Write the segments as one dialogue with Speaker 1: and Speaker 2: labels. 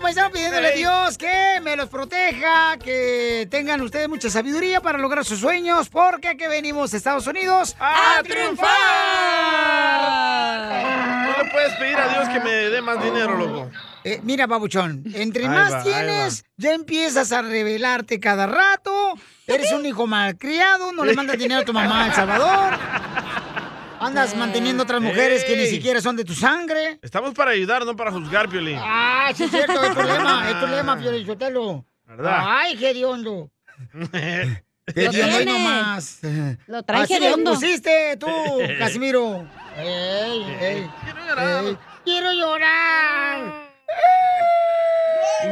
Speaker 1: paisano, pidiéndole a Dios que me los proteja, que tengan ustedes mucha sabiduría para lograr sus sueños, porque aquí venimos a Estados Unidos
Speaker 2: a, triunfar.
Speaker 3: No le puedes pedir a Dios que me dé más dinero, loco.
Speaker 1: Eh, mira, babuchón, entre
Speaker 3: Ahí
Speaker 1: más
Speaker 3: va, ahí
Speaker 1: tienes, ya empiezas a revelarte cada rato. Eres un hijo malcriado, no le mandas dinero a tu mamá a El Salvador. Andas manteniendo otras mujeres que ni
Speaker 3: Eh, Ey.
Speaker 1: siquiera son de tu sangre.
Speaker 3: Estamos para ayudar, no para juzgar, Piolín.
Speaker 1: Ah, sí, es cierto, es tu lema, es tu lema, Piolín Sotelo.
Speaker 3: ¿Verdad?
Speaker 1: Ay, hediondo.
Speaker 2: Lo tiene.
Speaker 1: más.
Speaker 2: Lo trae
Speaker 1: Así me
Speaker 2: hediondo.
Speaker 1: pusiste tú, Casimiro. Ey, ey, ey. Quiero llorar.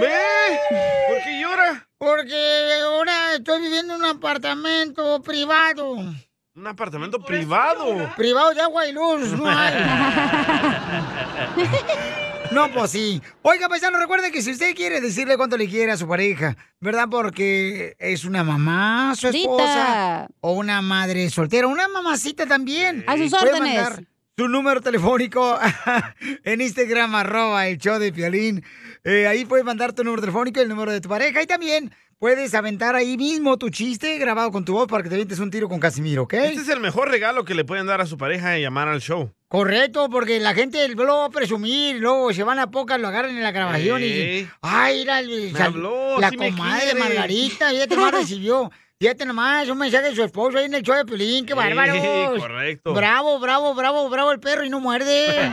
Speaker 3: ¿Ve? ¿Por qué llora?
Speaker 1: Porque ahora estoy viviendo en un apartamento privado.
Speaker 3: Un apartamento privado.
Speaker 1: Privado de agua y luz, no hay. No, pues sí. Oiga, paisano, recuerde que si usted quiere decirle cuánto le quiere a su pareja, ¿verdad? Porque es una mamá, su
Speaker 2: Dita.
Speaker 1: esposa, o una madre soltera, una mamacita también.
Speaker 2: A sus
Speaker 1: Puede
Speaker 2: órdenes.
Speaker 1: mandar Su número telefónico en Instagram, arroba el show de Piolín. Eh, ahí puedes mandar tu número telefónico y el número de tu pareja. Y también puedes aventar ahí mismo tu chiste grabado con tu voz para que te avientes un tiro con Casimiro, ¿ok?
Speaker 3: Este es el mejor regalo que le pueden dar a su pareja y llamar al show.
Speaker 1: Correcto, porque la gente lo va a presumir, luego se van a pocas, lo agarran en la grabación y
Speaker 3: Ey.
Speaker 1: dicen, ay, mira, el-
Speaker 3: Me
Speaker 1: sal-
Speaker 3: habló,
Speaker 1: la
Speaker 3: sí me
Speaker 1: comadre
Speaker 3: quiere.
Speaker 1: Margarita, ya te más recibió. Fíjate nomás, un mensaje de su esposo ahí en el show de Pelín, qué bárbaro.
Speaker 3: correcto.
Speaker 1: Bravo, bravo, bravo, bravo el perro y no muerde.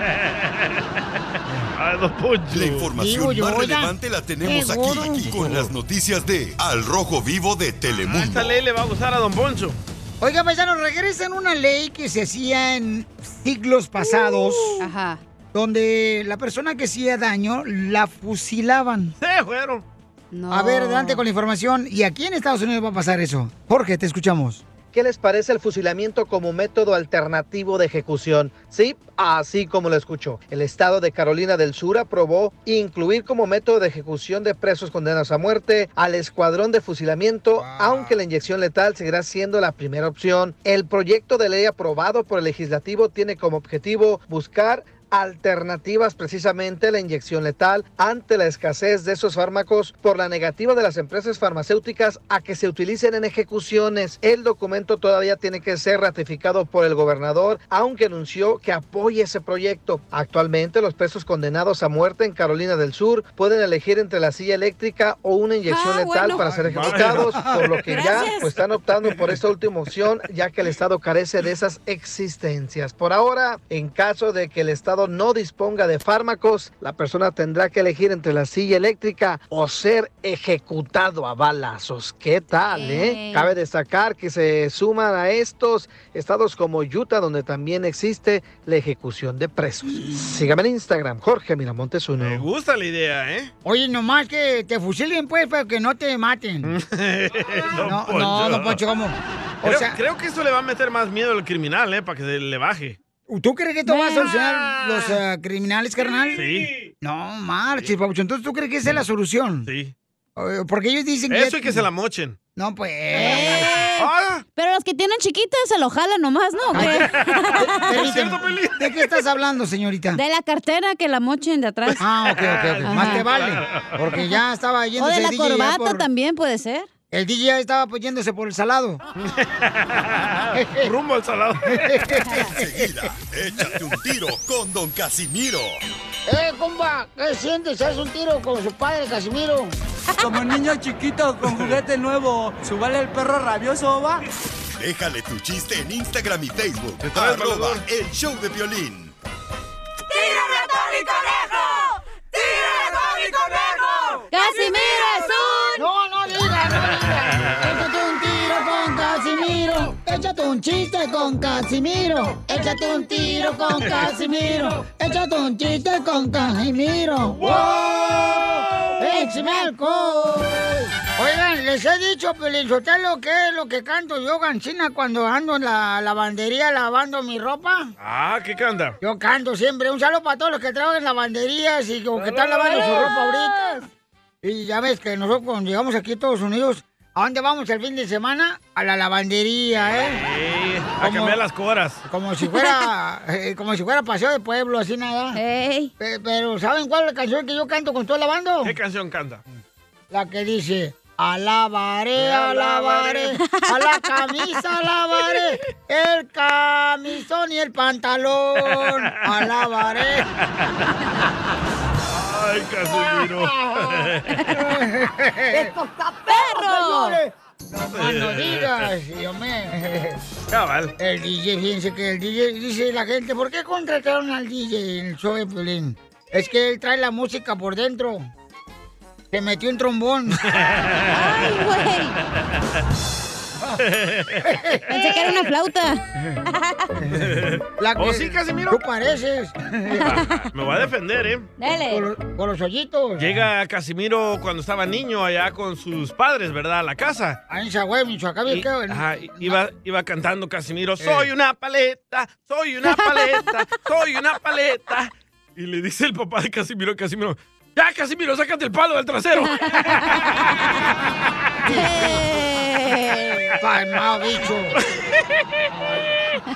Speaker 3: Ay, don Poncho.
Speaker 4: La
Speaker 1: Digo
Speaker 4: información
Speaker 1: yo,
Speaker 4: más
Speaker 1: oiga.
Speaker 4: relevante la tenemos
Speaker 1: Qué
Speaker 4: aquí,
Speaker 1: gordo.
Speaker 4: aquí con las noticias de Al Rojo Vivo de Telemundo.
Speaker 3: Esta ley Ah, le va a gustar a don Poncho.
Speaker 1: Oiga, paisano, regresan una ley que se hacía en siglos pasados,
Speaker 2: Uh. Ajá.
Speaker 1: donde la persona que hacía daño la fusilaban.
Speaker 3: Se fueron.
Speaker 2: No.
Speaker 1: A ver, adelante con la información. ¿Y aquí en Estados Unidos va a pasar eso? Jorge, te escuchamos.
Speaker 5: ¿Qué les parece el fusilamiento como método alternativo de ejecución? Sí, así como lo escuchó. El estado de Carolina del Sur aprobó incluir como método de ejecución de presos condenados a muerte al escuadrón de fusilamiento, aunque la inyección letal seguirá siendo la primera opción. El proyecto de ley aprobado por el legislativo tiene como objetivo buscar alternativas precisamente a la inyección letal ante la escasez de esos fármacos por la negativa de las empresas farmacéuticas a que se utilicen en ejecuciones. El documento todavía tiene que ser ratificado por el gobernador, aunque anunció que apoya ese proyecto. Actualmente los presos condenados a muerte en Carolina del Sur pueden elegir entre la silla eléctrica o una inyección
Speaker 2: Ah,
Speaker 5: letal
Speaker 2: bueno.
Speaker 5: para ser
Speaker 3: Vaya.
Speaker 5: ejecutados, por lo que ya
Speaker 2: Gracias.
Speaker 5: pues, están optando por esta última opción, ya que el Estado carece de esas existencias. Por ahora, en caso de que el Estado no disponga de fármacos, la persona tendrá que elegir entre la silla eléctrica o ser ejecutado a balazos. ¿Qué tal, eh?
Speaker 2: Ey.
Speaker 5: Cabe destacar que se suman a estos estados como Utah, donde también existe la ejecución de presos. Sígame en Instagram, Jorge Miramontes uno.
Speaker 3: Me gusta la idea, ¿eh?
Speaker 1: Oye, nomás que te fusilen, pues, pero que no te maten.
Speaker 3: Don
Speaker 1: No,
Speaker 3: Poncho.
Speaker 1: no, no, Poncho, ¿cómo? O
Speaker 3: Creo,
Speaker 1: sea,
Speaker 3: creo que eso le va a meter más miedo al criminal, ¿eh? Para que se le baje.
Speaker 1: ¿tú crees que esto va a
Speaker 2: Bueno.
Speaker 1: solucionar los eh, criminales, carnal?
Speaker 3: Sí,
Speaker 1: No, marches, papucho. Entonces, ¿tú crees que esa es la solución?
Speaker 3: sí.
Speaker 1: Eh, Porque ellos dicen que...
Speaker 3: Eso y que se la mochen.
Speaker 1: No, pues...
Speaker 2: Eh,
Speaker 3: ¡Ah!
Speaker 2: Pero los que tienen chiquitas se lo jalan nomás, ¿no? ¿O qué?
Speaker 1: Permíteme,
Speaker 3: cierto, Pelín.
Speaker 1: ¿De qué estás hablando, señorita?
Speaker 2: De la cartera que la mochen de atrás.
Speaker 1: Ah, ok, ok, ok. Más
Speaker 2: Ajá.
Speaker 1: te vale. Porque ya estaba
Speaker 2: O
Speaker 1: yéndose
Speaker 2: de
Speaker 1: el
Speaker 2: la
Speaker 1: DJ ya
Speaker 2: corbata
Speaker 1: por-
Speaker 2: también puede ser.
Speaker 1: El DJ ya estaba pues, yéndose por el salado.
Speaker 3: Rumbo al salado.
Speaker 4: Enseguida, échate un tiro con Don Casimiro.
Speaker 1: ¡Eh, compa! ¿Qué sientes? ¿Haz un tiro con su padre, Casimiro?
Speaker 6: Como niño chiquito con juguete nuevo, subale el perro rabioso, va.
Speaker 4: Déjale tu chiste en Instagram y Facebook.
Speaker 3: traes,
Speaker 4: Arroba
Speaker 3: valedor.
Speaker 4: el show de violín.
Speaker 2: ¡Casimiro es un!
Speaker 1: No, no digas, no digas. Échate un tiro con Casimiro. Échate un chiste con Casimiro. Échate un tiro con Casimiro. Échate un chiste con Casimiro. ¡Wow! ¡Échame alcohol! Oigan, les he dicho, Pelinchotelo, ¿qué es lo que canto yo, Gancina, cuando ando en la lavandería lavando mi ropa?
Speaker 3: Ah, ¿qué canta?
Speaker 1: Yo canto siempre. Un saludo para todos los que trabajan en lavanderías y o que están lavando su ropa ahorita. Y ya ves que nosotros cuando llegamos aquí a Estados Unidos, ¿a dónde vamos el fin de semana? A la lavandería, ¿eh?
Speaker 3: Eh,
Speaker 7: A cambiar las coras.
Speaker 1: Como si fuera, eh, como si fuera paseo de pueblo, así nada. Pe- Pero ¿saben cuál es la canción que yo canto con toda la banda?
Speaker 7: ¿Qué canción canta?
Speaker 1: La que dice, alabaré, alabaré, a la camisa alabaré, el camisón y el pantalón, alabaré.
Speaker 7: Ay, Casimiro.
Speaker 1: ¡Esto está perro! No más Ah, no digas, Dios mío.
Speaker 7: Eh, Cabal.
Speaker 1: El DJ, fíjense que el DJ dice la gente, ¿por qué contrataron al DJ en el show de Piolín? Es que él trae la música por dentro. Se metió un trombón.
Speaker 6: ¡Ay, güey! Pensé que era una flauta.
Speaker 1: La
Speaker 7: ¿O Oh, sí, Casimiro?
Speaker 1: Tú pareces.
Speaker 7: Ah, Me voy a defender, ¿eh?
Speaker 1: con,
Speaker 6: Dale.
Speaker 1: los, con los hoyitos.
Speaker 7: Llega Casimiro cuando estaba niño allá con sus padres, ¿verdad? A la casa.
Speaker 1: Ahí en Sahuey, Michoacán, Eh.
Speaker 7: Y-
Speaker 1: ¿qué?
Speaker 7: ajá, y- iba, iba cantando Casimiro,
Speaker 3: eh.
Speaker 7: soy una paleta, soy una paleta, soy una paleta. Y le dice el papá de Casimiro, Casimiro, ya Casimiro, sácate el palo del trasero.
Speaker 6: Eh.
Speaker 1: Palmao, bicho.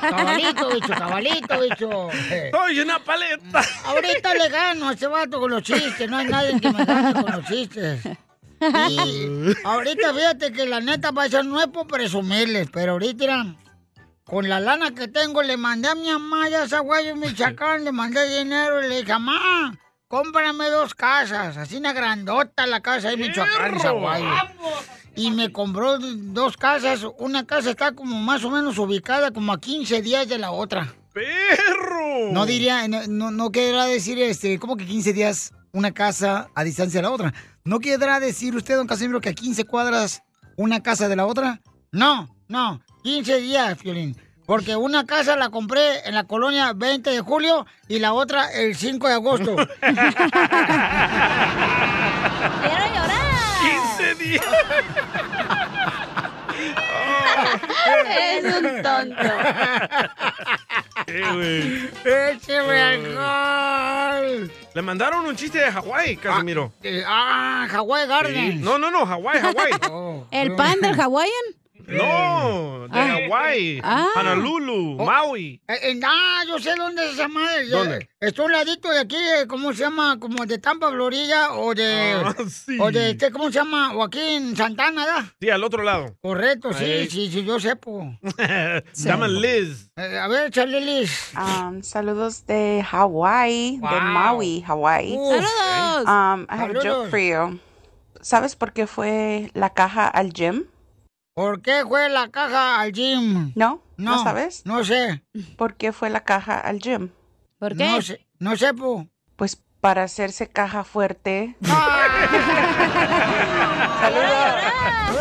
Speaker 1: Cabalito, bicho, cabalito, bicho. Eh,
Speaker 7: soy una paleta.
Speaker 1: Ahorita le gano a ese vato con los chistes. No hay nadie que me gane con los chistes. Y ahorita fíjate que la neta, paisa, no es por presumirles, pero ahorita mira, Con la lana que tengo, le mandé a mi mamá ya esa guayo en Michoacán, le mandé dinero y le dije, mamá, cómprame dos casas, así una grandota la casa de Michoacán, Zaguayo. Y me compró dos casas, una casa está como más o menos ubicada como a 15 días de la otra.
Speaker 7: ¡Perro!
Speaker 1: No diría, no, no, no querrá decir, este, como que 15 días una casa a distancia de la otra. ¿No querrá decir usted, don Casimiro, que a 15 cuadras una casa de la otra? No, no, 15 días, Fiolín. Porque una casa la compré en la colonia 20 de julio y la otra el 5 de agosto.
Speaker 6: ¡Quiero llorar!
Speaker 7: 15 días.
Speaker 6: Es un tonto.
Speaker 7: Eh, güey.
Speaker 1: ¡Écheme alcohol!
Speaker 7: Le mandaron un chiste de Hawái, Casimiro.
Speaker 1: Eh, Ah, Hawái Gardens.
Speaker 7: Sí. No, no, no, Hawái, Hawái.
Speaker 1: Oh,
Speaker 6: ¿El
Speaker 1: no.
Speaker 6: pan del Hawaiian?
Speaker 7: No, de
Speaker 6: Ah.
Speaker 7: Hawái,
Speaker 6: Ah.
Speaker 7: Honolulu, Maui.
Speaker 1: Eh, eh, ah, yo sé dónde es esa madre.
Speaker 7: ¿Dónde?
Speaker 1: Está un ladito de aquí, eh, ¿cómo se llama? Como de Tampa, Florida, o de.
Speaker 7: Ah, sí.
Speaker 1: O de este, ¿cómo se llama? O aquí en Santana, ¿da?
Speaker 7: Sí, al otro lado.
Speaker 1: Correcto, sí,
Speaker 7: Ahí.
Speaker 1: sí, sí, yo sepo.
Speaker 7: Se llaman Liz.
Speaker 1: Eh, a ver, Charlie Liz.
Speaker 2: Um, saludos de Hawaii, de
Speaker 1: Wow.
Speaker 2: Maui, Hawaii.
Speaker 1: Uf,
Speaker 6: ¡Saludos!
Speaker 2: Um, I have a joke for you. ¿Sabes por qué fue la caja al gym?
Speaker 1: ¿Por qué fue la caja al gym?
Speaker 2: No, no, sabes.
Speaker 1: No sé.
Speaker 2: ¿Por qué fue la caja al gym?
Speaker 6: ¿Por qué?
Speaker 1: No sé, no sepo.
Speaker 2: Pues para hacerse caja fuerte.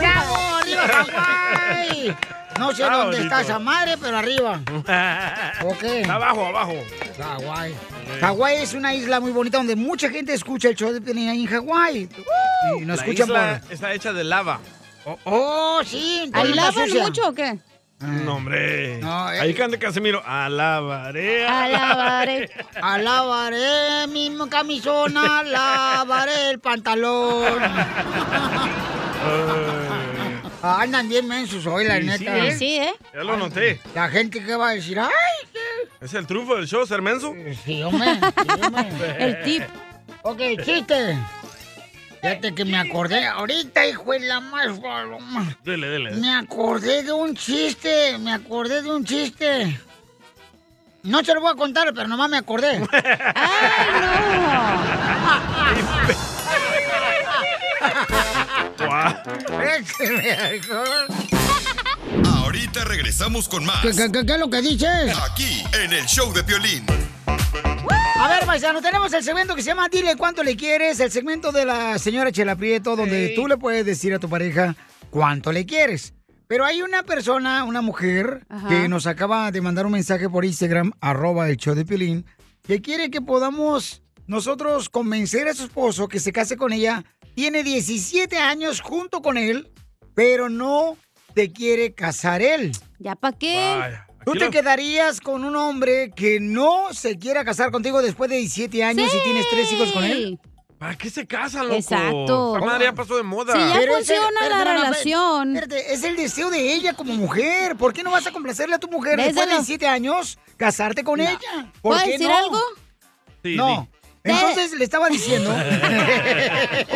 Speaker 1: ¡Bravo! ¡Arriba, Hawái! No sé
Speaker 7: Ah,
Speaker 1: dónde
Speaker 7: bonito.
Speaker 1: está esa madre, pero arriba. Ok.
Speaker 7: abajo, abajo.
Speaker 1: Hawái. Hawái es una isla muy bonita donde mucha gente escucha el show de Piolín ahí en Hawái. Y nos
Speaker 7: Uh, la
Speaker 1: escuchan
Speaker 7: isla está hecha de lava.
Speaker 1: por... Oh, sí. entonces
Speaker 6: ¿Ahí
Speaker 1: está
Speaker 6: lavan
Speaker 1: sucia.
Speaker 6: mucho o qué?
Speaker 7: No, hombre.
Speaker 1: No, eh.
Speaker 7: Ahí canta Casimiro. Alabaré.
Speaker 6: Alabaré.
Speaker 1: Alabaré mi camisón, alabaré el pantalón.
Speaker 7: Ay,
Speaker 1: Ah, andan bien mensos hoy, la
Speaker 7: Sí,
Speaker 1: neta.
Speaker 7: ¿Eh?
Speaker 6: Sí, sí, ¿eh?
Speaker 7: ya lo noté.
Speaker 1: La gente que va a decir, ¡ay!
Speaker 7: Es el triunfo del show, ser menso.
Speaker 1: Sí, hombre, sí, hombre.
Speaker 6: El tip.
Speaker 1: ok, chiste. Fíjate que me acordé, ahorita, hijo de la más paloma.
Speaker 7: Dele, dele.
Speaker 1: Me acordé de un chiste, me acordé de un chiste. No se lo voy a contar, pero nomás me acordé.
Speaker 6: ¡Ay,
Speaker 3: Ah.
Speaker 7: Guau.
Speaker 1: Este me acordó.
Speaker 4: Ahorita regresamos con más.
Speaker 1: ¿Qué, qué, qué- qué es lo que dices?
Speaker 4: Aquí, en el show de violín.
Speaker 1: A ver, paisano, tenemos el segmento que se llama Dile cuánto le quieres, el segmento de la señora Chela Prieto, donde
Speaker 7: Ey.
Speaker 1: tú le puedes decir a tu pareja cuánto le quieres. Pero hay una persona, una mujer,
Speaker 6: Ajá.
Speaker 1: que nos acaba de mandar un mensaje por Instagram, arroba el show de Piolín, que quiere que podamos nosotros convencer a su esposo que se case con ella. Tiene 17 años junto con él, pero no te quiere casar él.
Speaker 6: no! ¿Ya pa' qué?
Speaker 7: Vaya.
Speaker 1: ¿Tú
Speaker 7: Aquí
Speaker 1: te
Speaker 7: lo-
Speaker 1: quedarías con un hombre que no se quiera casar contigo después de 17 años y tienes tres hijos con él?
Speaker 6: Sí.
Speaker 3: ¿Para qué se casan, loco?
Speaker 2: Exacto.
Speaker 3: Esa madre ya pasó de moda.
Speaker 2: Sí, ya
Speaker 1: Pero es el-
Speaker 2: funciona la
Speaker 1: perdóname,
Speaker 2: relación.
Speaker 1: espérate, es el deseo de ella como mujer. ¿Por qué no vas a complacerle a tu mujer
Speaker 2: Desde
Speaker 1: después de
Speaker 2: los-
Speaker 1: siete años casarte con ella? ¿Por
Speaker 2: ¿Puedo
Speaker 1: qué
Speaker 2: decir
Speaker 1: no?
Speaker 2: algo?
Speaker 3: Sí,
Speaker 1: No.
Speaker 3: sí.
Speaker 2: De-
Speaker 1: Entonces le estaba diciendo.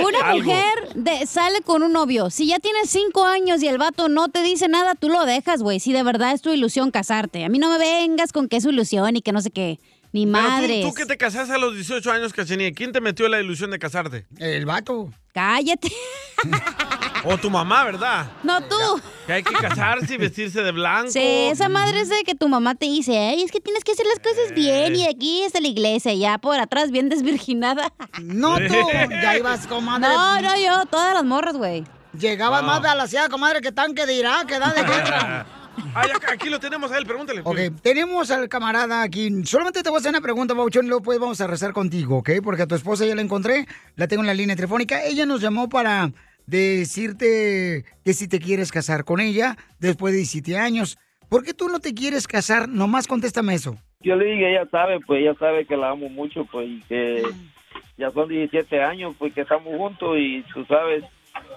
Speaker 2: Una
Speaker 3: Algo.
Speaker 2: mujer de- sale con un novio. Si ya tienes cinco años y el vato no te dice nada, tú lo dejas, güey. Si de verdad es tu ilusión casarte. A mí no me vengas con que es su ilusión y que no sé qué. Ni
Speaker 3: Pero tú-
Speaker 2: madres.
Speaker 3: Tú, que te casaste a los 18 años, Cachanilla, ¿quién te metió la ilusión de casarte?
Speaker 1: el vato.
Speaker 2: Cállate.
Speaker 3: O tu mamá, ¿verdad?
Speaker 2: No tú.
Speaker 3: Que hay que casarse y vestirse de blanco.
Speaker 2: Sí, esa madre es de que tu mamá te dice, ay, es que tienes que hacer las cosas bien y aquí está la iglesia, y ya por atrás bien desvirginada.
Speaker 1: No tú. Ya ibas, comadre.
Speaker 2: No, no, yo, todas las morras, güey.
Speaker 1: Llegabas más balanceada, comadre, que tanque de Irak, que da de guerra.
Speaker 3: Ay, acá- aquí lo tenemos a él, pregúntale.
Speaker 1: Ok, tenemos al camarada aquí. Solamente te voy a hacer una pregunta, Bauchón, y luego pues vamos a rezar contigo, ¿ok? Porque a tu esposa ya la encontré, la tengo en la línea telefónica. Ella nos llamó para decirte que si te quieres casar con ella después de 17 años. ¿Por qué tú no te quieres casar? Nomás contéstame eso.
Speaker 8: Yo le dije, ella sabe, pues ella sabe que la amo mucho, pues y que
Speaker 1: Ah.
Speaker 8: ya son 17 años, pues que estamos juntos y tú sabes,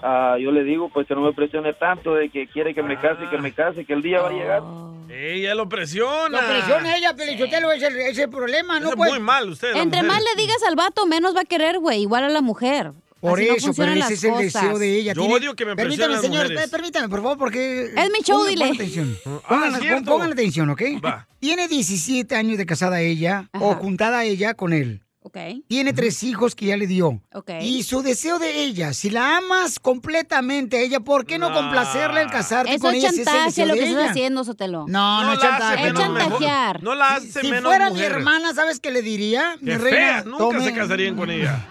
Speaker 8: ah, yo le digo, pues que no me presione tanto de que quiere que me case, que me case, que el día va a llegar.
Speaker 1: Ah.
Speaker 3: Ella lo presiona.
Speaker 1: La presión a ella, Pelichotelo, es el, es el problema,
Speaker 3: Eso
Speaker 1: ¿no?
Speaker 3: es
Speaker 1: Pues,
Speaker 3: muy mal, usted. las
Speaker 2: Entre más
Speaker 3: mujeres.
Speaker 2: le digas al vato, menos va a querer, güey, igual a la mujer.
Speaker 1: por
Speaker 2: Así no
Speaker 1: eso, pero
Speaker 2: funcionan
Speaker 1: ese
Speaker 2: las
Speaker 1: es el
Speaker 2: cosas.
Speaker 1: deseo de ella.
Speaker 3: Yo odio que me presionen
Speaker 1: Permítame,
Speaker 3: las
Speaker 1: señor,
Speaker 3: mujeres.
Speaker 1: permítame, por favor, porque...
Speaker 2: Es mi show,
Speaker 1: Pongan-
Speaker 2: dile.
Speaker 1: pongan atención.
Speaker 3: Ah,
Speaker 1: Pongan,
Speaker 3: cierto.
Speaker 1: pon- pongan atención, ¿ok?
Speaker 3: Va.
Speaker 1: Tiene 17 años de casada ella o
Speaker 2: Ajá.
Speaker 1: juntada ella con él.
Speaker 2: Ok,
Speaker 1: Tiene tres hijos que ya le dio.
Speaker 2: ok.
Speaker 1: Y su deseo de ella, si la amas completamente a ella, ¿por qué no
Speaker 3: Nah.
Speaker 1: complacerle al casarte
Speaker 2: Eso
Speaker 1: con
Speaker 2: es
Speaker 1: ella? si es el
Speaker 2: chantaje
Speaker 1: deseo
Speaker 2: lo
Speaker 1: de
Speaker 2: que estás
Speaker 1: ella?
Speaker 2: haciendo, Sotelo.
Speaker 1: No, no, es
Speaker 3: la hace
Speaker 1: chantaje.
Speaker 2: Es
Speaker 3: menos mujer.
Speaker 2: chantajear.
Speaker 3: No la hace
Speaker 1: Si
Speaker 3: menos
Speaker 1: fuera mi
Speaker 3: mujer.
Speaker 1: hermana, ¿sabes qué le diría? Mi
Speaker 3: Que
Speaker 1: reina,
Speaker 3: feas, nunca
Speaker 1: tome-
Speaker 3: se casarían con ella.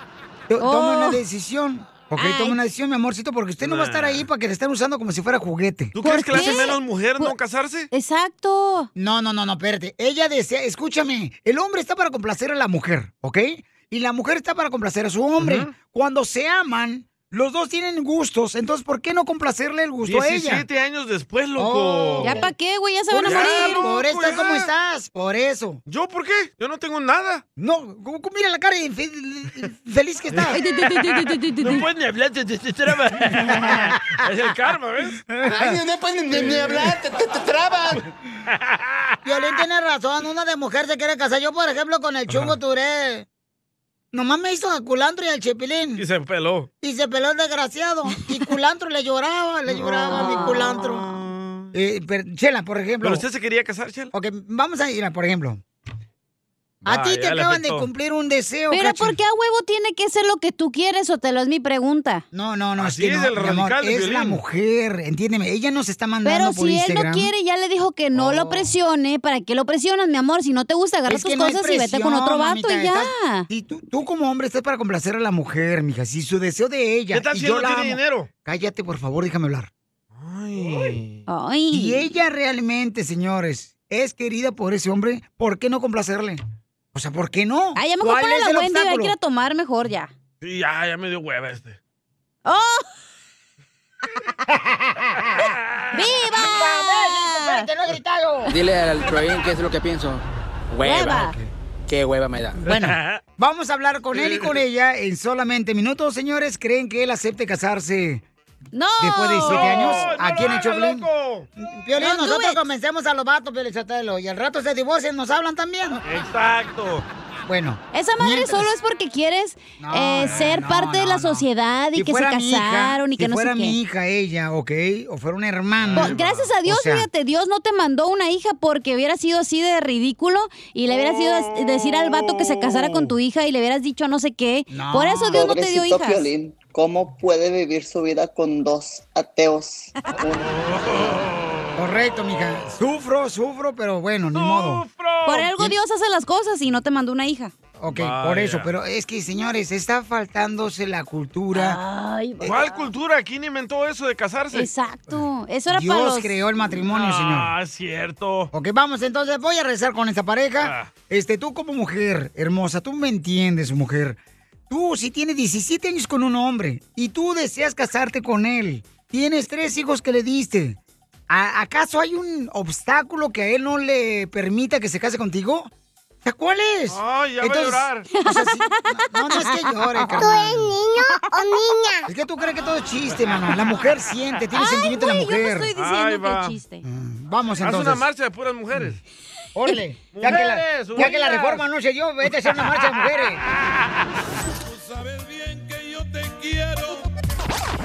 Speaker 1: to- Tome
Speaker 2: Oh.
Speaker 1: una decisión. Ok,
Speaker 2: Ay.
Speaker 1: tome una decisión, mi amorcito, porque usted no va a estar
Speaker 3: Nah.
Speaker 1: ahí para que le estén usando como si fuera juguete.
Speaker 3: ¿Tú
Speaker 2: ¿Por
Speaker 3: crees que la hace
Speaker 2: qué?
Speaker 3: menos mujer no
Speaker 2: Por-
Speaker 3: casarse?
Speaker 2: Exacto.
Speaker 1: No, no, no, no, espérate. Ella desea, escúchame, el hombre está para complacer a la mujer, ¿ok? Y la mujer está para complacer a su hombre. Cuando se aman, los dos tienen gustos, entonces ¿por qué no complacerle el gusto a ella?
Speaker 3: 17 años después, loco.
Speaker 1: Oh.
Speaker 2: ¿Ya para qué, güey? Ya se van a
Speaker 1: Por
Speaker 3: Ya,
Speaker 2: morir.
Speaker 1: eso,
Speaker 3: loco,
Speaker 1: por eso,
Speaker 3: ya.
Speaker 1: ¿cómo estás? Por eso.
Speaker 3: ¿Yo por qué? Yo no tengo nada.
Speaker 1: No, como- como- mira la cara de infe- feliz que está.
Speaker 2: Ay, tu, tu, tu, tu, tu, tu, tu, tu.
Speaker 3: No puedes ni hablar de este traba. Es el karma, ¿ves?
Speaker 9: Ay, no
Speaker 3: pues,
Speaker 9: pueden ni, ni hablar, te, te- te traban.
Speaker 1: Violín tiene razón, una de mujer se quiere casar. Yo, por ejemplo, con el chungo Turé. Nomás me hizo a culantro y al chepilín.
Speaker 3: Y se peló.
Speaker 1: Y se peló el desgraciado. Y culantro le lloraba, le lloraba a mi culantro. Eh, pero, Chela, por ejemplo.
Speaker 3: ¿Pero usted se quería casar, Chel?
Speaker 1: Ok, vamos a ir a, por ejemplo. a
Speaker 3: Ah,
Speaker 1: ti te
Speaker 3: ya le
Speaker 1: acaban de
Speaker 3: afectó.
Speaker 1: cumplir un deseo.
Speaker 2: Pero
Speaker 1: Cacha.
Speaker 2: ¿por qué a huevo tiene que ser lo que tú quieres, Sotelo? Es mi pregunta.
Speaker 1: No, no, no.
Speaker 3: Así
Speaker 1: que
Speaker 3: es
Speaker 1: no,
Speaker 3: el
Speaker 1: mi amor,
Speaker 3: radical de
Speaker 1: Es la
Speaker 3: Piolín.
Speaker 1: mujer, entiéndeme. Ella nos está mandando
Speaker 2: Pero
Speaker 1: por
Speaker 2: si él
Speaker 1: Instagram. Oh.
Speaker 2: no quiere, ya le dijo que no lo presione. ¿Para qué lo presionas, mi amor? Si no te gusta, agarra
Speaker 1: Es
Speaker 2: tus
Speaker 1: que no hay
Speaker 2: cosas y vete con
Speaker 1: presión,
Speaker 2: otro vato
Speaker 1: mamita,
Speaker 2: y ya.
Speaker 1: estás- Y tú, tú como hombre estás para complacer a la mujer, mija. Si su deseo de ella.
Speaker 3: ¿Qué tal
Speaker 1: y
Speaker 3: si
Speaker 1: yo
Speaker 3: no
Speaker 1: la
Speaker 3: tiene
Speaker 1: amo-
Speaker 3: dinero?
Speaker 1: Cállate, por favor, déjame hablar.
Speaker 3: Ay.
Speaker 2: Ay.
Speaker 1: Y ella realmente, señores, es querida por ese hombre. ¿Por qué no complacerle? O sea, ¿por qué no?
Speaker 2: Ay, ya mejor
Speaker 1: ¿Cuál
Speaker 2: para
Speaker 1: es
Speaker 2: la
Speaker 1: el
Speaker 2: Wendy, hay que
Speaker 1: obstáculo?
Speaker 2: ir a tomar mejor ya. ¡Oh!
Speaker 3: Sí, ya, ya me dio hueva este.
Speaker 2: ¡Viva!
Speaker 1: Espérate, no he gritado.
Speaker 9: Dile al Troyin qué es lo que pienso.
Speaker 2: Hueva.
Speaker 9: Qué hueva me da.
Speaker 1: Bueno, vamos a hablar con él y con ella en solamente minutos, señores. ¿Creen que él acepte casarse?
Speaker 2: ¡No!
Speaker 1: Después de siete años,
Speaker 3: ¡No, no
Speaker 1: aquí
Speaker 3: lo
Speaker 1: en el
Speaker 3: hagas,
Speaker 1: Choplin.
Speaker 3: loco!
Speaker 1: Piolín,
Speaker 2: No, tú
Speaker 1: nosotros
Speaker 2: ve-
Speaker 1: convencemos a los vatos, Piolín Sotelo, y al rato se divorcian, nos hablan también.
Speaker 3: Exacto.
Speaker 1: Bueno.
Speaker 2: Esa madre
Speaker 1: mientras-
Speaker 2: solo es porque quieres
Speaker 1: No,
Speaker 2: eh,
Speaker 1: no,
Speaker 2: ser
Speaker 1: no,
Speaker 2: parte Ah, de
Speaker 1: no,
Speaker 2: la
Speaker 1: no.
Speaker 2: sociedad y
Speaker 1: Si
Speaker 2: que se
Speaker 1: fuera mi hija,
Speaker 2: casaron y que
Speaker 1: si
Speaker 2: no sé
Speaker 1: fuera
Speaker 2: qué.
Speaker 1: mi hija ella, ¿ok? O fuera una hermana.
Speaker 2: Po- gracias a Dios,
Speaker 1: O sea,
Speaker 2: fíjate, Dios no te mandó una hija porque hubiera sido así de ridículo y le hubieras ido a decir al vato que se casara con tu hija y le hubieras dicho no sé qué.
Speaker 1: No.
Speaker 2: Por eso Dios no te dio hijas.
Speaker 10: Piolín, ¿cómo puede vivir su vida con dos ateos?
Speaker 1: Correcto, mija. Sufro, sufro, pero bueno, ni modo.
Speaker 3: ¡Sufro!
Speaker 2: Por algo Dios hace las cosas y no te mandó una hija.
Speaker 1: Ok, por
Speaker 3: Vaya.
Speaker 1: eso. Pero es que, señores, está faltándose la cultura.
Speaker 2: Ay,
Speaker 3: ¿Cuál cultura? ¿Quién inventó eso de casarse?
Speaker 2: Exacto. Eso era para
Speaker 1: Dios
Speaker 2: los...
Speaker 1: creó el matrimonio, señor.
Speaker 3: Ah, cierto.
Speaker 1: Ok, vamos, entonces voy a rezar con esta pareja.
Speaker 3: Ah.
Speaker 1: Este, tú como mujer, hermosa, tú me entiendes, mujer. Tú, si tienes 17 años con un hombre y tú deseas casarte con él, tienes tres hijos que le diste, ¿a- ¿acaso hay un obstáculo que a él no le permita que se case contigo? ¿A cuál es?
Speaker 3: Ay, ya
Speaker 1: Entonces,
Speaker 3: voy a llorar.
Speaker 1: o sea, sí- no, no es que llore,
Speaker 11: ¿Tú
Speaker 1: carnal.
Speaker 11: eres niño o niña?
Speaker 1: Es que tú crees que todo es chiste, mano. La mujer siente, tiene
Speaker 11: Ay,
Speaker 1: sentimiento la
Speaker 11: güey, yo no
Speaker 1: mujer.
Speaker 11: estoy
Speaker 3: diciendo Ahí que va. es chiste.
Speaker 1: Mm, Vamos
Speaker 3: Haz
Speaker 1: entonces.
Speaker 3: una marcha de puras mujeres.
Speaker 1: Órale, ya que, la,
Speaker 3: Mujeres,
Speaker 1: ya que la
Speaker 3: unidas.
Speaker 1: reforma no se dio, vete a hacer una marcha de mujeres.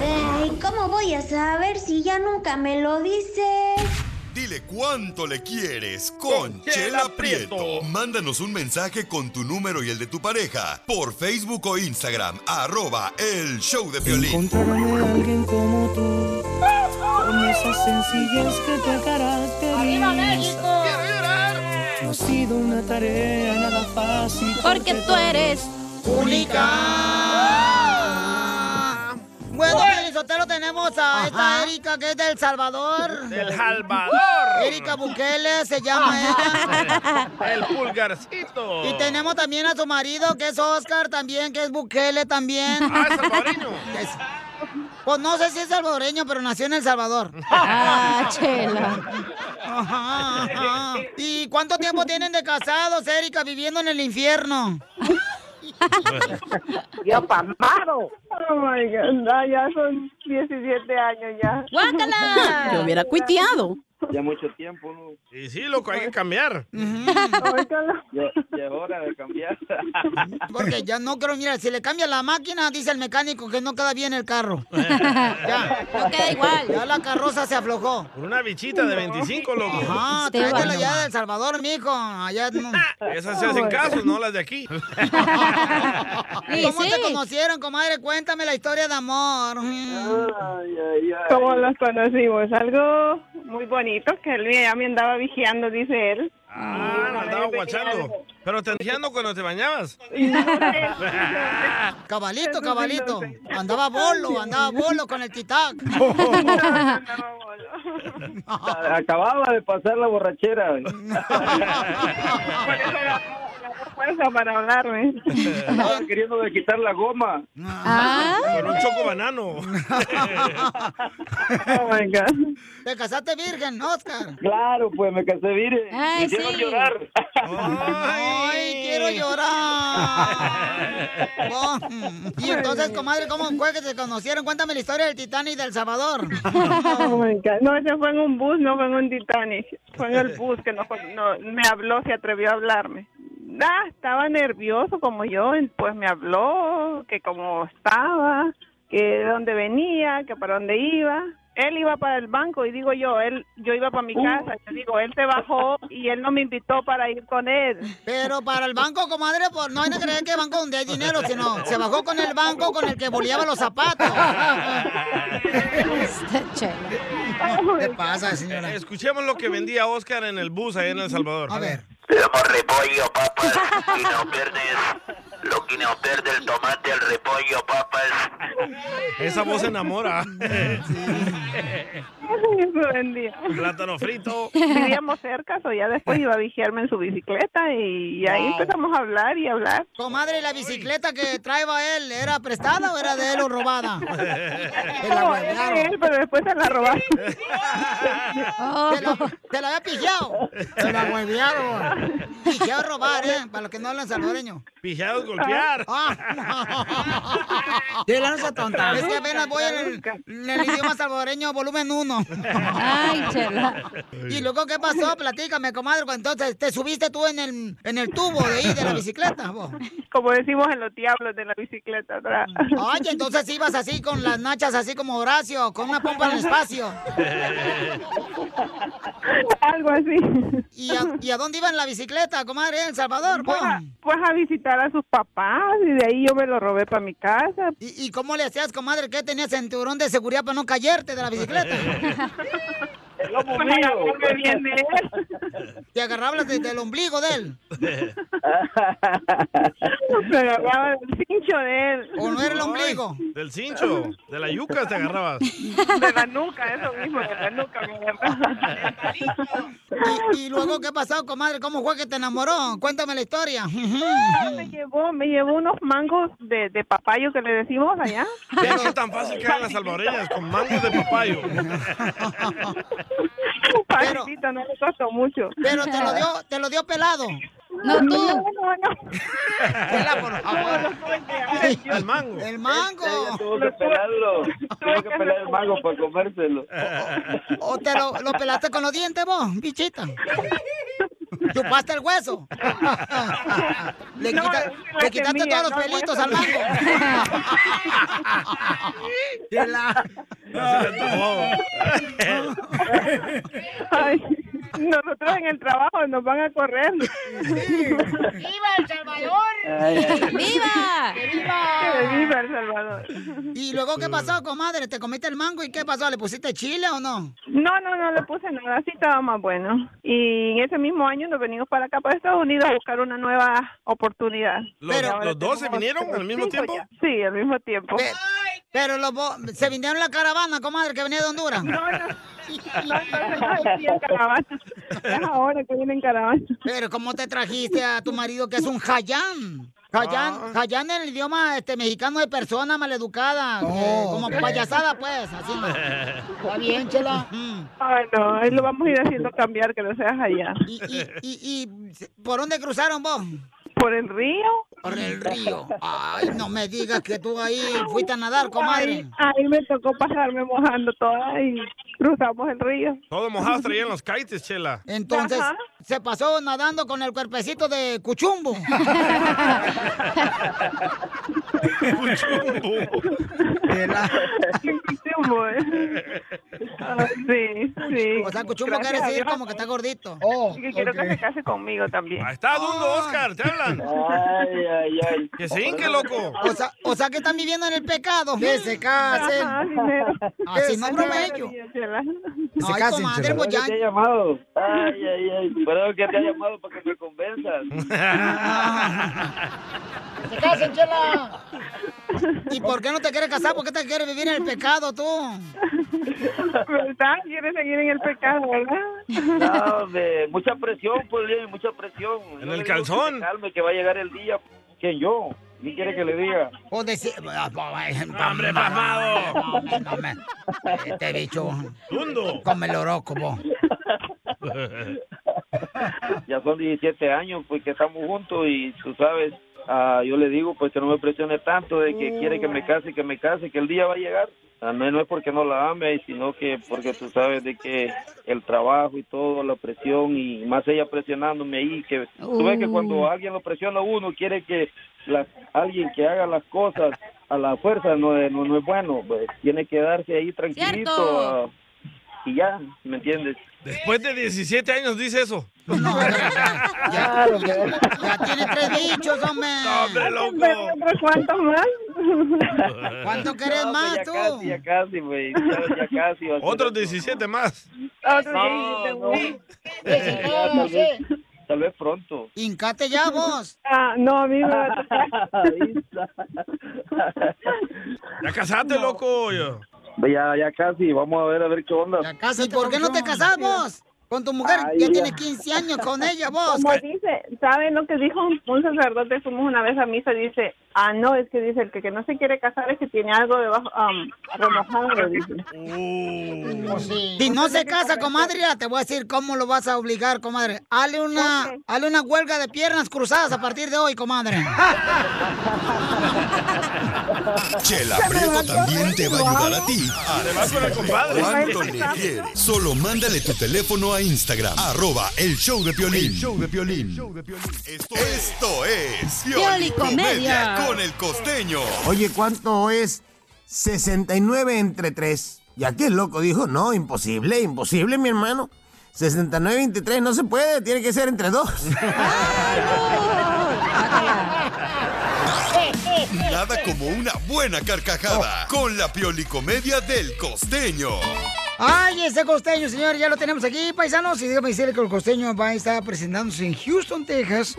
Speaker 11: Ay, ¿cómo voy a saber si ya nunca me lo dices?
Speaker 4: Dile cuánto le quieres con Chela Prieto. Mándanos un mensaje con tu número y el de tu pareja por Facebook o Instagram, arroba el show de violín.
Speaker 6: Encontrarme a alguien como tú, con esa sencillez que te caracteriza. No ha sido una tarea nada fácil.
Speaker 2: Porque tú eres
Speaker 1: única. Bueno, Sotelo, tenemos a esta Erika que es del Salvador.
Speaker 3: Del Salvador.
Speaker 1: Erika Bukele se llama ella.
Speaker 3: El pulgarcito.
Speaker 1: Y tenemos también a su marido que es Oscar también, que es Bukele también.
Speaker 3: Ah, es salvadoreño.
Speaker 1: Pues no sé si es salvadoreño, pero nació en El Salvador.
Speaker 2: Ah, chela.
Speaker 1: Ajá, ajá. ¿Y cuánto tiempo tienen de casados, Erika, viviendo en el infierno?
Speaker 12: Yo pamado. Oh my God, no, ya son 17 años ya.
Speaker 2: ¡Guácala! Yo hubiera cuiteado.
Speaker 8: Ya mucho tiempo, ¿no?
Speaker 3: Y sí, loco, hay que cambiar.
Speaker 8: Ya, ya es hora de cambiar.
Speaker 1: Porque ya no creo, mira, si le cambia la máquina, dice el mecánico que no queda bien el carro. ya.
Speaker 2: No queda igual.
Speaker 1: Ya la carroza se aflojó.
Speaker 3: Por una bichita de 25, loco.
Speaker 1: Ajá, tráetela ya del Salvador, mijo. Allá no.
Speaker 3: Esas se hacen caso, no las de aquí.
Speaker 1: ¿Cómo se conocieron, comadre? Cuéntame la historia de amor.
Speaker 12: ¿Cómo los conocimos? Algo muy bonito que él ya me andaba vigiando, dice él.
Speaker 3: Ah, no, andaba guachando. Pero te enjeando cuando te bañabas.
Speaker 1: Cabalito, cabalito. Andaba bolo, andaba bolo con el titac.
Speaker 8: A- Ah, Acababa de pasar la borrachera.
Speaker 12: Fuerza para hablarme.
Speaker 8: Estaba queriendo de quitar la goma.
Speaker 3: Con un choco banano.
Speaker 12: Oh my God.
Speaker 1: Te casaste virgen, Oscar.
Speaker 8: Claro, pues me casé, mire.
Speaker 1: Ay,
Speaker 8: Quisieron
Speaker 1: sí.
Speaker 8: llorar.
Speaker 1: Ay, quiero Ah. llorar. Oh, Y entonces, comadre, ¿cómo fue que se conocieron? Cuéntame la historia del Titanic del Salvador.
Speaker 12: Oh my God. No, ese fue en un bus, no fue en un Titanic. Fue en el bus que no, no- me habló, se atrevió a hablarme. Ah, estaba nervioso como yo, y pues me habló, que cómo estaba, que de dónde venía, que para dónde iba. Él iba para el banco y digo yo, él, yo iba para mi casa. Yo digo, él se bajó y él no me invitó para ir con él.
Speaker 1: Pero para el banco, comadre, pues no hay que creer que banco donde hay dinero, sino se bajó con el banco con el que boleaba los zapatos. ¿Qué pasa, señora?
Speaker 3: Eh, Escuchemos lo que vendía Oscar en el bus ahí en El Salvador. A ver.
Speaker 7: Somos repollo, papas, quinoperdes, los quinoperdes, el tomate, el repollo, papas.
Speaker 3: Esa voz enamora.
Speaker 12: Eso vendía.
Speaker 3: Plátano frito.
Speaker 12: Vivíamos cerca, o ya después iba a vigiarme en su bicicleta y ahí
Speaker 1: Wow.
Speaker 12: empezamos a hablar y hablar.
Speaker 1: Comadre, ¿la bicicleta que traía él era prestada o era de él o robada?
Speaker 12: No, era de él, Oh, eh, pero después se la robaron.
Speaker 1: Te la, te la había pillado. Te la huevearon. Pillado robar, ¿eh? Para los que no hablan salvadoreño.
Speaker 3: Pijados golpear.
Speaker 1: Ah. Te lanza tonta. Ah, Es que apenas voy en el, en el idioma salvadoreño, volumen 1.
Speaker 2: Ay, chela.
Speaker 1: ¿Y luego qué pasó? Platícame, comadre. cuando Entonces, ¿te subiste tú en el, en el tubo de ahí, de la bicicleta? vos?
Speaker 12: Como decimos en los diablos de la bicicleta atrás.
Speaker 1: Ay, entonces ibas así con las nachas, así como Horacio, con una pompa en el espacio.
Speaker 12: Algo así.
Speaker 1: ¿Y a, y a dónde iba en la bicicleta, comadre? ¿En El Salvador? po?
Speaker 12: Pues a visitar a sus papás y de ahí yo me lo robé para mi casa.
Speaker 1: ¿Y, y cómo le hacías, comadre? ¿Qué tenías cinturón de seguridad para no cayerte de la bicicleta?
Speaker 12: Pues ahí hablé bien de él.
Speaker 1: Te agarrabas desde el ombligo de él.
Speaker 12: Me agarraba el cincho de él.
Speaker 1: ¿O no era el ombligo?
Speaker 3: Del cincho. De la yuca te agarrabas.
Speaker 12: De la nuca, eso mismo, de la nuca me agarraba.
Speaker 1: ¿Y luego qué pasó, comadre? ¿Cómo fue que te enamoró? Cuéntame la historia.
Speaker 12: Me llevó, me llevó unos mangos de, de papayo que le decimos allá.
Speaker 3: Vean qué tan fácil quedan las salvadoreñas con mangos de papayo.
Speaker 12: Papito, no le costó mucho.
Speaker 1: Pero te lo dio, te lo dio pelado.
Speaker 13: No, tú.
Speaker 12: No, no, no.
Speaker 3: Chela, por favor. El mango.
Speaker 1: El mango.
Speaker 8: Este, Tuvo que pelarlo. Tuvo que pelar el mango para comérselo.
Speaker 1: ¿O Oh, te lo, lo pelaste con los dientes vos, bichita? ¿Chupaste el hueso? Le,
Speaker 6: No,
Speaker 1: quita-
Speaker 6: es la
Speaker 1: le quitaste
Speaker 6: semilla,
Speaker 1: todos los
Speaker 6: no el
Speaker 1: pelitos
Speaker 6: hueso.
Speaker 1: al mango.
Speaker 6: Chela.
Speaker 12: Ay, nosotros en el trabajo nos van a correr.
Speaker 1: ¡Viva El Salvador!
Speaker 12: ¡Viva!
Speaker 1: ¡Que viva!
Speaker 12: ¡Que viva El Salvador!
Speaker 1: ¿Y luego qué pasó, comadre? ¿Te comiste el mango y qué pasó? ¿Le pusiste chile o no?
Speaker 12: No, no, no le puse nada, así estaba más bueno. Y en ese mismo año nos venimos para acá, para Estados Unidos, a buscar una nueva oportunidad.
Speaker 3: ¿Los,
Speaker 12: Pero ahora
Speaker 3: los dos se
Speaker 12: tenemos
Speaker 3: vinieron al mismo
Speaker 12: cinco
Speaker 3: tiempo?
Speaker 12: ya. Sí, al mismo tiempo.
Speaker 1: Pero los bo- se vinieron la caravana, comadre, que venía de Honduras.
Speaker 12: No, no. No, entonces no decía caravana. Es ahora que vienen caravana.
Speaker 1: Pero ¿cómo te trajiste a tu marido que es un jayán? Jayán, jayán en el idioma este, mexicano de persona maleducada, eh, como payasada pues, así no. Está bien, chela.
Speaker 12: Ay, no, ahí lo vamos a ir haciendo cambiar, que no seas allá.
Speaker 1: ¿Y, y por dónde cruzaron vos?
Speaker 12: ¿Por el río?
Speaker 1: Por el río. Ay, no me digas que tú ahí fuiste a nadar, comadre.
Speaker 12: Ahí, ahí me tocó pasarme mojando toda y cruzamos el río.
Speaker 3: Todos mojados traían los kites, Chela.
Speaker 1: Entonces,
Speaker 12: Ajá.
Speaker 1: se pasó nadando con el cuerpecito de cuchumbo.
Speaker 12: Cuchumbo, ¿eh? Ah, sí, sí.
Speaker 1: O sea, cuchumbo quiere
Speaker 12: Gracias a
Speaker 1: decir
Speaker 12: Dios.
Speaker 1: como que está gordito.
Speaker 12: Y que quiero que se case conmigo también.
Speaker 3: Está dundo, Oscar, te hablan.
Speaker 8: Ay, ay, ay.
Speaker 3: Que se hinque, loco.
Speaker 1: O sea, o sea que están viviendo en el pecado. Que se casen.
Speaker 12: Ajá, dinero.
Speaker 1: Así no
Speaker 12: Ay,
Speaker 1: bromello.
Speaker 12: Chela.
Speaker 1: se Ay, casen, comadre, Chela. pues ya-
Speaker 8: Perdón que te haya llamado. Ay, ay, ay. Perdón que te haya llamado para que me convenzas.
Speaker 1: ¡Se casen, chela! ¿Y por qué no te quieres casar? ¿Por qué te quieres vivir en el pecado tú?
Speaker 12: ¿Verdad? ¿Quieres Pues, seguir en el pecado, verdad?
Speaker 8: No, hombre, mucha presión, pues, Lili, mucha presión. En
Speaker 3: el calzón.
Speaker 8: Que se calme, que va a llegar el día que yo. ¿Qué quiere que le diga?
Speaker 1: O decir... pues,
Speaker 3: ¡Hombre, pasmado!
Speaker 1: Este bicho.
Speaker 3: ¡Dundo!
Speaker 1: Come el horóscopo.
Speaker 8: ya son 17 años, pues, que estamos juntos y tú sabes, ah, yo le digo, pues, que no me presione tanto de que quiere que me case, que me case, que el día va a llegar. Ah, No, no es porque no la ame, sino que porque tú sabes de que el trabajo y todo, la presión y más ella presionándome ahí, que tú ves que
Speaker 14: Uh.
Speaker 8: cuando alguien lo presiona a uno, quiere que las, alguien que haga las cosas a la fuerza no, es- no, no es bueno, pues, tiene que darse ahí tranquilito
Speaker 3: Cierto.
Speaker 8: ah, y ya, ¿me entiendes?
Speaker 3: Después de 17 años dice eso.
Speaker 12: Ah,
Speaker 1: Ya, ya tiene tres bichos, hombre.
Speaker 3: hombre, loco.
Speaker 12: ¿Otros cuántos más?
Speaker 1: ¿Cuánto querés
Speaker 8: No, pues,
Speaker 1: más
Speaker 8: ya
Speaker 1: tú?
Speaker 8: Casi, ya casi, güey. Ya casi. va a ser
Speaker 3: Otros
Speaker 8: eso.
Speaker 3: 17 más.
Speaker 12: Otros
Speaker 8: No, no.
Speaker 1: Ya,
Speaker 8: Tal vez- tal vez pronto.
Speaker 1: Hincate ya vos.
Speaker 12: Ah, no, a mí me va a tocar.
Speaker 3: Ya casate, loco. yo.
Speaker 8: Ya, ya casi. Vamos a ver, a ver qué onda.
Speaker 1: ¿Y por qué no te casás vos? Con tu mujer,
Speaker 8: Ay,
Speaker 1: ya
Speaker 8: ya.
Speaker 1: tienes 15 años con ella, vos.
Speaker 12: Como dice, ¿saben lo que dijo un, un sacerdote? Fuimos una vez a misa y dice, ah, no, es que dice, el que, que no se quiere casar es que tiene algo debajo, um, remojado, dice.
Speaker 8: Uh.
Speaker 1: Si no se casa, comadre, ya te voy a decir cómo lo vas a obligar, comadre. Hale una, hale una huelga de piernas cruzadas a partir de hoy, comadre.
Speaker 4: Chela Prieto también te va a ayudar a ti. a
Speaker 3: Te vas con el compadre.
Speaker 4: ¿Cuánto le quieres? Solo mándale tu teléfono a Instagram, arroba el show de Piolín. show de Piolín. Esto, esto es
Speaker 6: Piolicomedia.
Speaker 4: Piolicomedia con el costeño.
Speaker 9: Oye, ¿cuánto es 69 entre 3? Y aquí el loco dijo, no, imposible, imposible, mi hermano. 69 entre 3 no se puede, tiene que ser entre 2.
Speaker 4: Nada como una buena carcajada con la Piolicomedia del costeño.
Speaker 1: Ay, ese costeño, señor, ya lo tenemos aquí, paisanos. Y déjame decirle que el costeño va a estar presentándose en Houston, Texas.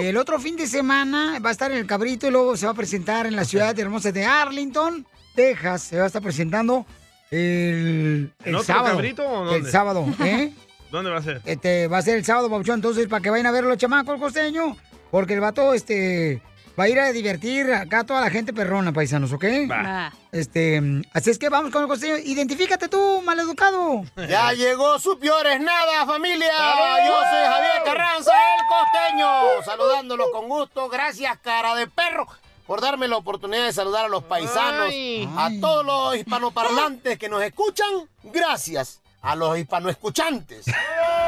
Speaker 1: El otro fin de semana va a estar en el Cabrito y luego se va a presentar en la ciudad hermosa de Arlington, Texas. Se va a estar presentando el,
Speaker 3: ¿En
Speaker 1: el
Speaker 3: otro
Speaker 1: sábado.
Speaker 3: cabrito o dónde?
Speaker 1: El sábado, ¿eh?
Speaker 3: ¿Dónde va a ser?
Speaker 1: Este, va a ser el sábado, Pabuchón, entonces para que vayan a ver los chamacos, el costeño, porque el vato, este, va a ir a divertir acá a toda la gente perrona, paisanos, ¿ok?
Speaker 6: Va.
Speaker 1: Este, mm, así es que vamos con el costeño. Identifícate tú, maleducado.
Speaker 9: Ya llegó su peor es nada, familia.
Speaker 1: ¡Salud!
Speaker 9: Yo soy Javier Carranza, el costeño. gusto, saludándolo con gusto. Gracias, cara de perro, por darme la oportunidad de saludar a los paisanos, a todos los hispanoparlantes que nos escuchan. Gracias a los hispanoescuchantes.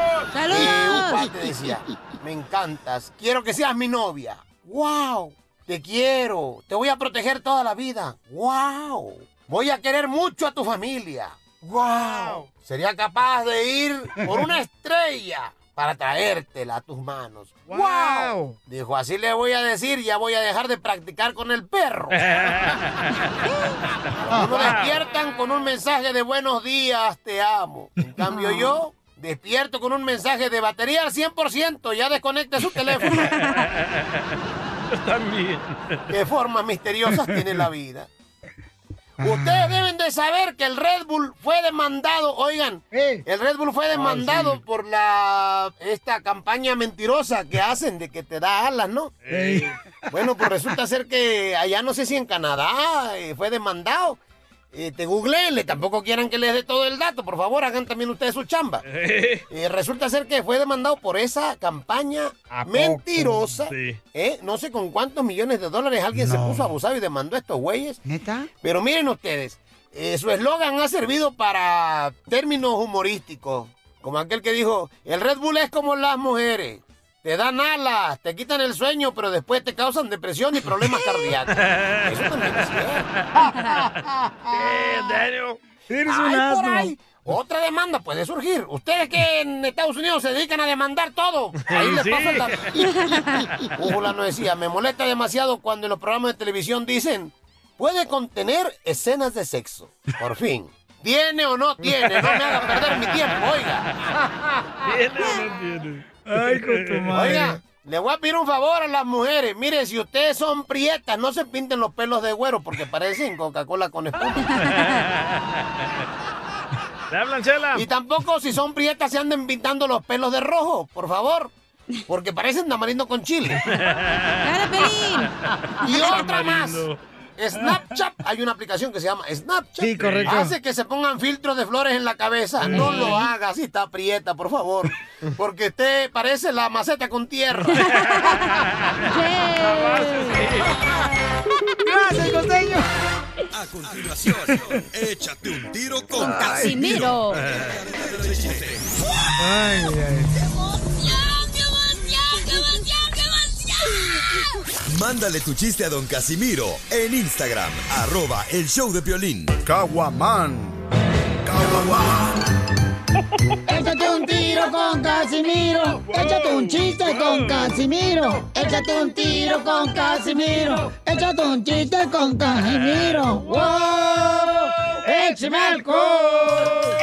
Speaker 9: Y un cuate decía, me encantas, quiero que seas mi novia. ¡Wow! Te quiero, te voy a proteger toda la vida. ¡Wow! Voy a querer mucho a tu familia. ¡Wow! Sería capaz de ir por una estrella para traértela a tus manos. ¡Wow! Dijo, así le voy a decir, ya voy a dejar de practicar con el perro.
Speaker 1: Ah.
Speaker 9: Uno despiertan con un mensaje de buenos días, te amo. En cambio yo despierto con un mensaje de batería al 100%, ya desconecte su teléfono.
Speaker 6: También.
Speaker 9: ¿Qué formas misteriosas tiene la vida? Ustedes deben de saber que el Red Bull fue demandado, oigan, el Red Bull fue demandado por la esta campaña mentirosa que hacen de que te da alas, ¿no? Bueno, pues resulta ser que allá no sé si en Canadá eh, fue demandado. Eh, te googleenle, tampoco quieran que les dé todo el dato, por favor, hagan también ustedes su chamba. Eh, resulta ser que fue demandado por esa campaña mentirosa.
Speaker 6: Sí.
Speaker 9: ¿eh? No sé con cuántos millones de dólares alguien se puso abusado y demandó a estos güeyes.
Speaker 1: ¿Neta?
Speaker 9: Pero miren ustedes, eh, su eslogan ha servido para términos humorísticos. Como aquel que dijo, el Red Bull es como las mujeres. Te dan alas, te quitan el sueño, pero después te causan depresión y problemas cardíacos. Eso también es cierto.
Speaker 3: Eres
Speaker 9: Ay,
Speaker 3: un
Speaker 9: por
Speaker 3: asno.
Speaker 9: ahí, Otra demanda puede surgir. Ustedes que en Estados Unidos se dedican a demandar todo. Ahí les
Speaker 3: Sí.
Speaker 9: pasa la... Újula no decía, me molesta demasiado cuando en los programas de televisión dicen, puede contener escenas de sexo. Por fin. ¿Tiene o no tiene? No me haga perder mi tiempo, oiga.
Speaker 6: ¿Tiene o no tiene?
Speaker 3: Ay, con tu madre.
Speaker 9: Oiga, le voy a pedir un favor a las mujeres. Mire, si ustedes son prietas, no se pinten los pelos de güero porque parecen Coca-Cola con espuma. Y tampoco si son prietas se anden pintando los pelos de rojo, por favor. Porque parecen tamarindo con chile. Y otra más.
Speaker 3: Tamarindo.
Speaker 9: Snapchat, hay una aplicación que se llama Snapchat.
Speaker 3: Sí, correcto.
Speaker 9: Hace que se pongan filtros de flores en la cabeza. No
Speaker 3: Sí.
Speaker 9: lo haga si está prieta, por favor. Porque usted parece la maceta con tierra.
Speaker 1: Gracias, costeño.
Speaker 4: A continuación, échate un tiro con
Speaker 1: Casimiro.
Speaker 4: Casimiro.
Speaker 3: Ay, ay.
Speaker 4: Mándale tu chiste a don Casimiro en Instagram, arroba el show de violín. Caguaman.
Speaker 1: Échate un tiro con Casimiro. Échate un chiste con Casimiro. Échate un tiro con Casimiro. Échate un chiste con Casimiro. ¡Wow! ¡Échame alcohol!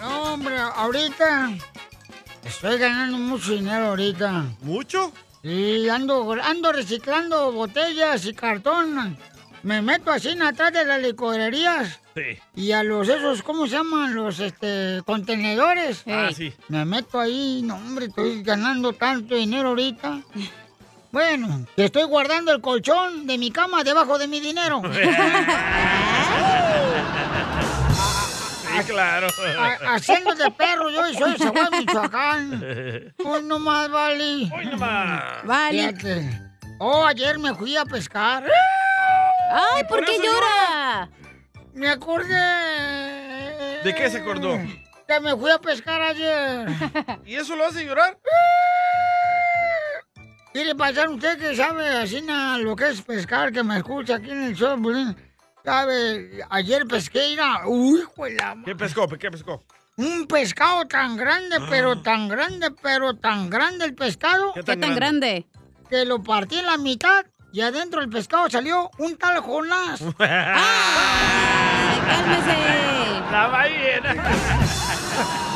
Speaker 1: No, hombre, ahorita estoy ganando mucho dinero ahorita. ¿Mucho? Y ando, ando reciclando botellas y cartón. Me meto así en atrás de las licorerías.
Speaker 6: Sí.
Speaker 1: Y a los esos, ¿cómo se llaman? Los este contenedores.
Speaker 6: Ah, sí.
Speaker 1: Me meto ahí, no hombre, estoy ganando tanto dinero ahorita. Bueno, que estoy guardando el colchón de mi cama debajo de mi dinero. Ah,
Speaker 6: Sí, claro.
Speaker 1: Ha- ah, Haciendo de perro, yo y soy de Zaguán, Michoacán. Hoy no más, vale. Hoy no más.
Speaker 15: Vale.
Speaker 1: Oh, ayer me fui a pescar.
Speaker 15: Ay, ¿por qué llora?
Speaker 1: Me acordé
Speaker 6: ¿De qué se acordó?
Speaker 1: que me fui a pescar ayer.
Speaker 6: ¿Y eso lo hace llorar?
Speaker 1: Mire, paisano, usted que sabe así na, lo que es pescar, que me escucha aquí en el show, Bulín, sabe, ayer pesqué, mira, uy, juela,
Speaker 6: ¿Qué pescó? ¿Qué pescó?
Speaker 1: un pescado tan grande, pero tan grande, pero tan grande el pescado.
Speaker 6: ¿Qué tan ¿Qué tan grande?
Speaker 1: Que lo partí en la mitad y adentro del pescado salió un tal Jonás.
Speaker 15: ¡Cálmese!
Speaker 6: ¡La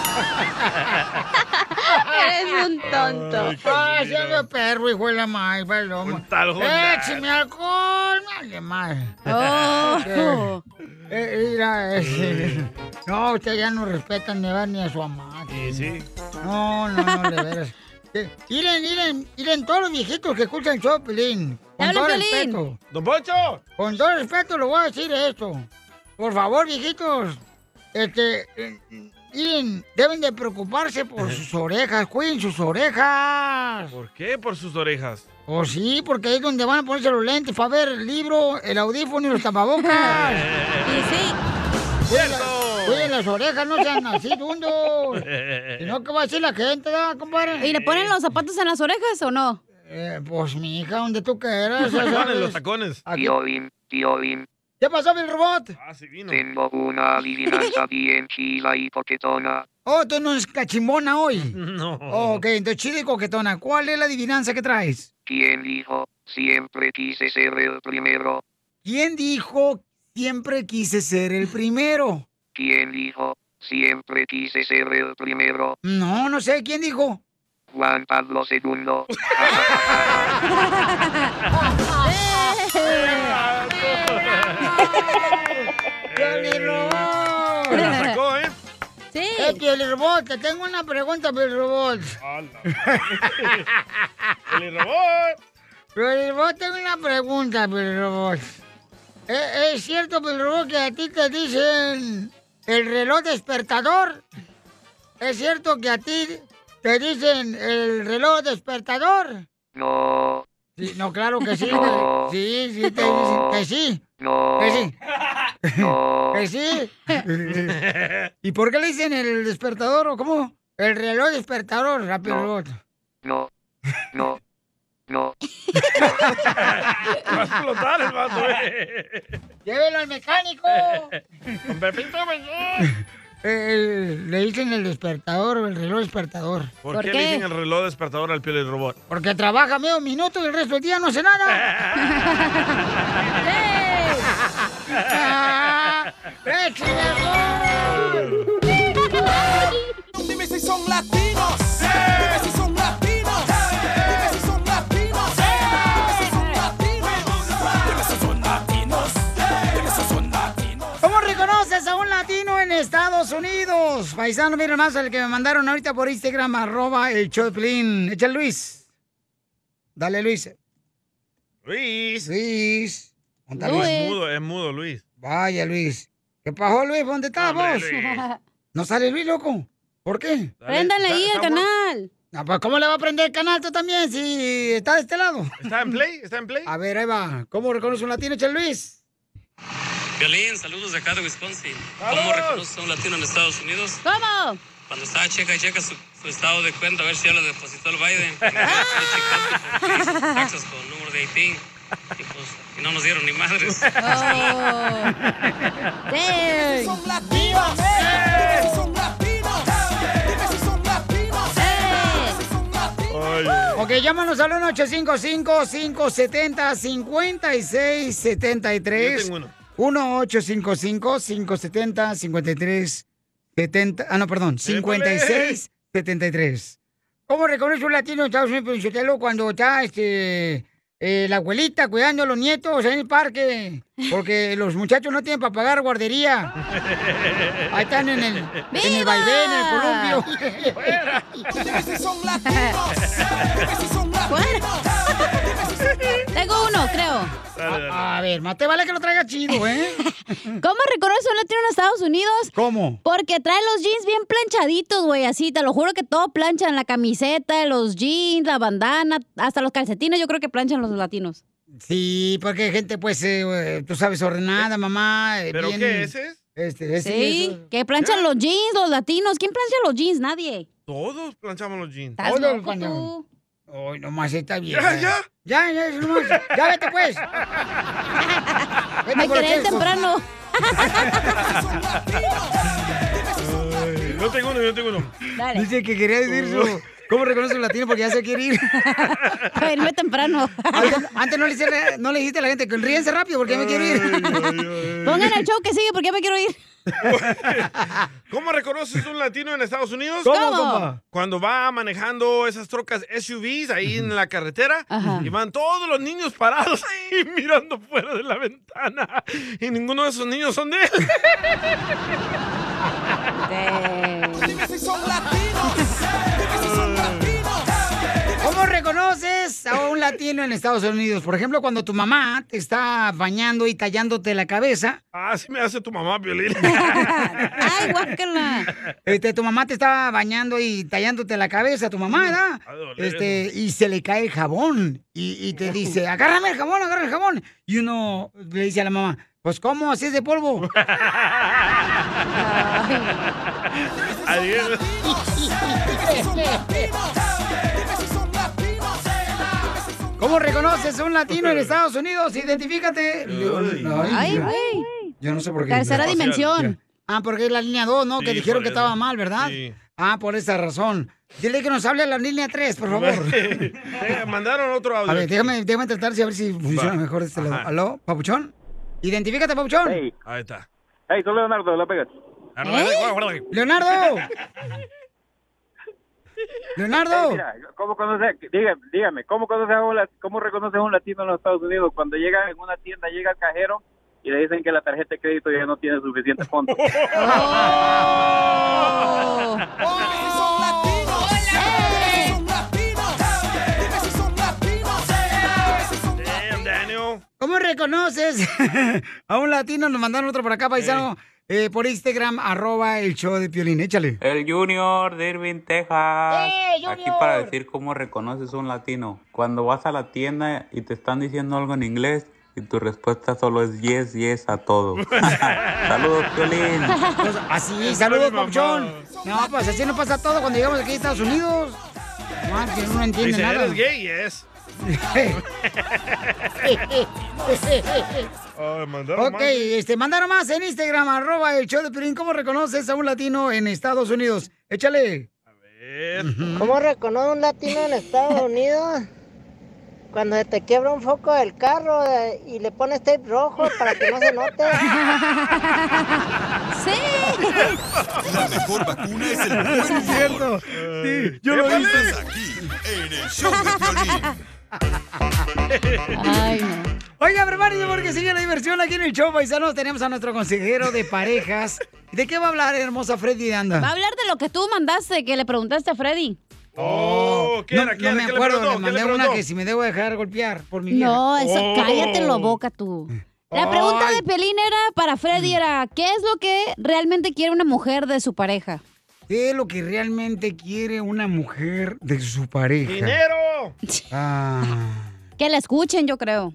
Speaker 6: ballena!
Speaker 1: Eres un
Speaker 6: tonto. Ay, qué
Speaker 1: Ay,
Speaker 6: mira.
Speaker 1: siendo Ah, perro, hijo de la madre, paloma. Un
Speaker 6: tal Jonás.
Speaker 1: Écheme alcohol, madre madre.
Speaker 3: Oh.
Speaker 1: Eh, eh, mira, eh, no, ustedes ya no respetan ni a, ni a su amada.
Speaker 6: Sí, sí.
Speaker 1: No, no, no, de veras. Eh, Miren, miren, miren todos los viejitos que escuchan el show, Pelín. Con
Speaker 6: ¡Habla,
Speaker 1: todo
Speaker 6: Piolín!
Speaker 1: respeto.
Speaker 6: ¡Don Poncho!
Speaker 1: Con todo respeto le voy a decir esto. Por favor, viejitos, este, eh, miren, deben de preocuparse por sus orejas. Cuiden sus orejas.
Speaker 7: ¿Por qué por sus orejas?
Speaker 1: O sí, porque ahí es donde van a ponerse los lentes para ver el libro, el audífono y los tapabocas.
Speaker 7: Y
Speaker 1: sí. Cuiden, la- cuiden las orejas, no sean así, dundos. Si no, ¿qué va a decir la gente, da, compadre?
Speaker 2: ¿Y le ponen los zapatos en las orejas o no?
Speaker 1: pues, mi hija, donde tú quieras.
Speaker 7: Los tacones, los tacones.
Speaker 16: Tío Bim, tío Bim,
Speaker 1: ¿Qué pasó, el robot?
Speaker 16: tengo una adivinanza bien chila y coquetona.
Speaker 1: Oh, tú no es cachimbona hoy.
Speaker 7: No.
Speaker 1: ok, entonces chile y coquetona. ¿Cuál es la adivinanza que traes?
Speaker 16: ¿Quién dijo? Siempre quise ser el primero.
Speaker 1: ¿Quién dijo siempre quise ser el primero?
Speaker 16: ¿Quién dijo? Siempre quise ser el primero.
Speaker 1: No, no sé, ¿quién dijo?
Speaker 16: Juan Pablo II.
Speaker 1: ¡Piolirobot!
Speaker 6: La sacó,
Speaker 7: ¿eh?
Speaker 1: Sí. Eh, Piolirobot, te tengo una pregunta, Piolirobot. Piolirobot. Piolirobot, tengo una pregunta, Piolirobot. ¿E- ¿Es cierto, Piolirobot, que a ti te dicen el reloj despertador? ¿Es cierto que a ti te dicen el reloj despertador?
Speaker 16: No,
Speaker 1: Sí, no, claro que sí.
Speaker 16: No.
Speaker 1: que- Sí, sí, te dicen que sí.
Speaker 16: no,
Speaker 1: Que sí.
Speaker 16: no.
Speaker 1: Que sí. ¿Y por qué le dicen el despertador o cómo? El reloj despertador, rápido.
Speaker 16: No.
Speaker 1: robot.
Speaker 16: No, no, no.
Speaker 7: Va a explotar el vato, eh.
Speaker 1: ¡Llévelo al mecánico!
Speaker 7: Con Pepito, pues,
Speaker 1: Eh, el- le dicen el despertador, el reloj despertador.
Speaker 7: ¿Por, qué, le dicen el reloj despertador al piel del robot?
Speaker 1: Porque trabaja medio minuto y el resto del día no hace nada.
Speaker 6: Dime si son latinos. Dime si son latinos. Dime si son latinos. Dime si son latinos. Dime si son latinos. Dime si son latinos.
Speaker 1: ¿Cómo reconoces a un latino en Estados Unidos? Paisano, miren más el que me mandaron ahorita por Instagram, arroba el show de Piolín. Echa el Luis. Dale, Luis.
Speaker 7: Luis.
Speaker 1: Luis. ¿Dónde está
Speaker 7: Es
Speaker 1: Luis?
Speaker 7: mudo, es mudo, Luis.
Speaker 1: Vaya, Luis. ¿Qué pasó, Luis? ¿Dónde estás
Speaker 7: Hombre,
Speaker 1: vos?
Speaker 7: Luis.
Speaker 1: ¿No sale Luis, loco? ¿Por qué?
Speaker 7: Dale, Préndale ahí está- el está bueno.
Speaker 1: Ah, pues, ¿Cómo le va a prender el canal tú también si está de este lado?
Speaker 7: ¿Está en play? ¿Está en play?
Speaker 1: A ver, ahí va. ¿Cómo reconoce un latino, Che Luis?
Speaker 17: Violín, saludos de acá de Wisconsin. ¿Cómo reconoces a un latino en Estados Unidos?
Speaker 2: ¿Cómo?
Speaker 17: Cuando estaba checa, checa su, su estado de cuenta a ver si ya lo depositó el Biden. Taxas con número de ITIN. Y pues, y no nos dieron ni madres.
Speaker 1: Oh.
Speaker 6: Oh. Dime si son latinos. Dime si son latinos. Dime si son latinos. Dime si son
Speaker 1: Ok, llámanos al 1-855-570-5673.
Speaker 6: Yo tengo uno.
Speaker 1: 1-855-570-5370. Ah, no, perdón. 5673. ¿Cómo reconoce un latino en Estados Unidos, Pelichotelo, cuando está este, eh, la abuelita cuidando a los nietos en el parque? Porque los muchachos no tienen para pagar guardería. Ahí están en el, en el vaivén, en el columpio.
Speaker 6: Dime si son latinos. Dime si son latinos.
Speaker 2: Tengo uno, creo.
Speaker 1: A, a ver, mate, vale que lo traiga chido, ¿eh?
Speaker 2: ¿Cómo reconoce un latino en Estados Unidos?
Speaker 1: ¿Cómo?
Speaker 2: Porque trae los jeans bien planchaditos, güey, así, te lo juro que todo planchan, la camiseta, los jeans, la bandana, hasta los calcetines, yo creo que planchan los latinos.
Speaker 1: Sí, porque hay gente, pues, eh, eh, tú sabes, ordenada, mamá. eh,
Speaker 7: ¿Pero
Speaker 1: bien-
Speaker 7: qué, ese es?
Speaker 1: Este, ese
Speaker 2: sí,
Speaker 1: eso. Ah.
Speaker 2: que planchan los jeans, los latinos, ¿quién plancha los jeans? Nadie.
Speaker 7: Todos planchamos los jeans.
Speaker 2: ¿Estás
Speaker 1: Hola,
Speaker 2: loco
Speaker 1: Juan
Speaker 2: tú?
Speaker 1: Ay, nomás está bien.
Speaker 7: Ya, ya.
Speaker 1: Ya, ya, es nomás. Ya vete, pues. Vete
Speaker 2: Me
Speaker 1: por
Speaker 2: quedé
Speaker 1: aquí,
Speaker 2: temprano.
Speaker 7: Ay, Yo tengo uno, yo tengo uno.
Speaker 1: Dice que quería decir su... ¿Cómo reconoce un latino? Porque ya se quiere ir.
Speaker 2: Para irme temprano.
Speaker 1: Antes, antes no, le hice- no le dijiste a la gente que ríense rápido porque ya me quiero ir.
Speaker 2: Pongan el show que sigue porque ya me quiero ir.
Speaker 7: ¿Cómo reconoces un latino en Estados Unidos?
Speaker 2: ¿Cómo, ¿Cómo? compa?
Speaker 7: Cuando va manejando esas trocas SUVs ahí en la carretera y van todos los niños parados ahí mirando fuera de la ventana y ninguno de esos niños son de él.
Speaker 6: Dime si son latinos. Dime si son latinos.
Speaker 1: ¿Cómo reconoces a un un latino en Estados Unidos. Por ejemplo, cuando tu mamá te está bañando y tallándote la cabeza,
Speaker 7: Ah, sí me hace tu mamá, Violín.
Speaker 1: Ay, guácala. Este, tu mamá te estaba bañando y tallándote la cabeza, tu mamá, ¿verdad?
Speaker 18: a doler.
Speaker 1: Este, y se le cae el jabón. Y, y te dice, agárrame el jabón, agárrame el jabón. Y uno le dice a la mamá, pues, ¿cómo? Así es de polvo.
Speaker 7: Adiós.
Speaker 1: ¿Cómo reconoces a un latino en Estados Unidos? Identifícate.
Speaker 2: Ay,
Speaker 1: Dios.
Speaker 2: güey.
Speaker 1: Yo no sé por qué.
Speaker 2: Tercera dimensión.
Speaker 1: Ah, porque es la línea 2, ¿no? que
Speaker 2: Sí,
Speaker 1: dijeron
Speaker 2: por
Speaker 1: que
Speaker 2: eso.
Speaker 1: estaba mal, ¿verdad?
Speaker 7: Sí.
Speaker 1: Ah, por esa razón. Dile que nos hable la línea 3, por favor.
Speaker 7: Eh, mandaron otro audio.
Speaker 1: A ver, déjame, déjame tratar si a ver si funciona
Speaker 7: Va.
Speaker 1: mejor de este lado.
Speaker 7: Ajá.
Speaker 1: ¿Aló, Papuchón? Identifícate, Papuchón.
Speaker 7: Ahí está.
Speaker 11: Hey, soy Leonardo, la pegas.
Speaker 1: ¿Eh? Leonardo. Leonardo.
Speaker 11: Mira, ¿cómo conoce, dígame, dígame, ¿cómo conoce a un, lat- cómo reconoce a un latino en los Estados Unidos? Cuando llega en una tienda, llega al cajero y le dicen que la tarjeta de crédito ya no tiene suficiente
Speaker 1: Oh.
Speaker 11: fondos.
Speaker 1: ¿Cómo reconoces a un latino? Nos mandaron otro por acá, paisano, eh, por Instagram, arroba el show de Piolín. Échale.
Speaker 10: El Junior de Irving, Texas.
Speaker 1: ¡Eh,
Speaker 10: Aquí para decir cómo reconoces a un latino. Cuando vas a la tienda y te están diciendo algo en inglés y tu respuesta solo es yes, yes a todo. Saludos, Piolín.
Speaker 1: Pues, así, saludos, Papuchón. No, pues así nos pasa todo cuando llegamos aquí a Estados Unidos. No, que uno no entiende
Speaker 7: Dice,
Speaker 1: nada.
Speaker 7: ¿eres gay? Yes. Ay, mandaron
Speaker 1: ok, este, mandaron más en Instagram, arroba el show de Piolín. ¿Cómo reconoces a un latino en Estados Unidos? Échale.
Speaker 19: ¿Cómo reconoce un latino en Estados Unidos? Cuando se te quiebra un foco del carro eh, y le pones tape rojo para que no se note.
Speaker 4: La mejor Este vacuna es el buen humor.
Speaker 1: Sí,
Speaker 4: yo lo hice. aquí, en el show de Piolín.
Speaker 2: Ay,
Speaker 1: Oiga, prepárense porque sigue la diversión aquí en el show, paisanos. Tenemos a nuestro consejero de parejas. ¿De qué va a hablar, hermosa Freddy de Anda?
Speaker 2: Va a hablar de lo que tú mandaste, que le preguntaste a Freddy.
Speaker 1: Oh,
Speaker 7: ¿qué era? ¿Qué
Speaker 1: no, no
Speaker 7: era? ¿Qué
Speaker 1: me
Speaker 7: le
Speaker 1: acuerdo,
Speaker 7: preguntó?
Speaker 1: le mandé
Speaker 7: ¿Qué le
Speaker 1: una
Speaker 7: preguntó? Oh.
Speaker 1: que si me debo dejar golpear por mi vieja.
Speaker 2: No, eso, cállate la boca tú. La pregunta
Speaker 1: Ay.
Speaker 2: de Pelín era para Freddy era, ¿qué es lo que realmente quiere una mujer de su pareja?
Speaker 1: ¿Qué es lo que realmente quiere una mujer de su pareja?
Speaker 7: ¡Dinero!
Speaker 1: Ah,
Speaker 2: Que la escuchen, yo creo.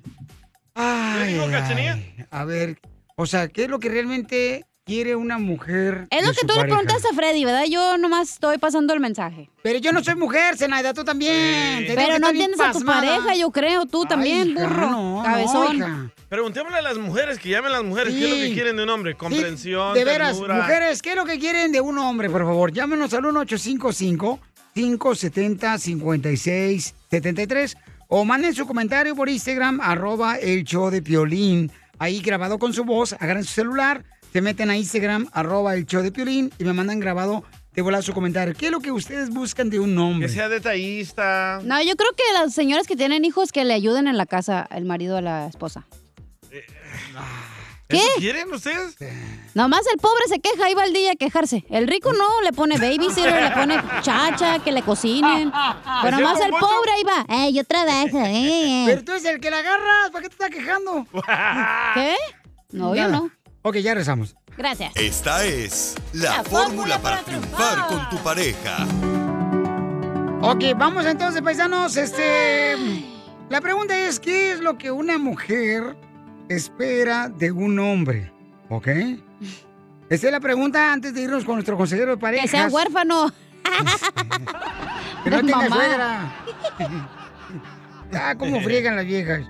Speaker 1: ay, ay. A ver, o sea, ¿qué es lo que realmente quiere una mujer
Speaker 2: Es
Speaker 1: de
Speaker 2: lo que
Speaker 1: su
Speaker 2: tú le
Speaker 1: pareja?
Speaker 2: preguntaste a Freddy, ¿verdad? Yo nomás estoy pasando el mensaje.
Speaker 1: Pero yo no soy mujer, Zenaida, tú también. Te digo que
Speaker 2: Pero no
Speaker 1: estoy bien
Speaker 2: entiendes a tu
Speaker 1: pasmada.
Speaker 2: pareja, yo creo, tú también,
Speaker 1: hija,
Speaker 2: burro,
Speaker 1: no, no,
Speaker 2: cabezón.
Speaker 1: hija.
Speaker 7: Preguntémosle a las mujeres, que llamen las mujeres, ¿qué es lo
Speaker 1: Sí.
Speaker 7: que quieren de un hombre? Comprensión,
Speaker 1: De veras,
Speaker 7: ternura.
Speaker 1: mujeres, ¿qué es lo que quieren de un hombre, por favor? Llámenos al 1855-570-5673 o manden su comentario por Instagram, arroba el show de Piolín. Ahí grabado con su voz, agarren su celular, se meten a Instagram, arroba el show de Piolín y me mandan grabado de volar su comentario. ¿Qué es lo que ustedes buscan de un hombre?
Speaker 7: Que sea detallista.
Speaker 2: No, yo creo que las señoras que tienen hijos que le ayuden en la casa, el marido a la esposa.
Speaker 7: ¿Eso quieren ustedes?
Speaker 2: Nomás el pobre se queja, ahí va el día a quejarse. El rico no, le pone babysitter, le pone chacha, que le cocinen. Pero
Speaker 1: ¿Es
Speaker 2: nomás
Speaker 1: cierto,
Speaker 2: el
Speaker 1: Poncho?
Speaker 2: pobre ahí va, eh, yo trabajo, eh, eh".
Speaker 1: Pero tú eres el que la agarras, ¿para qué te estás quejando?
Speaker 2: ¿Qué?
Speaker 1: ah,
Speaker 2: No, yo
Speaker 1: Nada.
Speaker 2: no.
Speaker 1: Ok, ya rezamos.
Speaker 2: Gracias.
Speaker 4: Esta es la, fórmula para triunfar con tu pareja.
Speaker 1: Ok, vamos entonces, paisanos. Este. La pregunta es: ¿qué es lo que una mujer espera de un hombre? ¿Ok? Esa es la pregunta antes de irnos con nuestro consejero de parejas.
Speaker 2: Que sea huérfano.
Speaker 1: Que no tenga
Speaker 2: Mamá.
Speaker 1: suegra. Ah, cómo friegan las viejas.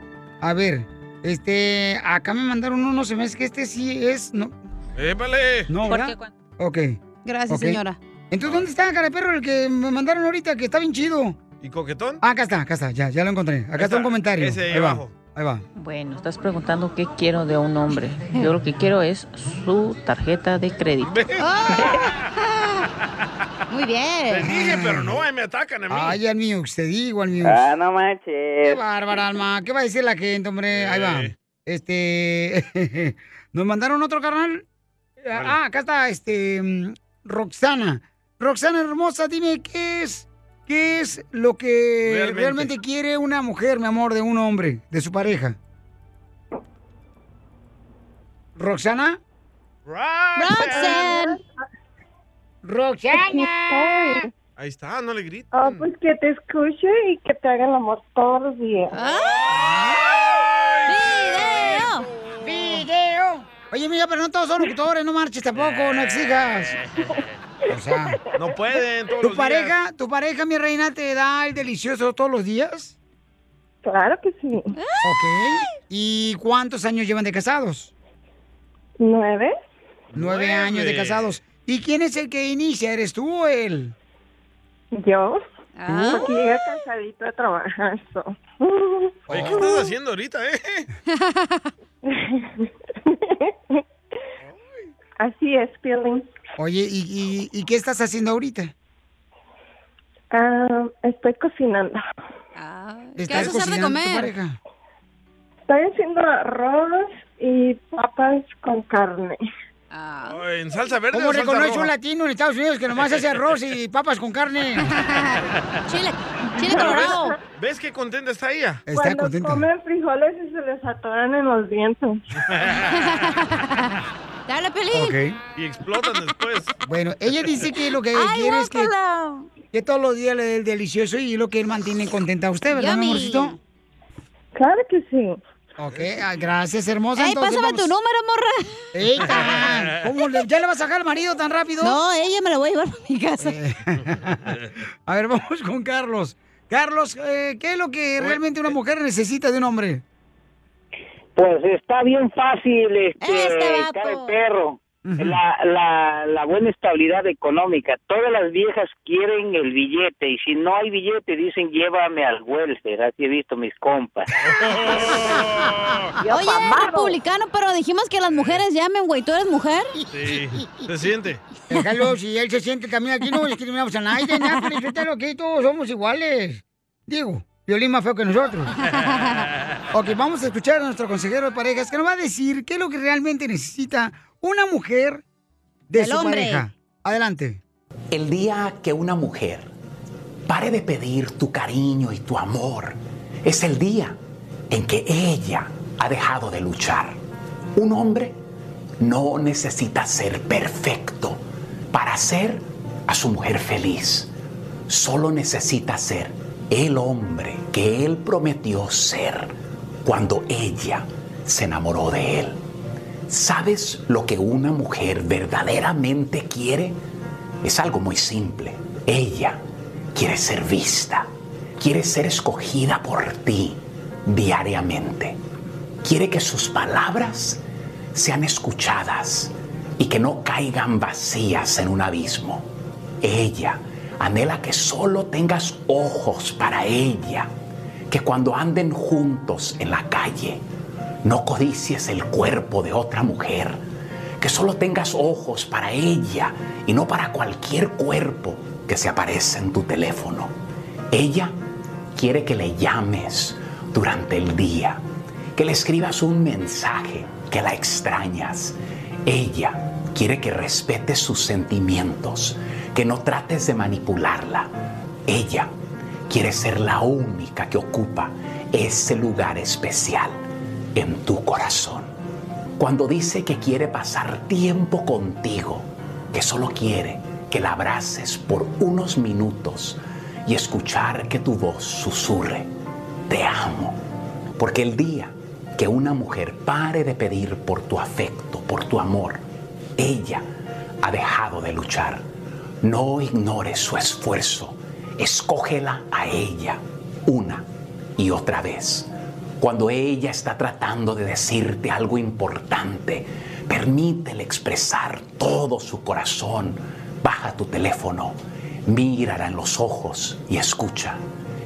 Speaker 1: A ver, este. Acá me mandaron uno, no se me hace que este sí es. No,
Speaker 7: ¡Épale!
Speaker 1: no ¿verdad? Ok.
Speaker 2: Gracias,
Speaker 1: ok.
Speaker 2: señora.
Speaker 1: Entonces, ¿dónde está, cara de perro, el que me mandaron ahorita, que está bien chido?
Speaker 7: ¿Y coquetón?
Speaker 1: Ah, acá está, acá está, ya, ya lo encontré. Acá está,
Speaker 7: Está,
Speaker 1: un comentario.
Speaker 7: ese ahí
Speaker 1: va,
Speaker 7: abajo.
Speaker 1: ahí va.
Speaker 20: Bueno, estás preguntando qué quiero de un hombre. Yo lo que quiero es su tarjeta de crédito.
Speaker 2: Muy bien.
Speaker 7: Les dije, pero no, ahí me atacan a mí.
Speaker 1: Ay, al mío, te digo, al mío.
Speaker 7: Ah, no
Speaker 1: manches. Qué bárbara, alma. ¿Qué va a decir la gente, hombre? Ahí va. Este. Nos mandaron otro carnal. Ah, acá está, este. mm, Roxana. Roxana hermosa, dime qué es ¿Qué es lo que
Speaker 18: Realmente.
Speaker 1: realmente. quiere una mujer, mi amor, de un hombre, de su pareja? ¿Roxana?
Speaker 2: ¡Roxanne!
Speaker 7: ¡Roxana! Ahí está, no le grito.
Speaker 21: Ah, pues que te escuche y que te haga el amor todos los días.
Speaker 2: Ah.
Speaker 1: ¡Video! ¡Video! Oye, mira, pero no todos son locutores, no marches tampoco, no exijas. O sea,
Speaker 7: no pueden todos
Speaker 1: ¿Tu
Speaker 7: los
Speaker 1: pareja,
Speaker 7: días.
Speaker 1: tu pareja, mi reina, te da el delicioso todos los días? Claro que sí. Ok. ¿Y cuántos años llevan de casados? Nueve. Nueve años de casados. ¿Y quién es el que inicia? ¿Eres tú o él? Yo.
Speaker 21: Ah.
Speaker 1: Ah.
Speaker 21: Porque llega cansadito de trabajar. so.
Speaker 7: Oye, ¿qué
Speaker 1: Oh.
Speaker 7: estás haciendo ahorita, eh?
Speaker 21: Así es, Piolín.
Speaker 1: Oye, ¿y, y, y qué estás haciendo ahorita?
Speaker 21: Ah, estoy cocinando.
Speaker 1: ¿Estás
Speaker 21: vas a hacer de
Speaker 1: cocinando tu
Speaker 21: comer?
Speaker 1: pareja?
Speaker 21: Estoy haciendo arroz y papas con carne.
Speaker 7: Ay, ¿En salsa verde
Speaker 1: ¿Cómo
Speaker 7: o salsa
Speaker 1: reconoce un
Speaker 7: roja?
Speaker 1: latino en Estados Unidos que nomás hace arroz y papas con carne?
Speaker 2: Chile,
Speaker 7: Pero ¿Ves, ¿Ves qué contenta está ella?
Speaker 21: Cuando comen frijoles y se les atoran en los dientes.
Speaker 2: Dale,
Speaker 7: Y explotan después.
Speaker 1: Bueno, ella dice que lo que ella
Speaker 7: Ay,
Speaker 1: quiere es que, que todos los días le dé el delicioso y lo que él mantiene contenta a usted, ¿verdad, mi
Speaker 2: Yummy.
Speaker 1: amorcito? Claro que sí. Ok, ah, gracias, hermosa.
Speaker 2: Ey,
Speaker 1: Entonces,
Speaker 2: pásame tu
Speaker 1: vamos-
Speaker 2: número, morra.
Speaker 1: Ey, carnal, ¿cómo le- ¿Ya le vas a sacar al marido tan rápido?
Speaker 2: No, ella me la voy a llevar a mi casa.
Speaker 1: Eh, A ver, vamos con Carlos. Carlos, eh, ¿qué es lo que realmente una mujer necesita de un hombre?
Speaker 22: eh, Pues está bien fácil, este, cara de perro. La, la, la buena estabilidad económica. Todas las viejas quieren el billete y si no hay billete dicen llévame al welfare. Así he visto mis compas.
Speaker 2: Oye, eres republicano, pero dijimos que las mujeres llamen, güey. ¿Tú eres mujer?
Speaker 7: Sí. ¿Se siente?
Speaker 1: Déjalo, si él se siente también aquí, no discriminamos a nadie, nada, pero yo te lo que todos somos iguales. Digo, violín más feo que nosotros. ok, vamos a escuchar a nuestro consejero de parejas que nos va a decir qué es lo que realmente necesita una mujer de
Speaker 23: Del
Speaker 1: su
Speaker 23: hombre.
Speaker 1: pareja. Adelante.
Speaker 23: El día que una mujer pare de pedir tu cariño y tu amor es el día en que ella ha dejado de luchar. Un hombre no necesita ser perfecto para hacer a su mujer feliz. Solo necesita ser el hombre que él prometió ser cuando ella se enamoró de él. ¿Sabes lo que una mujer verdaderamente quiere? Es algo muy simple. Ella quiere ser vista, quiere ser escogida por ti diariamente. Quiere que sus palabras sean escuchadas y que no caigan vacías en un abismo. Ella anhela que solo tengas ojos para ella, que cuando anden juntos en la calle, no codicies el cuerpo de otra mujer, que solo tengas ojos para ella y no para cualquier cuerpo que se aparece en tu teléfono. Ella quiere que le llames durante el día, que le escribas un mensaje, que la extrañas. Ella quiere que respetes sus sentimientos, que no trates de manipularla. Ella quiere ser la única que ocupa ese lugar especial en tu corazón. Cuando dice que quiere pasar tiempo contigo, que solo quiere que la abraces por unos minutos y escuchar que tu voz susurre, te amo. Porque el día que una mujer pare de pedir por tu afecto, por tu amor, ella ha dejado de luchar. No ignores su esfuerzo. Escógela a ella una y otra vez. Cuando ella está tratando de decirte algo importante, permítele expresar todo su corazón. Baja tu teléfono, mírala en los ojos y escucha.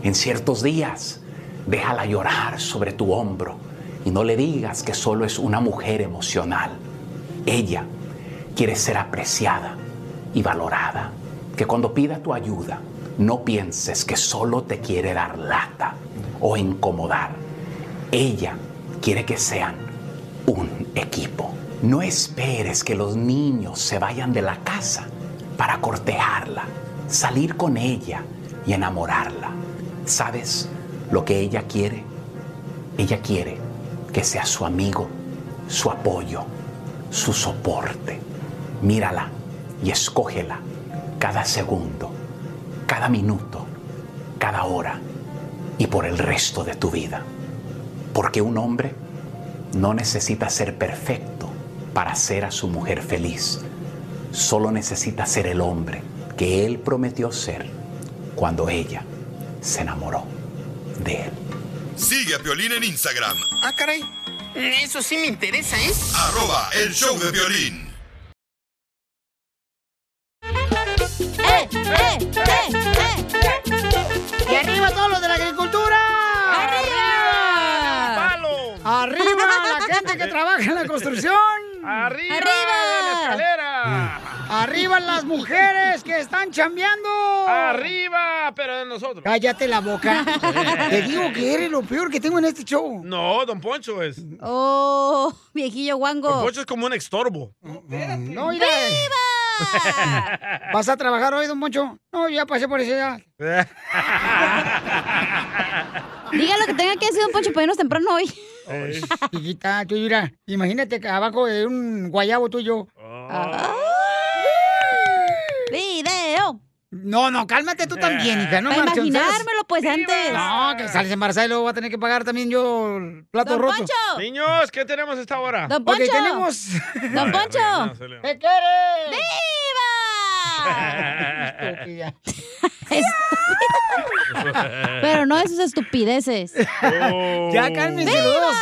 Speaker 23: En ciertos días, déjala llorar sobre tu hombro y no le digas que solo es una mujer emocional. Ella quiere ser apreciada y valorada. Que cuando pida tu ayuda, no pienses que solo te quiere dar lata o incomodar. Ella quiere que sean un equipo. No esperes que los niños se vayan de la casa para cortejarla, salir con ella y enamorarla. ¿Sabes lo que ella quiere? Ella quiere que seas su amigo, su apoyo, su soporte. Mírala y escógela cada segundo, cada minuto, cada hora y por el resto de tu vida. Porque un hombre no necesita ser perfecto para hacer a su mujer feliz. Solo necesita ser el hombre que él prometió ser cuando ella se enamoró de él.
Speaker 4: Sigue a Piolín en Instagram,
Speaker 24: Ah, caray. Eso sí me interesa, ¿eh?
Speaker 4: arroba el show de violín.
Speaker 6: ¡Eh, eh, eh, eh! ¡Y arriba todos los de la agricultura! ¡Arriba!
Speaker 1: ¡Arriba la gente que trabaja en la construcción!
Speaker 7: ¡Arriba, de la escalera!
Speaker 1: Ah. ¡Arriba las mujeres que están chambeando!
Speaker 7: ¡Arriba! Pero de nosotros.
Speaker 1: ¡Cállate la boca! Te digo que eres lo peor que tengo en este show.
Speaker 7: No, Don Poncho es. Don
Speaker 2: Oh, viejillo guango.
Speaker 7: Poncho es como un estorbo.
Speaker 1: No, mira. ¿Vas a trabajar hoy, don Moncho? No, ya pasé por esa edad.
Speaker 2: Diga lo que tenga que decir, don Poncho, para irnos temprano hoy.
Speaker 1: Chiquita, tú mira, imagínate que abajo de un guayabo tuyo.
Speaker 2: ¡Video!
Speaker 1: No, no, cálmate tú también, hija. No
Speaker 2: Para
Speaker 1: marches, ustedes.
Speaker 2: imaginármelo, pues, antes.
Speaker 1: No, que sales embarazada y luego va a tener que pagar también yo el plato roto.
Speaker 7: Niños, ¿qué tenemos a esta hora?
Speaker 1: Ok, tenemos...
Speaker 7: Don Poncho.
Speaker 1: ¿Qué quieres?
Speaker 6: Estúpida.
Speaker 2: Pero no de sus estupideces.
Speaker 7: Oh.
Speaker 18: Ya cálmense
Speaker 2: ¡Viva!
Speaker 18: los dos.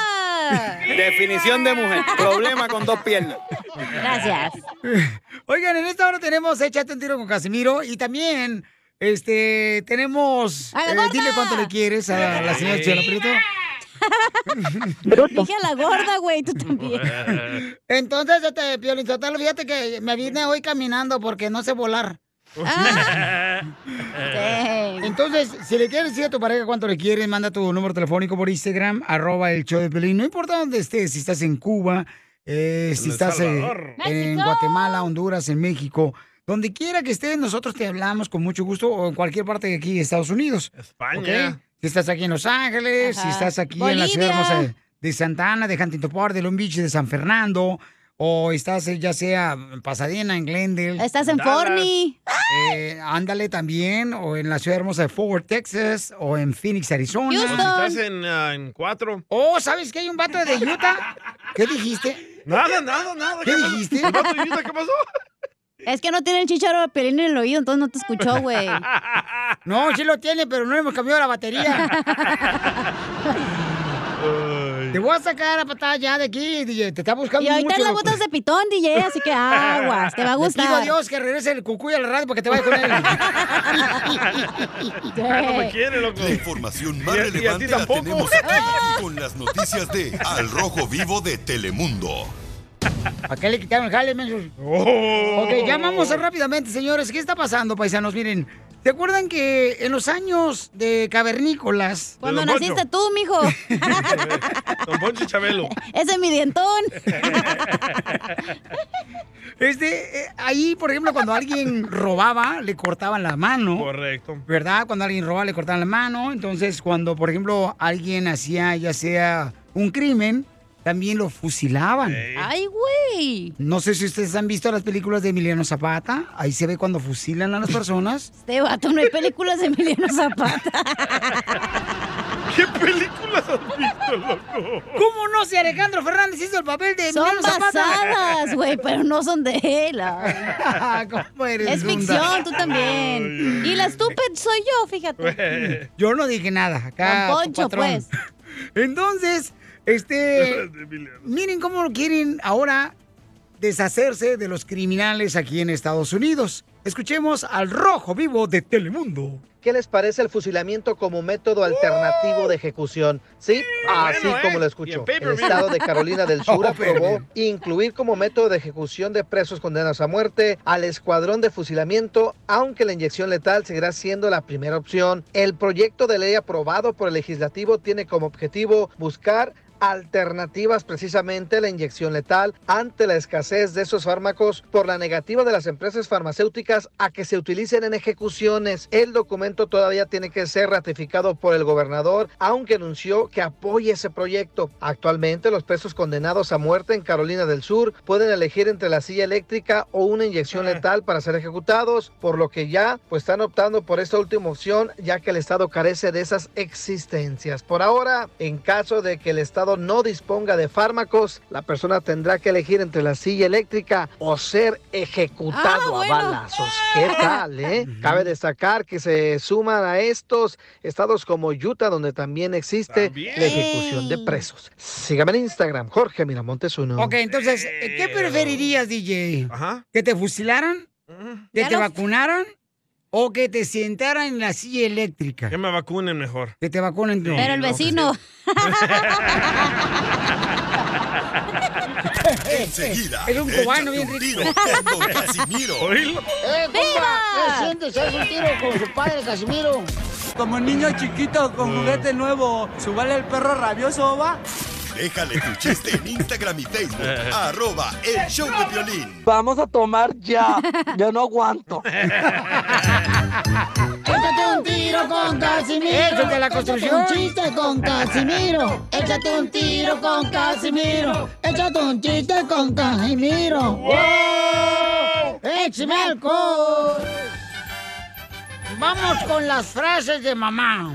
Speaker 18: Definición de mujer. Problema con dos piernas.
Speaker 2: Gracias.
Speaker 1: Oigan, en esta hora tenemos Échate un tiro con Casimiro y también este tenemos eh, Dile cuánto le quieres a la señora Chela Prieto.
Speaker 2: Dije a la gorda, güey, tú también.
Speaker 1: Entonces, este, Piolín Sotelo, fíjate que me vine hoy caminando porque no sé volar.
Speaker 2: Ah.
Speaker 1: Entonces, si le quieres decir a tu pareja cuánto le quieres, manda tu número telefónico por Instagram, arroba el show de Piolín. No importa dónde estés, si estás en Cuba, eh, si
Speaker 18: El
Speaker 1: estás eh,
Speaker 18: Salvador.
Speaker 1: en
Speaker 18: ¡México!
Speaker 1: Guatemala, Honduras, en México. Donde quiera que estés, nosotros te hablamos con mucho gusto o en cualquier parte de aquí de Estados Unidos.
Speaker 7: España.
Speaker 1: ¿ok? Si estás aquí en Los Ángeles, si
Speaker 7: Ajá.
Speaker 1: estás aquí en la ciudad
Speaker 7: Bolivia.
Speaker 1: hermosa de- de Santa Ana, de Huntington Park, de Long Beach, de San Fernando, o estás eh, ya sea en Pasadena, en Glendale.
Speaker 2: Estás en Dallas. Forney.
Speaker 1: Eh, ándale también, o en la ciudad hermosa de Fort Worth, Texas, o en Phoenix, Arizona.
Speaker 7: Pues estás en, ah, en cuatro.
Speaker 1: Oh, ¿sabes que hay un vato de Utah? ¿Qué dijiste?
Speaker 7: Nada, nada, nada.
Speaker 1: ¿Qué dijiste?
Speaker 7: El vato de Utah, ¿Qué pasó?
Speaker 2: Es que no tiene el chicharo de pelín en el oído, entonces no te escuchó, güey.
Speaker 1: No, sí lo tiene, pero no hemos cambiado la batería. Te voy a sacar a patada ya de aquí, DJ. Te está buscando
Speaker 2: Y ahorita
Speaker 1: mucho.
Speaker 2: la botas de pitón, DJ, así que aguas, te va a
Speaker 1: Le
Speaker 2: gustar.
Speaker 1: pido a Dios que regrese el cucuy a la radio porque te vaya con él.
Speaker 4: Ah, no me quiere, La información más
Speaker 7: Y a- y a ti
Speaker 4: relevante la
Speaker 7: tampoco.
Speaker 4: tenemos aquí con las noticias de Al Rojo Vivo de Telemundo.
Speaker 1: ¿A qué le quitaron el jale, mensos?
Speaker 4: Oh.
Speaker 1: Ok, llamamos rápidamente, señores. ¿Qué está pasando, paisanos? Miren, ¿se acuerdan que en los años de cavernícolas...
Speaker 2: Cuando naciste tú, mijo.
Speaker 7: Don Poncho y Chabelo.
Speaker 2: Ese es mi dientón.
Speaker 1: Este, eh, ahí, por ejemplo, cuando alguien robaba, le cortaban la mano.
Speaker 7: Correcto.
Speaker 1: ¿Verdad? Cuando alguien robaba, le cortaban la mano. Entonces, cuando, por ejemplo, alguien hacía ya sea un crimen, también lo fusilaban.
Speaker 2: Ay, güey.
Speaker 1: No sé si ustedes han visto las películas de Emiliano Zapata. Ahí se ve cuando fusilan a las personas.
Speaker 2: Este vato, no hay películas de Emiliano Zapata.
Speaker 7: ¿Qué películas has visto, loco?
Speaker 1: ¿Cómo no? Si Alejandro Fernández hizo el papel de
Speaker 2: Son
Speaker 1: Emiliano Zapata.
Speaker 2: basadas, güey, pero no son de él. ay.
Speaker 1: ¿Cómo eres,
Speaker 2: Es
Speaker 1: Lunda?
Speaker 2: ficción, tú también. Y la estúpida soy yo, fíjate.
Speaker 1: Yo no dije nada.
Speaker 2: Don
Speaker 1: Acá, tu
Speaker 2: Poncho,
Speaker 1: patrón.
Speaker 2: pues.
Speaker 1: Entonces, este. miren cómo quieren ahora deshacerse de los criminales aquí en Estados Unidos. Escuchemos al rojo vivo de Telemundo.
Speaker 5: ¿Qué les parece el fusilamiento como método alternativo de ejecución? Sí, así bueno, ¿eh? como lo Y en escuchó. El pay-per-view. estado de Carolina del Sur Oh, aprobó pay-per-view. incluir como método de ejecución de presos condenados a muerte al escuadrón de fusilamiento, aunque la inyección letal seguirá siendo la primera opción. El proyecto de ley aprobado por el legislativo tiene como objetivo buscar alternativas precisamente a la inyección letal ante la escasez de esos fármacos por la negativa de las empresas farmacéuticas a que se utilicen en ejecuciones. El documento todavía tiene que ser ratificado por el gobernador, aunque anunció que apoya ese proyecto. Actualmente los presos condenados a muerte en Carolina del Sur pueden elegir entre la silla eléctrica o una inyección
Speaker 19: Eh.
Speaker 5: letal para ser ejecutados, por lo que ya pues están optando por esta última opción ya que el Estado carece de esas existencias. Por ahora, en caso de que el Estado no disponga de fármacos, la persona tendrá que elegir entre la silla eléctrica o ser ejecutado
Speaker 19: Ah,
Speaker 5: a
Speaker 19: bueno.
Speaker 5: balazos. ¿Qué tal, eh? Cabe destacar que se suman a estos estados como Utah, donde también existe la ejecución de presos. Sígame en Instagram, Jorge Miramontes uno.
Speaker 1: Ok, entonces, eh, ¿qué preferirías, DJ? ¿Que te fusilaran? ¿Que
Speaker 5: Ya
Speaker 1: te
Speaker 5: lo-
Speaker 1: vacunaran? ¿O que te sentaran en la silla eléctrica? Que me vacunen mejor. Que te vacunen. no.
Speaker 2: Pero el vecino.
Speaker 4: Enseguida.
Speaker 1: Es un cubano bien
Speaker 4: échate
Speaker 1: rico.
Speaker 4: un tiro con Don Casimiro.
Speaker 6: ¡Eh, compa! ¿Qué sientes? ¿Haz un tiro con su padre, Casimiro?
Speaker 8: Como niño chiquito con
Speaker 1: Mm.
Speaker 8: juguete nuevo, subale el perro rabioso, va.
Speaker 4: Déjale tu chiste en Instagram y Facebook. arroba el show de violín.
Speaker 8: Vamos a tomar ya. Yo no aguanto.
Speaker 6: Échate un tiro con Casimiro.
Speaker 1: Échate la construcción.
Speaker 6: Échate un chiste con Casimiro. Échate un tiro con Casimiro. Échate un chiste con Casimiro.
Speaker 1: ¡Wow!
Speaker 6: ¡Échame alcohol!
Speaker 1: Vamos con las frases de mamá.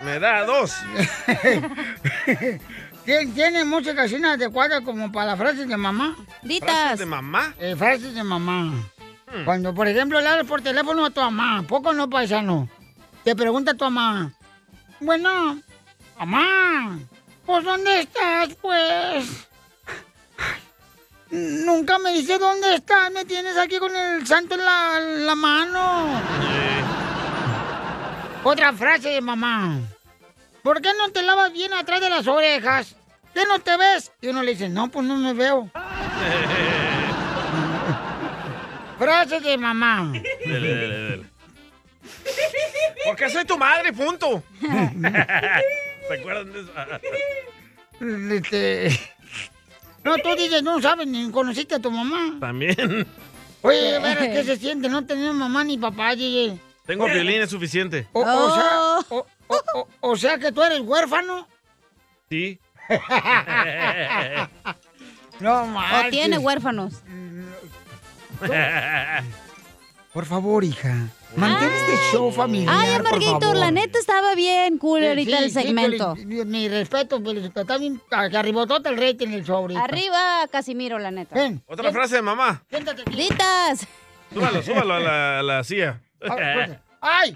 Speaker 7: Me da dos.
Speaker 1: Tien- Tiene muchas canciones adecuadas como para las frases de mamá.
Speaker 7: ¿Frases de mamá?
Speaker 1: Eh, frases de mamá. Cuando, por ejemplo, le hablas por teléfono a tu mamá, poco no paisano, te pregunta tu mamá, bueno, mamá, pues ¿dónde estás, pues? Nunca me dice dónde estás, me tienes aquí con el santo en la, la mano. Otra frase de mamá. ¿Por qué no te lavas bien atrás de las orejas? ¿Qué no te ves? Y uno le dice, no, pues no me veo. Frase de mamá.
Speaker 7: Dele, dele, dele. Porque soy tu madre, punto. ¿Se acuerdan de eso?
Speaker 1: Este... No, tú dices, no sabes, ni conociste a tu mamá.
Speaker 7: También.
Speaker 1: Oye, a ver, ¿qué se siente no tener mamá ni papá, DJ?
Speaker 7: Tengo violín, es suficiente.
Speaker 1: O, o
Speaker 2: Oh.
Speaker 1: sea, o- o- o- o sea que tú eres huérfano.
Speaker 7: Sí.
Speaker 1: No,
Speaker 2: O
Speaker 1: más.
Speaker 2: tiene huérfanos.
Speaker 1: Por favor, hija, mantén este show familiar,
Speaker 2: Ay,
Speaker 1: por
Speaker 2: Amarguito,
Speaker 1: favor.
Speaker 2: la neta estaba bien cool
Speaker 1: Sí,
Speaker 2: ahorita el
Speaker 1: sí, sí,
Speaker 2: segmento.
Speaker 1: Piolín, mi, mi respeto, pero está bien arribotota el rating el show ahorita.
Speaker 2: Arriba, Casimiro, la neta.
Speaker 1: Ven.
Speaker 7: Otra frase de mamá.
Speaker 1: Siéntate.
Speaker 2: ¡Ditas!
Speaker 7: Súbalo, súbalo a la, a la silla.
Speaker 1: Ah, pues, ¡Ay!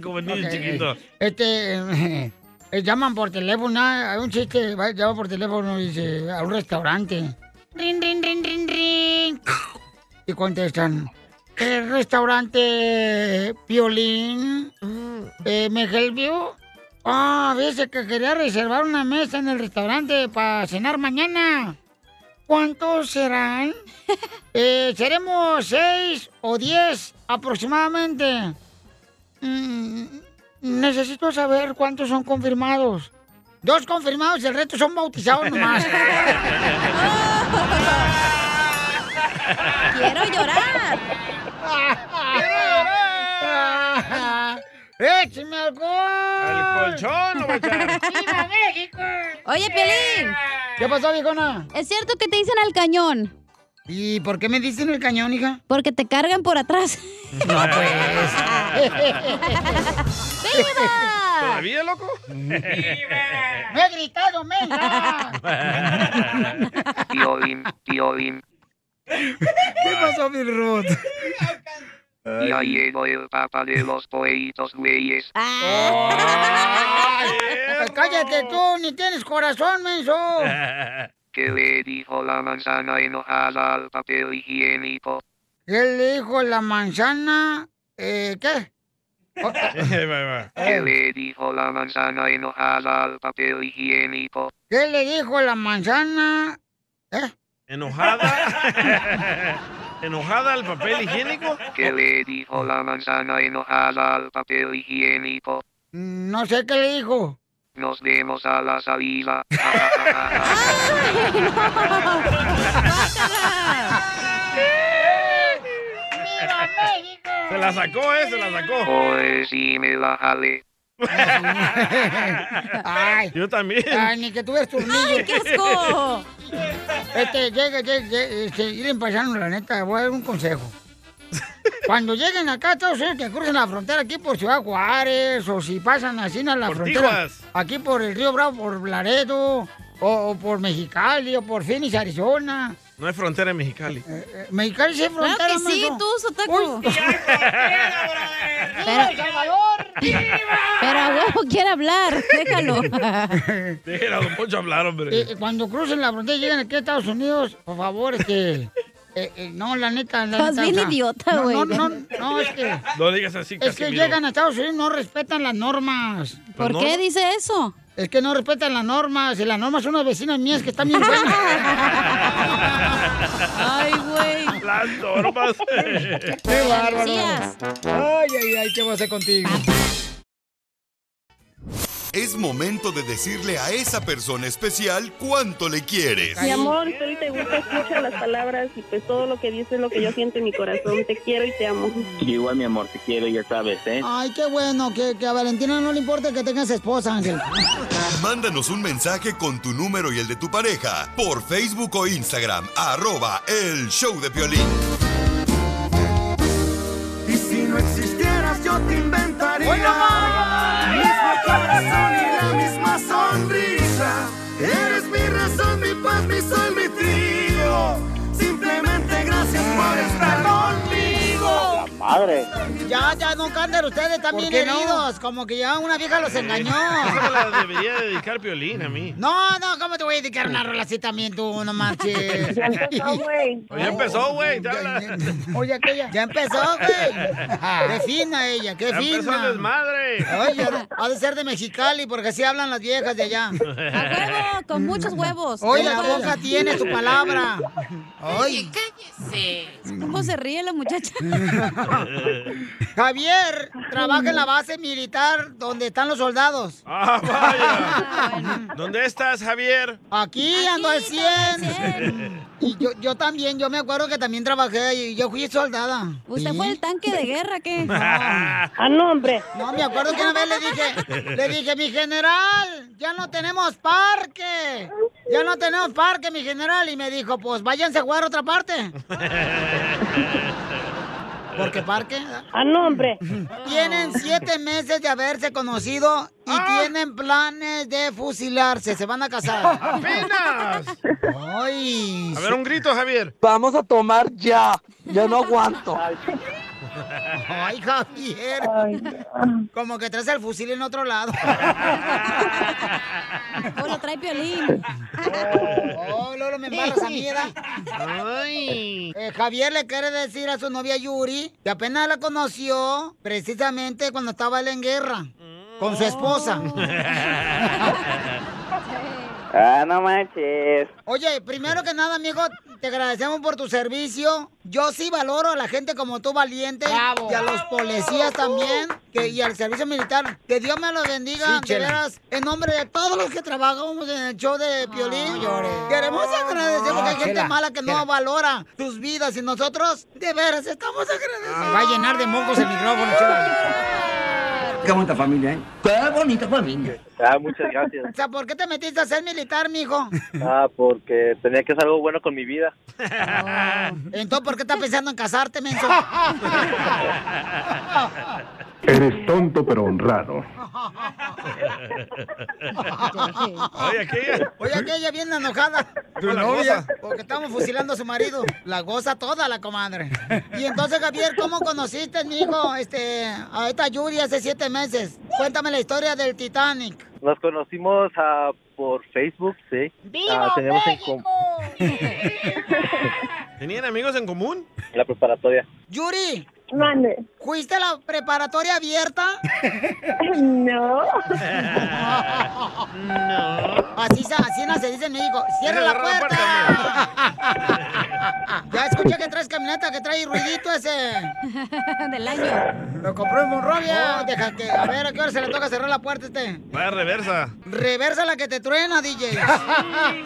Speaker 7: Como niño chiquito.
Speaker 1: Este, eh, llaman por teléfono, ah, hay un chiste, va, llama por teléfono y dice, a un restaurante. Rin, rin, rin, rin, rin. Y contestan, el restaurante Piolín,
Speaker 2: Mm.
Speaker 1: eh, ¿me helpio? Ah, dice que quería reservar una mesa en el restaurante para cenar mañana. ¿Cuántos serán? Eh, ¿Seremos seis o diez aproximadamente? Mm, necesito saber cuántos son confirmados. Dos confirmados, el resto son bautizados nomás.
Speaker 2: ¡Quiero llorar!
Speaker 1: "Ah, ¡Écheme alcohol!
Speaker 7: ¡Al colchón, no va a echar!
Speaker 1: ¡Viva México!
Speaker 2: Oye, Piolín.
Speaker 1: ¿Qué pasó, viejona?
Speaker 2: Es cierto que te dicen al cañón.
Speaker 1: ¿Y por qué me dicen el cañón, hija?
Speaker 2: Porque te cargan por atrás.
Speaker 1: No, pues.
Speaker 2: ¡Viva!
Speaker 7: ¿Todavía, loco? ¡Viva!
Speaker 1: ¡Me he gritado, menga!
Speaker 16: Piolín, Piolín,
Speaker 1: ¿Qué pasó, mi Ruth?
Speaker 16: ya llegó el papa de los poeitos güeyes.
Speaker 1: Pues cállate tú, ni tienes corazón, menso.
Speaker 16: Eh.
Speaker 7: Ah.
Speaker 16: ¿Qué le dijo la manzana enojada al papel higiénico?
Speaker 1: ¿Qué le dijo la manzana? Eh, ¿Qué?
Speaker 16: ¿Qué le dijo la manzana enojada al papel higiénico?
Speaker 1: ¿Qué le dijo la manzana? ¿Eh?
Speaker 7: ¿Enojada? ¿Enojada al papel higiénico?
Speaker 16: ¿Qué le dijo la manzana enojada al papel higiénico?
Speaker 1: No sé qué le dijo.
Speaker 16: Nos vemos a la salida.
Speaker 6: ¡Viva México!
Speaker 7: Se la sacó, ¿eh? Se la sacó.
Speaker 16: Pues sí, me la jalé.
Speaker 1: Ay.
Speaker 7: Yo también.
Speaker 1: Ay, ni que tuvieras tornillo.
Speaker 6: Ay, qué asco.
Speaker 1: Este, llega, llega, llega, este, miren, paisanos, la neta, voy a dar un consejo. Cuando lleguen acá a Estados Unidos, que crucen la frontera aquí por Ciudad Juárez, o si pasan así a la
Speaker 6: Por
Speaker 1: frontera,
Speaker 6: Tijuas.
Speaker 1: aquí por el Río Bravo, por Laredo, o, o por Mexicali, o por Phoenix, Arizona.
Speaker 7: No hay frontera en Mexicali.
Speaker 1: Eh, Mexicali sí es
Speaker 2: Claro
Speaker 1: frontera,
Speaker 2: que sí,
Speaker 1: menso.
Speaker 2: tú, Sotaku.
Speaker 6: ¡Viva El Salvador!
Speaker 2: Pero a huevo quiere hablar, déjalo.
Speaker 7: Déjela, don Poncho, hablar, hombre.
Speaker 1: Eh, eh, cuando crucen la frontera y llegan aquí a Estados Unidos, por favor, este... eh, eh, no, la neta, la
Speaker 2: Estás
Speaker 1: neta,
Speaker 2: bien
Speaker 1: o sea,
Speaker 2: idiota,
Speaker 1: no,
Speaker 2: güey.
Speaker 1: No, no, no, es que...
Speaker 7: No digas así,
Speaker 1: Es que
Speaker 7: Casimiro.
Speaker 1: llegan a Estados Unidos y no respetan las normas.
Speaker 7: ¿Por ¿Las qué normas?
Speaker 1: dice eso? Es que no respetan las normas. Y las normas son unas vecinas mías que están bien buenas.
Speaker 6: ¡Ay, güey!
Speaker 7: ¡Las normas!
Speaker 1: ¡Qué bárbaro! ¡Ay, ay, ay! ¿Qué voy a hacer contigo?
Speaker 4: Es momento de decirle a esa persona especial cuánto le quieres.
Speaker 21: Mi amor, soy te gusta, escucha las palabras y pues todo lo que dices es lo que yo siento en mi corazón. Te quiero y te amo.
Speaker 25: Igual, mi amor, te quiero, ya sabes, ¿eh?
Speaker 1: Ay, qué bueno, que, que a Valentina no le importa que tengas esposa, Ángel.
Speaker 4: Mándanos un mensaje con tu número y el de tu pareja por Facebook o Instagram, arroba el show de Piolín.
Speaker 18: Y si no existieras yo te inventaría
Speaker 6: ¡Hoy
Speaker 18: Mi mismo corazón y la misma sonrisa Eres mi razón, mi paz, mi sol, mi trío Simplemente gracias por estar conmigo
Speaker 25: Madre.
Speaker 1: Ya, ya, no canten ustedes también
Speaker 6: qué no?
Speaker 1: heridos. Como que ya una vieja los engañó.
Speaker 7: Esa me la debería dedicar Piolín a mí.
Speaker 1: No, no, ¿cómo te voy a dedicar una rola así también tú? No marches.
Speaker 7: Ya empezó, güey. Ya empezó, güey, te habla.
Speaker 1: Oye, aquella. Ya empezó, güey. Qué fina ella, qué
Speaker 7: Ya
Speaker 1: fina.
Speaker 7: empezó el desmadre.
Speaker 1: Oye, ha de ser de Mexicali porque así hablan las viejas de allá.
Speaker 2: A huevo, con muchos huevos.
Speaker 1: Hoy
Speaker 2: Con
Speaker 1: la
Speaker 2: huevos.
Speaker 1: boca tiene su palabra.
Speaker 2: Oye,
Speaker 1: Ay.
Speaker 2: cállese. ¿Cómo se ríe la muchacha?
Speaker 1: Javier trabaja en la base militar donde están los soldados.
Speaker 7: Ah, vaya. ¿Dónde estás, Javier?
Speaker 1: Aquí, ando al 100. Y yo, yo también, yo me acuerdo que también trabajé y yo fui soldada.
Speaker 2: ¿Usted fue el tanque de guerra qué?
Speaker 1: Ah, no, hombre. No, me acuerdo que una vez le dije, le dije, mi general, ya no tenemos parque. Ya no tenemos parque, mi general. Y me dijo, pues váyanse a jugar a otra parte. ¿Por qué parque? ¿eh?
Speaker 21: A nombre.
Speaker 1: Tienen siete meses de haberse conocido y
Speaker 7: Ah.
Speaker 1: tienen planes de fusilarse. Se van a casar.
Speaker 7: ¡Apenas!
Speaker 1: ¡Ay!
Speaker 7: A ver, un grito, Javier.
Speaker 12: Vamos a tomar ya. Ya no aguanto.
Speaker 1: ¡Ay, Javier! Como que traes el fusil en otro lado.
Speaker 2: O lo trae Piolín.
Speaker 1: Oh, Lolo, me embarras a mí, ¿verdad? Eh, Javier le quiere decir a su novia Yuri que apenas la conoció precisamente cuando estaba él en guerra con su esposa.
Speaker 25: ah, no manches.
Speaker 1: Oye, primero que nada, amigo, te agradecemos por tu servicio. Yo sí valoro a la gente como tú, valiente, y a los policías también, que, y al servicio militar. Que Dios me los bendiga,
Speaker 6: Sí,
Speaker 1: de
Speaker 6: chela.
Speaker 1: veras, en nombre de todos los que trabajamos en el show de Piolín. Queremos agradecer porque hay
Speaker 6: Ah,
Speaker 1: gente
Speaker 6: chela,
Speaker 1: mala que
Speaker 6: chela.
Speaker 1: no valora tus vidas y nosotros, de veras, estamos agradecidos. Va a llenar de mocos el micrófono,
Speaker 12: Qué bonita familia, ¿eh? Qué bonita familia.
Speaker 25: Ah, muchas gracias.
Speaker 1: O sea, ¿por qué te metiste a ser militar, mijo?
Speaker 25: Ah, porque tenía que hacer algo bueno con mi vida.
Speaker 1: Entonces, ¿por qué estás pensando en casarte, menso?
Speaker 3: Eres tonto pero honrado.
Speaker 7: Oye, aquella.
Speaker 1: Oye, aquella bien enojada.
Speaker 7: Tu
Speaker 1: Con la
Speaker 7: novia.
Speaker 1: goza, Porque estamos fusilando a su marido. La goza toda la comadre. Y entonces, Javier, ¿cómo conociste, mijo, este, a esta Yuri hace siete meses? Cuéntame la historia del Titanic.
Speaker 25: Nos conocimos ah, por Facebook, sí.
Speaker 1: ¡Viva
Speaker 25: Ah, teníamos en
Speaker 1: México!
Speaker 25: com-
Speaker 7: ¿Tenían amigos en común?
Speaker 25: La preparatoria.
Speaker 1: Yuri. ¿Fuiste a la preparatoria abierta?
Speaker 21: No.
Speaker 1: No. Así, se- así no se dice en México. ¡Cierra la puerta! ya escuché que traes camioneta que trae ruidito ese.
Speaker 2: Del año.
Speaker 1: Lo compró en
Speaker 3: Oh.
Speaker 1: Monrovia. Deja que. A ver, ¿a qué hora se le toca cerrar la puerta a este?
Speaker 3: Vaya reversa.
Speaker 1: Reversa la que te truena, DJ.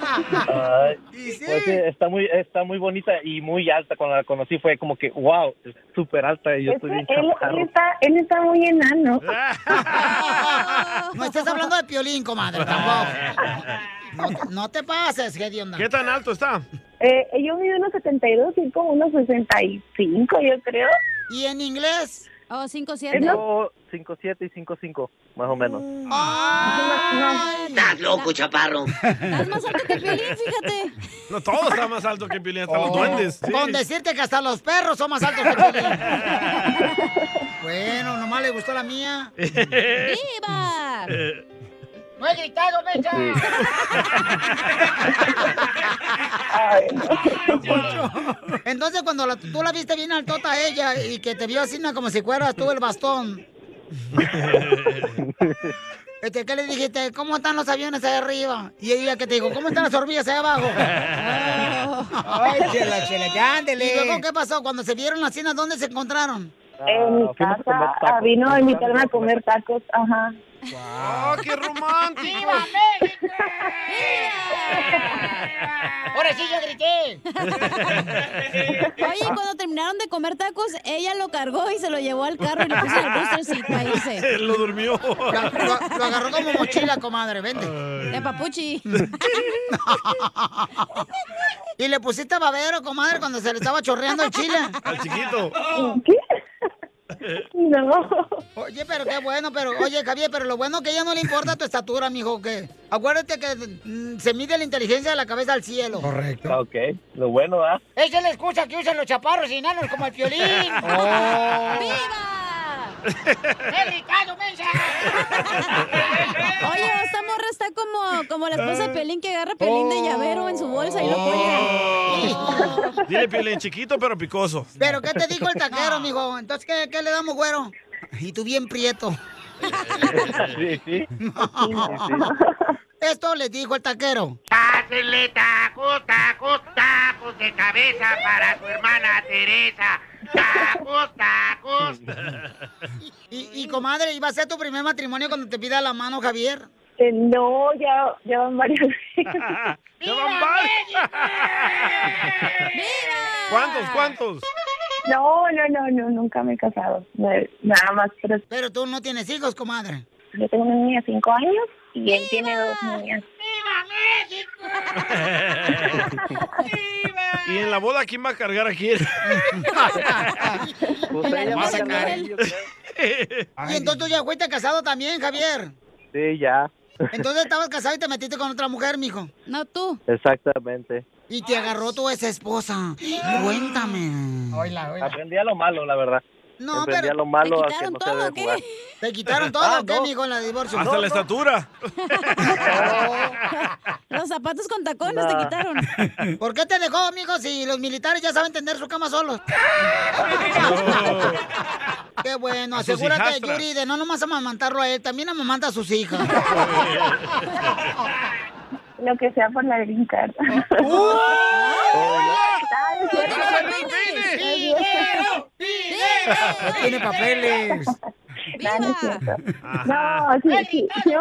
Speaker 14: Ay,
Speaker 1: Y sí.
Speaker 14: pues, eh, está muy está muy bonita y muy alta. Cuando la conocí fue como que, wow, es súper alta y yo estoy bien
Speaker 21: él, él
Speaker 14: chaparro.
Speaker 21: está, él está muy enano.
Speaker 1: No estás hablando de piolín, comadre, tampoco. No, te- no te pases, Gedionda.
Speaker 3: ¿Qué tan alto está?
Speaker 21: Eh, yo mido unos 72 y como unos 65, yo creo.
Speaker 1: ¿Y en inglés?
Speaker 2: Oh, 5
Speaker 14: Tengo 5'7 y 5'5, más o menos.
Speaker 21: Mm.
Speaker 3: Estás loco, chaparro.
Speaker 2: Estás más alto que Piolín, fíjate.
Speaker 3: No, todo está más alto que Piolín, hasta los duendes. sí.
Speaker 1: Oh. Con decirte que hasta los perros son más altos que Piolín. bueno, nomás le gustó la mía.
Speaker 2: ¡Viva!
Speaker 1: ¡No he gritado, mecha! Entonces, cuando la- tú la viste bien altota a ella y que te vio así ¿no? como si fueras tú el bastón, este, ¿qué le dijiste? ¿Cómo están los aviones ahí arriba? Y ella que te dijo, ¿cómo están las hormigas ahí abajo?
Speaker 6: Ay, chela, chela, ya, ándele.
Speaker 1: ¿Y luego qué pasó? Cuando se vieron las cenas, ¿dónde se encontraron?
Speaker 21: En mi
Speaker 1: fuimos a comer
Speaker 21: casa
Speaker 1: tacos.
Speaker 21: ah, vino a invitarme a comer tacos, ajá.
Speaker 1: ¡Oh, qué romántico! ¡Viva México! Ahora sí yo grité.
Speaker 2: Oye, y cuando terminaron de comer tacos, ella lo cargó y se lo llevó al carro y le puso el booster seat para irse.
Speaker 3: Lo durmió.
Speaker 1: Lo, lo agarró como mochila, comadre, vente.
Speaker 2: De papuchi.
Speaker 1: y le pusiste babero, comadre, cuando se le estaba chorreando el chile.
Speaker 3: Al chiquito.
Speaker 1: No. Oye, pero qué bueno, pero, oye, Javier, pero lo bueno que a ella no le importa tu estatura, mijo, que acuérdate que mm, se mide la inteligencia de la cabeza al cielo.
Speaker 14: Correcto. Ok, lo bueno, ¿ah?
Speaker 1: Esa es la excusa que usan los chaparros y enanos como el violín.
Speaker 2: Oye, esta morra está como, como la esposa de Pelín que agarra Pelín de llavero en su bolsa y lo cuelga.
Speaker 3: Dile Piolín, chiquito pero picoso.
Speaker 1: Pero, ¿qué te dijo el taquero, mijo? Entonces, ¿qué, qué le damos, güero? Y tú bien prieto.
Speaker 14: Sí, sí.
Speaker 1: Esto le dijo el taquero.
Speaker 26: Pásenle tacos, tacos, tacos de cabeza para tu hermana Teresa. Tacos, tacos.
Speaker 1: Y, y, comadre, ¿iba a ser tu primer matrimonio cuando te pida la mano, Javier?
Speaker 21: Eh, no, ya, ya van varias veces.
Speaker 3: ¿Cuántos, cuántos?
Speaker 21: No, no, no, no, nunca me he casado. No, Nada más, pero
Speaker 1: Pero tú no tienes hijos, comadre.
Speaker 21: yo tengo una niña de 5 años y él tiene dos niñas.
Speaker 3: Y en la boda, ¿quién va a cargar a quién?
Speaker 1: Lo vas a sacar. Y entonces tú ya fuiste casado también, Javier.
Speaker 14: Sí, ya.
Speaker 1: Entonces estabas casado y te metiste con otra mujer, mijo.
Speaker 2: No tú.
Speaker 14: Exactamente.
Speaker 1: Y te agarró tu ex esposa. Cuéntame. Oila,
Speaker 14: Aprendí a lo malo, la verdad.
Speaker 1: No,
Speaker 14: Aprendí
Speaker 1: pero-
Speaker 14: a lo malo
Speaker 1: ¿te
Speaker 14: a que
Speaker 1: quitaron
Speaker 14: no se debe jugar.
Speaker 1: ¿Te quitaron todo
Speaker 14: Ah,
Speaker 1: o qué,
Speaker 14: no.
Speaker 1: mijo, en la divorcio?
Speaker 3: Hasta la estatura.
Speaker 1: Los zapatos con tacones
Speaker 3: te Nah. quitaron.
Speaker 1: ¿Por qué te dejó, mijo, si los militares ya saben tender su cama solos? Qué bueno,
Speaker 27: A sus
Speaker 1: asegúrate,
Speaker 27: hijastras.
Speaker 1: Yuri, de no nomás amamantarlo a él, también amamanta a sus hijas.
Speaker 21: Lo que sea por la green card.
Speaker 6: Tiene papeles.
Speaker 21: No, no es cierto.
Speaker 1: Ajá.
Speaker 21: No, sí, sí, sí, sí.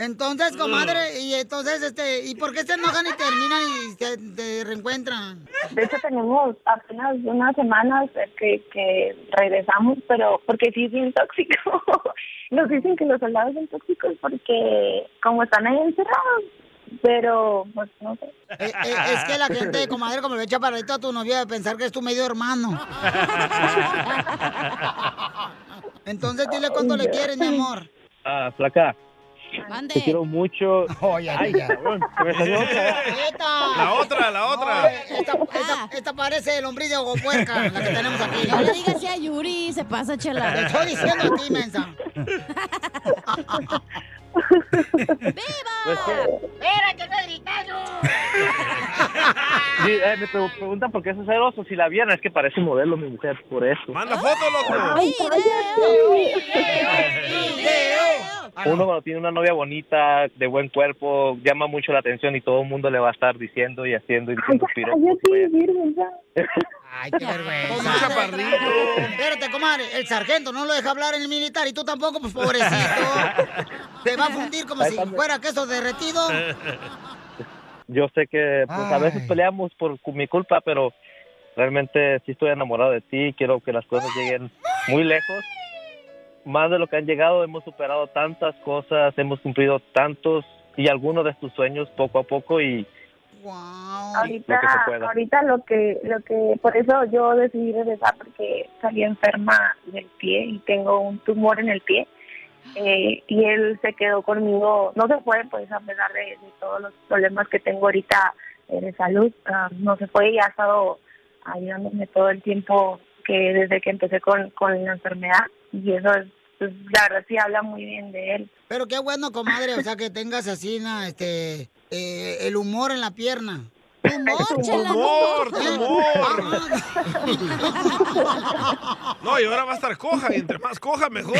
Speaker 1: Entonces, comadre, y entonces, este, ¿y por qué se enojan y terminan y se te reencuentran?
Speaker 21: De hecho, tenemos apenas unas semanas eh, que, que regresamos, pero porque sí es bien tóxico. Nos dicen que los soldados son tóxicos porque como están ahí encerrados, pero pues no sé.
Speaker 1: Eh, es que la gente, comadre, como le echa paradito a tu novia de pensar que es tu medio hermano. Entonces dile cuánto le quieres, mi amor.
Speaker 14: Ah, flaca.
Speaker 1: Mande.
Speaker 14: Te quiero mucho. Ay, cabrón, se me salió otra.
Speaker 1: Esta.
Speaker 14: La otra, la otra.
Speaker 1: No, esta, esta- esta parece el hombre de Ogopuerca, la que tenemos aquí.
Speaker 2: Ah. No le digas ya a Yuri, se pasa, chela.
Speaker 1: Te estoy diciendo a ti, mensa.
Speaker 14: Pues, eh,
Speaker 1: ¡Espérate, no he gritado!
Speaker 14: sí, eh, me pre- preguntan por qué es celoso. Si la vieran, es que parece modelo mi mujer, por eso.
Speaker 3: ¡Manda foto, loco!
Speaker 14: Ay,
Speaker 1: ¡Video!
Speaker 25: Uno cuando tiene una novia bonita, de buen cuerpo, llama mucho la atención y todo el mundo le va a estar diciendo y haciendo y diciendo piropos.
Speaker 21: Yo sí, virgen, ya.
Speaker 1: Ay, qué vergüenza. Espérate, comadre. El sargento no lo deja hablar en el militar y tú tampoco, pues pobrecito. Te va a fundir como si fuera queso derretido.
Speaker 25: Yo sé que pues, a veces peleamos por cu- mi culpa, pero realmente sí estoy enamorado de ti. Quiero que las cosas lleguen muy lejos. Más de lo que han llegado, hemos superado tantas cosas, hemos cumplido tantos y algunos de tus sueños poco a poco y
Speaker 21: Ahorita,
Speaker 25: Lo que se pueda.
Speaker 21: ahorita lo que, lo que, por eso yo decidí regresar porque salí enferma del pie y tengo un tumor en el pie. Eh, y él se quedó conmigo, no se fue, pues a pesar de, de todos los problemas que tengo ahorita eh, de salud, ah, no se fue y ha estado ayudándome todo el tiempo que desde que empecé con, con la enfermedad. Y eso es, pues, la verdad sí habla muy bien de él.
Speaker 1: Pero qué bueno, comadre, o sea, que tengas así, na, este, eh, el humor en la pierna. ¡Humor, ¿Eh?
Speaker 7: chela, Humor, no. humor. No, y ahora va a estar coja, y entre más coja, mejor.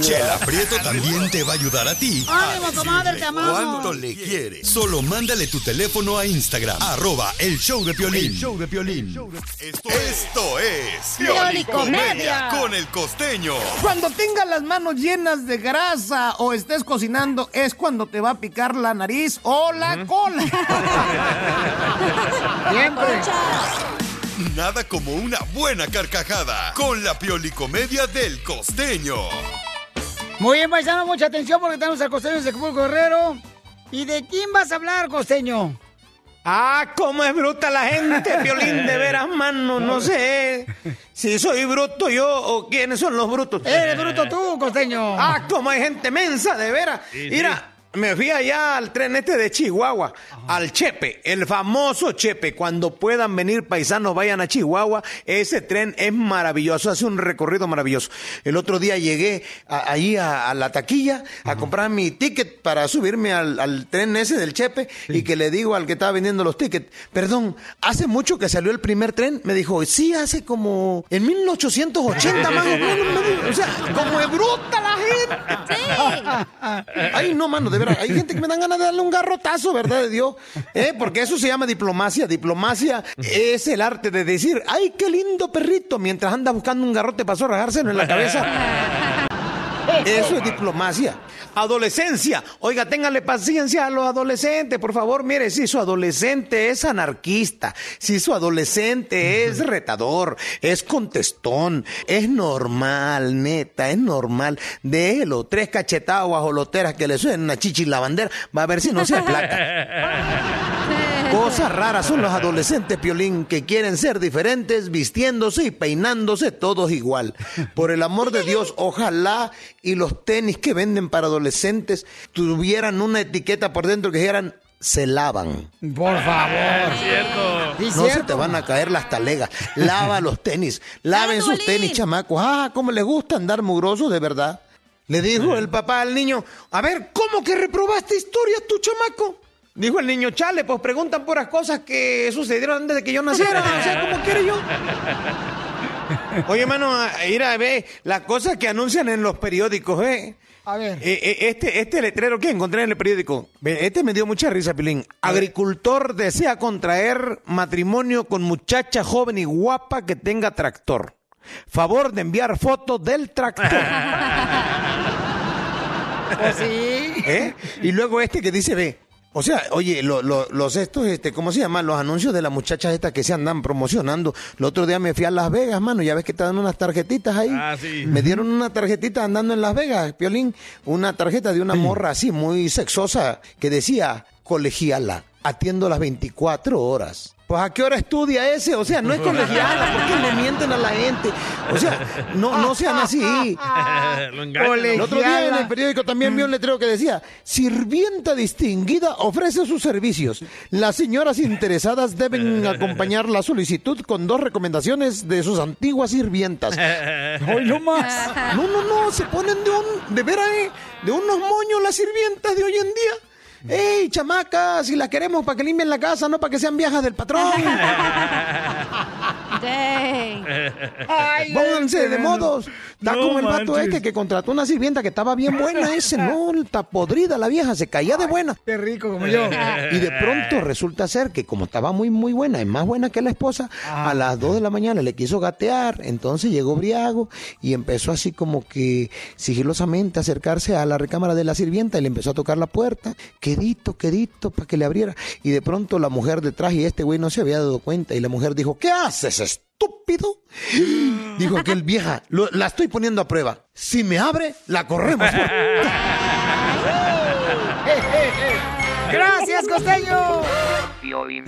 Speaker 4: Chela Prieto también te va a ayudar a ti. a
Speaker 1: ¡Ánimo, comadre, te amamos!
Speaker 4: ¿Cuánto le quieres? Solo mándale tu teléfono a Instagram, arroba el show de
Speaker 18: El
Speaker 4: Piolín. show de Esto, esto es
Speaker 18: Piolicomedia.
Speaker 4: con el costeño.
Speaker 9: Cuando tengas las manos llenas de grasa o estés cocinando, es cuando te va a picar la nariz o la cola.
Speaker 28: pues.
Speaker 4: Nada como una buena carcajada con la Piolicomedia del costeño.
Speaker 1: Muy bien, paisano, mucha atención porque tenemos al costeño de Acapulco Guerrero. ¿Y de quién vas a hablar, costeño?
Speaker 28: Ah, cómo es bruta la gente, Piolín, de veras, mano, no sé si soy bruto yo o quiénes son los brutos.
Speaker 1: Eres bruto tú, costeño.
Speaker 28: Ah, cómo hay gente mensa, de veras.
Speaker 9: Sí,
Speaker 28: Mira, me fui allá al tren este de Chihuahua, al Chepe, el famoso Chepe. Cuando puedan venir paisanos, vayan a Chihuahua. Ese tren es maravilloso, hace un recorrido maravilloso. El otro día llegué a- ahí a, a la taquilla a comprar mi ticket para subirme al, al tren ese del Chepe y que le digo al que estaba vendiendo los tickets, perdón, hace mucho que salió el primer tren. Me dijo, sí, hace como en 1880 más o menos. me dijo. O sea, como es bruta la gente. Ay, no, mano, de verdad. Hay gente que me dan ganas de darle un garrotazo, ¿verdad de Dios? Eh, Porque eso se llama diplomacia. Diplomacia es el arte de decir, ay, qué lindo perrito, mientras anda buscando un garrote para rajárselo en la cabeza. Eso es diplomacia. Adolescencia. Oiga, téngale paciencia a los adolescentes, por favor. Mire, si su adolescente es anarquista, si su adolescente es retador, es contestón, es normal, neta, es normal. Déjelo tres cachetadas guajoloteras que le suenen a chichi la bandera. Va a ver si no se aplaca. Cosas raras son los adolescentes, Piolín, que quieren ser diferentes vistiéndose y peinándose todos igual. Por el amor de Dios, ojalá y los tenis que venden para adolescentes tuvieran una etiqueta por dentro que dijeran se lavan.
Speaker 1: Por favor.
Speaker 28: No se te van a caer las talegas. Lava los tenis. Laven sus tenis, chamacos. Ah, cómo les gusta andar mugrosos, de verdad. Le dijo el papá al niño, a ver, ¿cómo que reprobaste historia tu chamaco? Dijo el niño, chale, pues preguntan puras cosas que sucedieron antes de que yo naciera. O sea, ¿cómo quiere yo? Oye, hermano, a- ir a ver las cosas que anuncian en los periódicos, ¿eh?
Speaker 1: A ver.
Speaker 28: Eh, eh, Este, este letrero que encontré en el periódico, ve, este me dio mucha risa, Pilín. Agricultor desea contraer matrimonio con muchacha joven y guapa que tenga tractor. Favor de enviar fotos del tractor.
Speaker 6: ¿Ah,
Speaker 1: Pues
Speaker 28: ¿Eh? Y luego este que dice, ve. O sea, oye, lo- lo- los estos, este, ¿cómo se llama? Los anuncios de las muchachas estas que se andan promocionando. El otro día me fui a Las Vegas, mano, ya ves que te dan unas tarjetitas ahí.
Speaker 7: Ah, sí.
Speaker 28: Me dieron una tarjetita andando en Las Vegas, Piolín, una tarjeta de una morra así muy sexosa que decía, colegiala, atiendo las 24 horas. Pues a qué hora estudia ese, o sea, no es colegiala, porque le mienten a la gente. O sea, no, no sean así.
Speaker 7: Lo engañan.
Speaker 28: El
Speaker 7: ¿no?
Speaker 28: otro día en el periódico también vi un letrero que decía, sirvienta distinguida ofrece sus servicios. Las señoras interesadas deben acompañar la solicitud con dos recomendaciones de sus antiguas sirvientas. ¡Ay, no más! No, no, no, se ponen de un, de veras, eh, de unos moños las sirvientas de hoy en día. ¡Ey, chamacas! Si las queremos para que limpien la casa, no para que sean viejas del patrón.
Speaker 1: Ay,
Speaker 28: Pónganse
Speaker 1: este
Speaker 28: de
Speaker 1: verano.
Speaker 28: modos. Está
Speaker 1: No
Speaker 28: como el vato
Speaker 1: manches.
Speaker 28: este que contrató una sirvienta que estaba bien buena ese, ¿no? Está podrida la vieja, se caía de buena.
Speaker 1: Qué rico como yo.
Speaker 28: Y de pronto resulta ser que como estaba muy, muy buena, es más buena que la esposa, a las 2 de la mañana le quiso gatear, entonces llegó Briago y empezó así como que sigilosamente a acercarse a la recámara de la sirvienta y le empezó a tocar la puerta, quedito, quedito, para que le abriera. Y de pronto la mujer detrás y este güey no se había dado cuenta y la mujer dijo, ¿qué haces, estúpido? Dijo aquel vieja, "Lo- la estoy poniendo a prueba. Si me abre, la corremos.
Speaker 1: Gracias, costeño.
Speaker 16: Violín.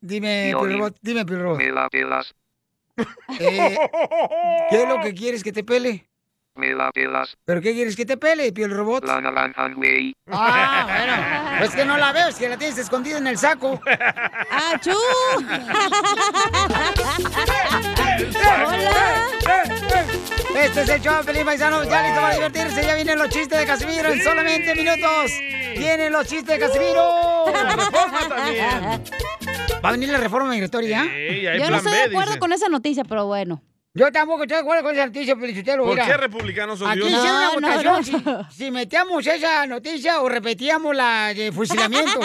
Speaker 1: Dime,
Speaker 16: Piolín.
Speaker 1: Pirrobot, dime, Pirrobot.
Speaker 16: Me la pelas,
Speaker 1: Eh, ¿Qué es lo que quieres que te pele?
Speaker 16: me la pelas.
Speaker 1: ¿Pero qué quieres que te pele, piel robot?
Speaker 16: La naranja, güey.
Speaker 1: Ah, bueno. Pues que no la veo, es que la tienes escondida en el saco. ¡Achú!
Speaker 18: ¡Hola!
Speaker 1: Este es el show, feliz paisano. Ya listo para divertirse. Ya vienen los chistes de Casimiro en solamente minutos. Vienen los chistes de Casimiro.
Speaker 18: La reforma también.
Speaker 1: ¿Va a venir la reforma migratoria?
Speaker 2: Yo no estoy de acuerdo con esa noticia, pero bueno.
Speaker 1: Yo tampoco estoy de acuerdo con esa noticia, Pelichotelo.
Speaker 7: ¿Por
Speaker 1: mira.
Speaker 7: qué republicanos
Speaker 1: Aquí
Speaker 7: odiosos?
Speaker 1: hicieron una votación. Si, si metíamos esa noticia o repetíamos la de fusilamiento.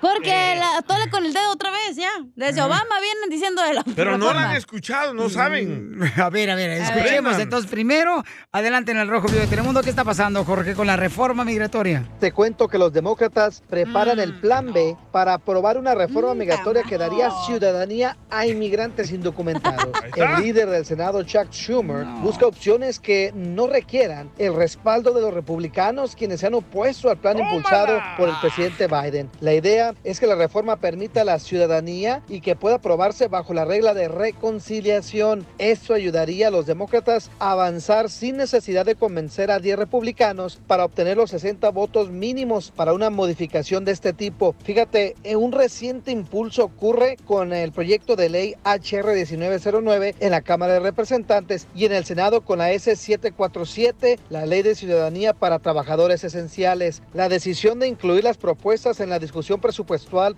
Speaker 2: Porque la tole con el dedo otra vez, ya. Desde Obama vienen diciendo de la
Speaker 7: Pero no la han
Speaker 2: reforma.
Speaker 7: escuchado, Ah, no saben.
Speaker 1: Mm, A ver, a ver, escuchemos
Speaker 7: Aprendan.
Speaker 1: entonces primero. Adelante en el Rojo Vivo de Telemundo. ¿Qué está pasando, Jorge, con la reforma migratoria?
Speaker 5: Te cuento que los demócratas preparan el plan B para aprobar una reforma migratoria que daría ciudadanía a inmigrantes indocumentados.
Speaker 18: está.
Speaker 5: El líder del Senado, Chuck Schumer, busca opciones que no requieran el respaldo de los republicanos quienes se han opuesto al plan impulsado por el presidente Biden. La idea es que la reforma permita la ciudadanía y que pueda aprobarse bajo la regla de reconciliación. Esto ayudaría a los demócratas a avanzar sin necesidad de convencer a 10 republicanos para obtener los 60 votos mínimos para una modificación de este tipo. Fíjate, eh, un reciente impulso ocurre con el proyecto de ley HR 1909 en la Cámara de Representantes y en el Senado con la S 747, la Ley de Ciudadanía para Trabajadores Esenciales. La decisión de incluir las propuestas en la discusión presupuestal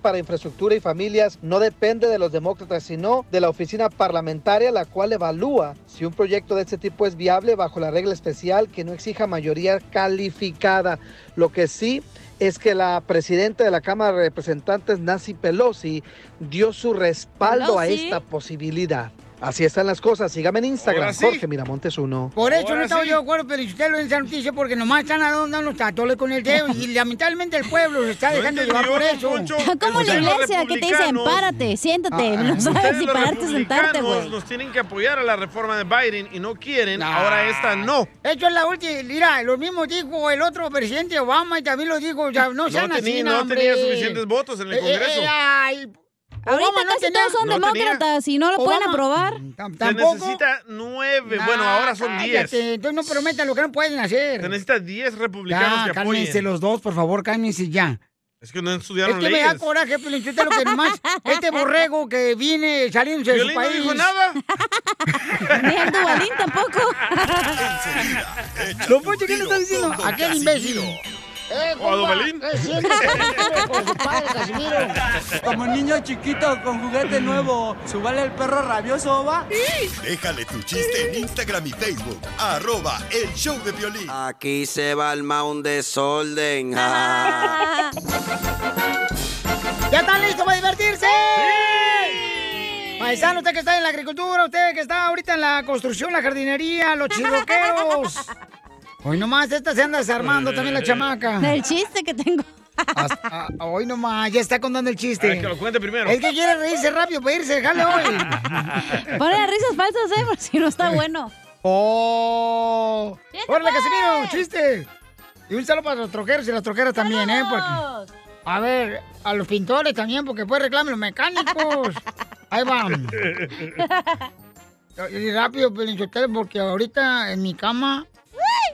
Speaker 5: para infraestructura y familias no depende de los demócratas, sino de la oficina parlamentaria, la cual evalúa si un proyecto de este tipo es viable bajo la regla especial que no exija mayoría calificada. Lo que sí es que la presidenta de la Cámara de Representantes, Nancy Pelosi, dio su respaldo a
Speaker 1: Pelosi.
Speaker 5: esta posibilidad. Así están las cosas. Sígame en Instagram,
Speaker 1: Ahora sí.
Speaker 5: Jorge Miramontes 1.
Speaker 1: Por eso no estaba yo de acuerdo, pero usted lo esa noticia porque nomás están dando los tatoles con el dedo y lamentablemente el pueblo se está
Speaker 2: No
Speaker 1: dejando llevar Ah, por
Speaker 2: entendió,
Speaker 1: eso.
Speaker 2: don Poncho. Como la iglesia que te dicen, párate, siéntate. No sabes
Speaker 7: Ustedes,
Speaker 2: si
Speaker 7: los
Speaker 2: pararte o sentarte,
Speaker 7: republicanos,
Speaker 2: güey.
Speaker 7: Nos tienen que apoyar a la reforma de Biden y no quieren, ahora esta no.
Speaker 1: Esto es la última. Mira, lo mismo dijo el otro presidente Obama y también lo dijo. Ya, no
Speaker 7: No
Speaker 1: sean
Speaker 7: tenía-
Speaker 1: así,
Speaker 7: no
Speaker 1: hombre.
Speaker 7: tenía suficientes votos en el
Speaker 1: Eh, eh,
Speaker 7: Congreso.
Speaker 1: eh, ay,
Speaker 2: Ahorita
Speaker 1: Obama no
Speaker 2: casi
Speaker 1: tenía-
Speaker 2: todos son
Speaker 1: no tenía.
Speaker 2: demócratas y no lo pueden
Speaker 1: Obama- Mm,
Speaker 2: aprobar.
Speaker 7: Se
Speaker 1: tampoco.
Speaker 7: necesita nueve,
Speaker 1: Nah,
Speaker 7: bueno, ahora son diez.
Speaker 1: cállate, Entonces no prometan lo que no pueden
Speaker 7: Se
Speaker 1: hacer.
Speaker 7: necesita diez republicanos
Speaker 1: Ya,
Speaker 7: que apoyen.
Speaker 1: cálmense los dos, por favor, cálmense ya.
Speaker 7: Es que no
Speaker 1: Es
Speaker 7: estudiaron
Speaker 1: que me
Speaker 7: leyes.
Speaker 1: da coraje, Pelinchotelo, que nomás este borrego que viene saliendo de su
Speaker 7: Piolín no
Speaker 1: país.
Speaker 7: dijo nada.
Speaker 1: Ni el Duvalín tampoco. Lo pocho que le está diciendo. Aquel imbécil.
Speaker 18: ¡Eh,
Speaker 1: compa! Eh, siempre
Speaker 18: siempre
Speaker 1: con su padre, Casimiro.
Speaker 8: Como niño chiquito con juguete nuevo, subale el perro rabioso, va.
Speaker 4: Déjale tu chiste en Instagram y Facebook, arroba el show de violín.
Speaker 17: Aquí se va el un desorden.
Speaker 1: ¿Ya están listos para divertirse? Paisano, usted que está en la agricultura, usted que está ahorita en la construcción, la jardinería, los chirroqueros. Hoy nomás, esta se anda desarmando también la chamaca. El chiste que tengo. hoy nomás, ya está contando el
Speaker 7: A ver,
Speaker 1: chiste.
Speaker 7: que lo cuente primero.
Speaker 1: Es que quiere reírse rápido para irse, déjale hoy. Ponle las risas falsas, ¿eh? Por si no está bueno. pues. ¡Oh! ¡Órale, Casimiro! ¡Chiste! Y un saludo para los troqueros y las troqueras también, ¿eh? Porque- a ver, a los pintores también, porque pues reclamen los mecánicos. Ahí van. Y rápido, Pelinchotel, porque ahorita en mi cama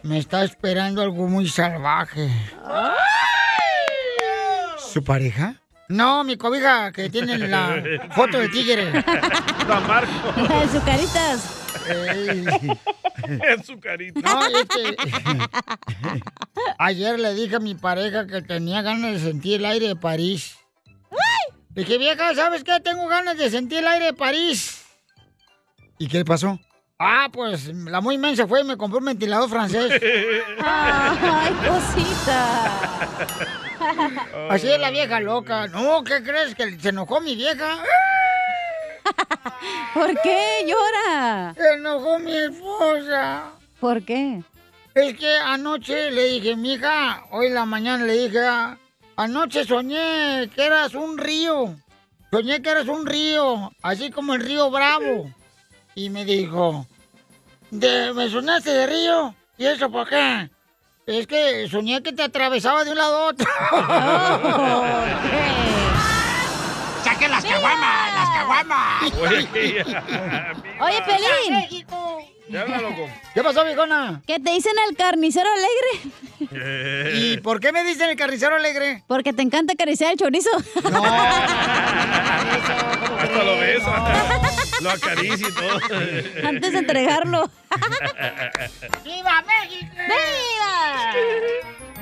Speaker 1: me está esperando algo muy salvaje. ¿Su pareja? No, mi cobija que tiene la foto del tigre. La Marco. La de sus caritas.
Speaker 7: Es su carita.
Speaker 1: No, es que- Ayer le dije a mi pareja que tenía ganas de sentir el aire de París. Le dije, vieja, ¿sabes qué? Tengo ganas de sentir el aire de París.
Speaker 9: ¿Y qué pasó?
Speaker 1: Ah, pues la muy mensa fue y me compró un ventilador francés.
Speaker 2: Ay, cosita.
Speaker 1: Así es la vieja loca. No, ¿qué crees? Que se enojó mi vieja.
Speaker 2: ¿Por qué llora?
Speaker 1: Se enojó mi esposa.
Speaker 2: ¿Por qué?
Speaker 1: Es que anoche le dije, mija, hoy en la mañana le dije, "Ah, anoche soñé que eras un río. Soñé que eras un río, así como el río Bravo. Y me dijo, "De- ¿me soñaste de río? ¿Y eso por qué? Es que soñé que te atravesaba de un lado a otro.
Speaker 24: ¡Saquen las caguamas! ¡Las caguamas!
Speaker 7: Ah,
Speaker 2: Oye, Pelín.
Speaker 1: ¿Qué pasó, viejona?
Speaker 2: ¿Qué te dicen el carnicero alegre?
Speaker 1: ¿Y por qué me dicen el carnicero alegre?
Speaker 2: Porque te encanta acariciar el chorizo.
Speaker 7: Hasta lo besa. Lo acaricia y todo.
Speaker 2: Antes de entregarlo.
Speaker 1: ¡Viva México! ¡Viva!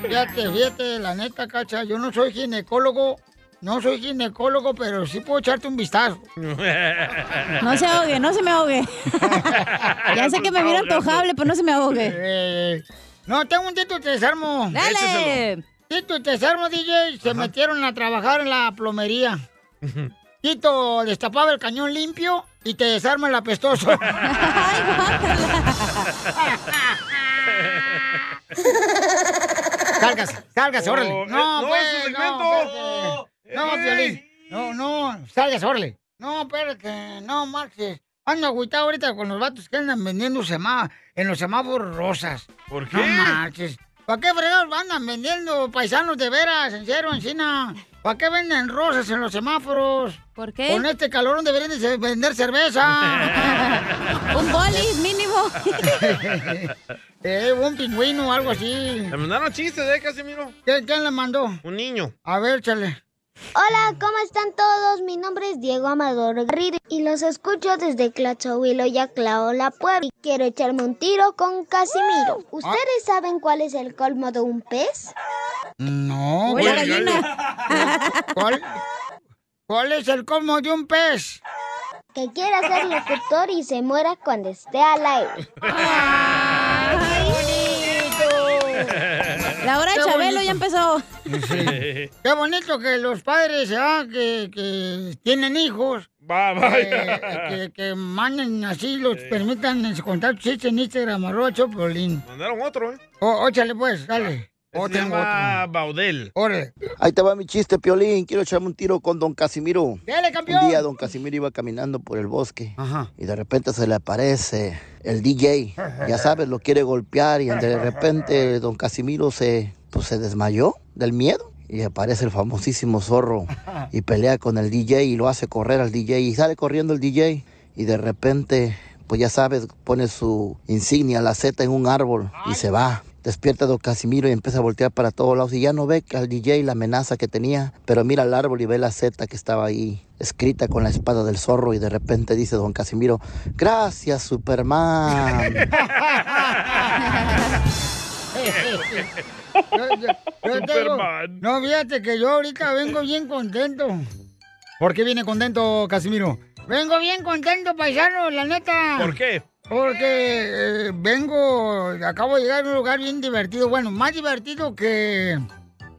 Speaker 1: Fíjate, fíjate, la neta, cacha, yo no soy ginecólogo, no soy ginecólogo, pero sí puedo echarte un vistazo.
Speaker 2: No se ahogue, no se me ahogue. ya sé que me mira antojable, pero no se me ahogue.
Speaker 1: Eh, no, tengo un tito y desarmo.
Speaker 2: Dale. Échaselo.
Speaker 1: Tito y desarmo, DJ, se metieron a trabajar en la plomería. Tito destapaba el cañón limpio y te desarma el apestoso. Sálgase, sálgase, órale.
Speaker 24: Oh,
Speaker 1: No,
Speaker 24: eh, no,
Speaker 1: pues,
Speaker 24: es su
Speaker 1: no,
Speaker 24: segmento.
Speaker 1: espérate. No,
Speaker 24: Eh.
Speaker 1: Piolín, No, no, sálgase, órale. No, espérate, no, marches. Ando agüitado ahorita con los vatos que andan vendiendo semá en los semáforos rosas.
Speaker 7: ¿Por
Speaker 1: qué? No marches. ¿Para qué fregados andan vendiendo paisanos de veras, en serio, encina? ¿Para qué venden rosas en los semáforos?
Speaker 2: ¿Por qué?
Speaker 1: Con este calorón deberían de ce- vender cerveza.
Speaker 2: Un bolis mínimo.
Speaker 1: eh, un pingüino o algo así.
Speaker 7: Le mandaron chistes, ¿eh, Casimiro?
Speaker 1: ¿Qué- ¿Quién le mandó?
Speaker 7: Un niño.
Speaker 1: A ver, chale.
Speaker 11: Hola, ¿cómo están todos? Mi nombre es Diego Amador Garrido y los escucho desde Clachohuilo y la Puebla. Y quiero echarme un tiro con Casimiro.
Speaker 1: Uh.
Speaker 11: ¿Ustedes saben cuál es el colmo de un pez?
Speaker 1: No,
Speaker 11: Hola,
Speaker 1: ¿cuál- ¿Cuál, cuál es el colmo de un pez?
Speaker 11: Que quiera ser locutor y se muera cuando esté al aire.
Speaker 2: La hora de
Speaker 1: Qué
Speaker 2: Oh. Chabelo ya
Speaker 1: bonito.
Speaker 2: empezó.
Speaker 1: Qué bonito que los padres ah, que, que tienen hijos.
Speaker 7: vaya.
Speaker 1: que, que manden así, los permitan contar chistes en Instagram, arroba Chopolin.
Speaker 7: Mandaron otro, ¿eh?
Speaker 1: Ó- Óchale pues, dale.
Speaker 7: Este se llama Baudel.
Speaker 1: Órale.
Speaker 10: Ahí te va mi chiste, Piolín. Quiero echarme un tiro con don Casimiro.
Speaker 1: Dale, campeón.
Speaker 10: Un día don Casimiro iba caminando por el bosque y de repente se le aparece el DJ. Ya sabes, lo quiere golpear y de repente don Casimiro se, pues, se desmayó del miedo. Y aparece el famosísimo zorro y pelea con el DJ y lo hace correr al DJ y sale corriendo el DJ y de repente, pues ya sabes, pone su insignia, la Z en un árbol y se va. Despierta don Casimiro y empieza a voltear para todos lados y ya no ve que al DJ la amenaza que tenía, pero mira al árbol y ve la Z que estaba ahí escrita con la espada del zorro y de repente dice don Casimiro, gracias Superman.
Speaker 1: Yo- yo- yo tengo- no, fíjate que yo ahorita vengo bien contento. ¿Por qué viene contento, Casimiro? Vengo bien contento, paisano, la neta.
Speaker 7: ¿Por qué?
Speaker 1: Porque eh, vengo, acabo de llegar a un lugar bien divertido. Bueno, más divertido que,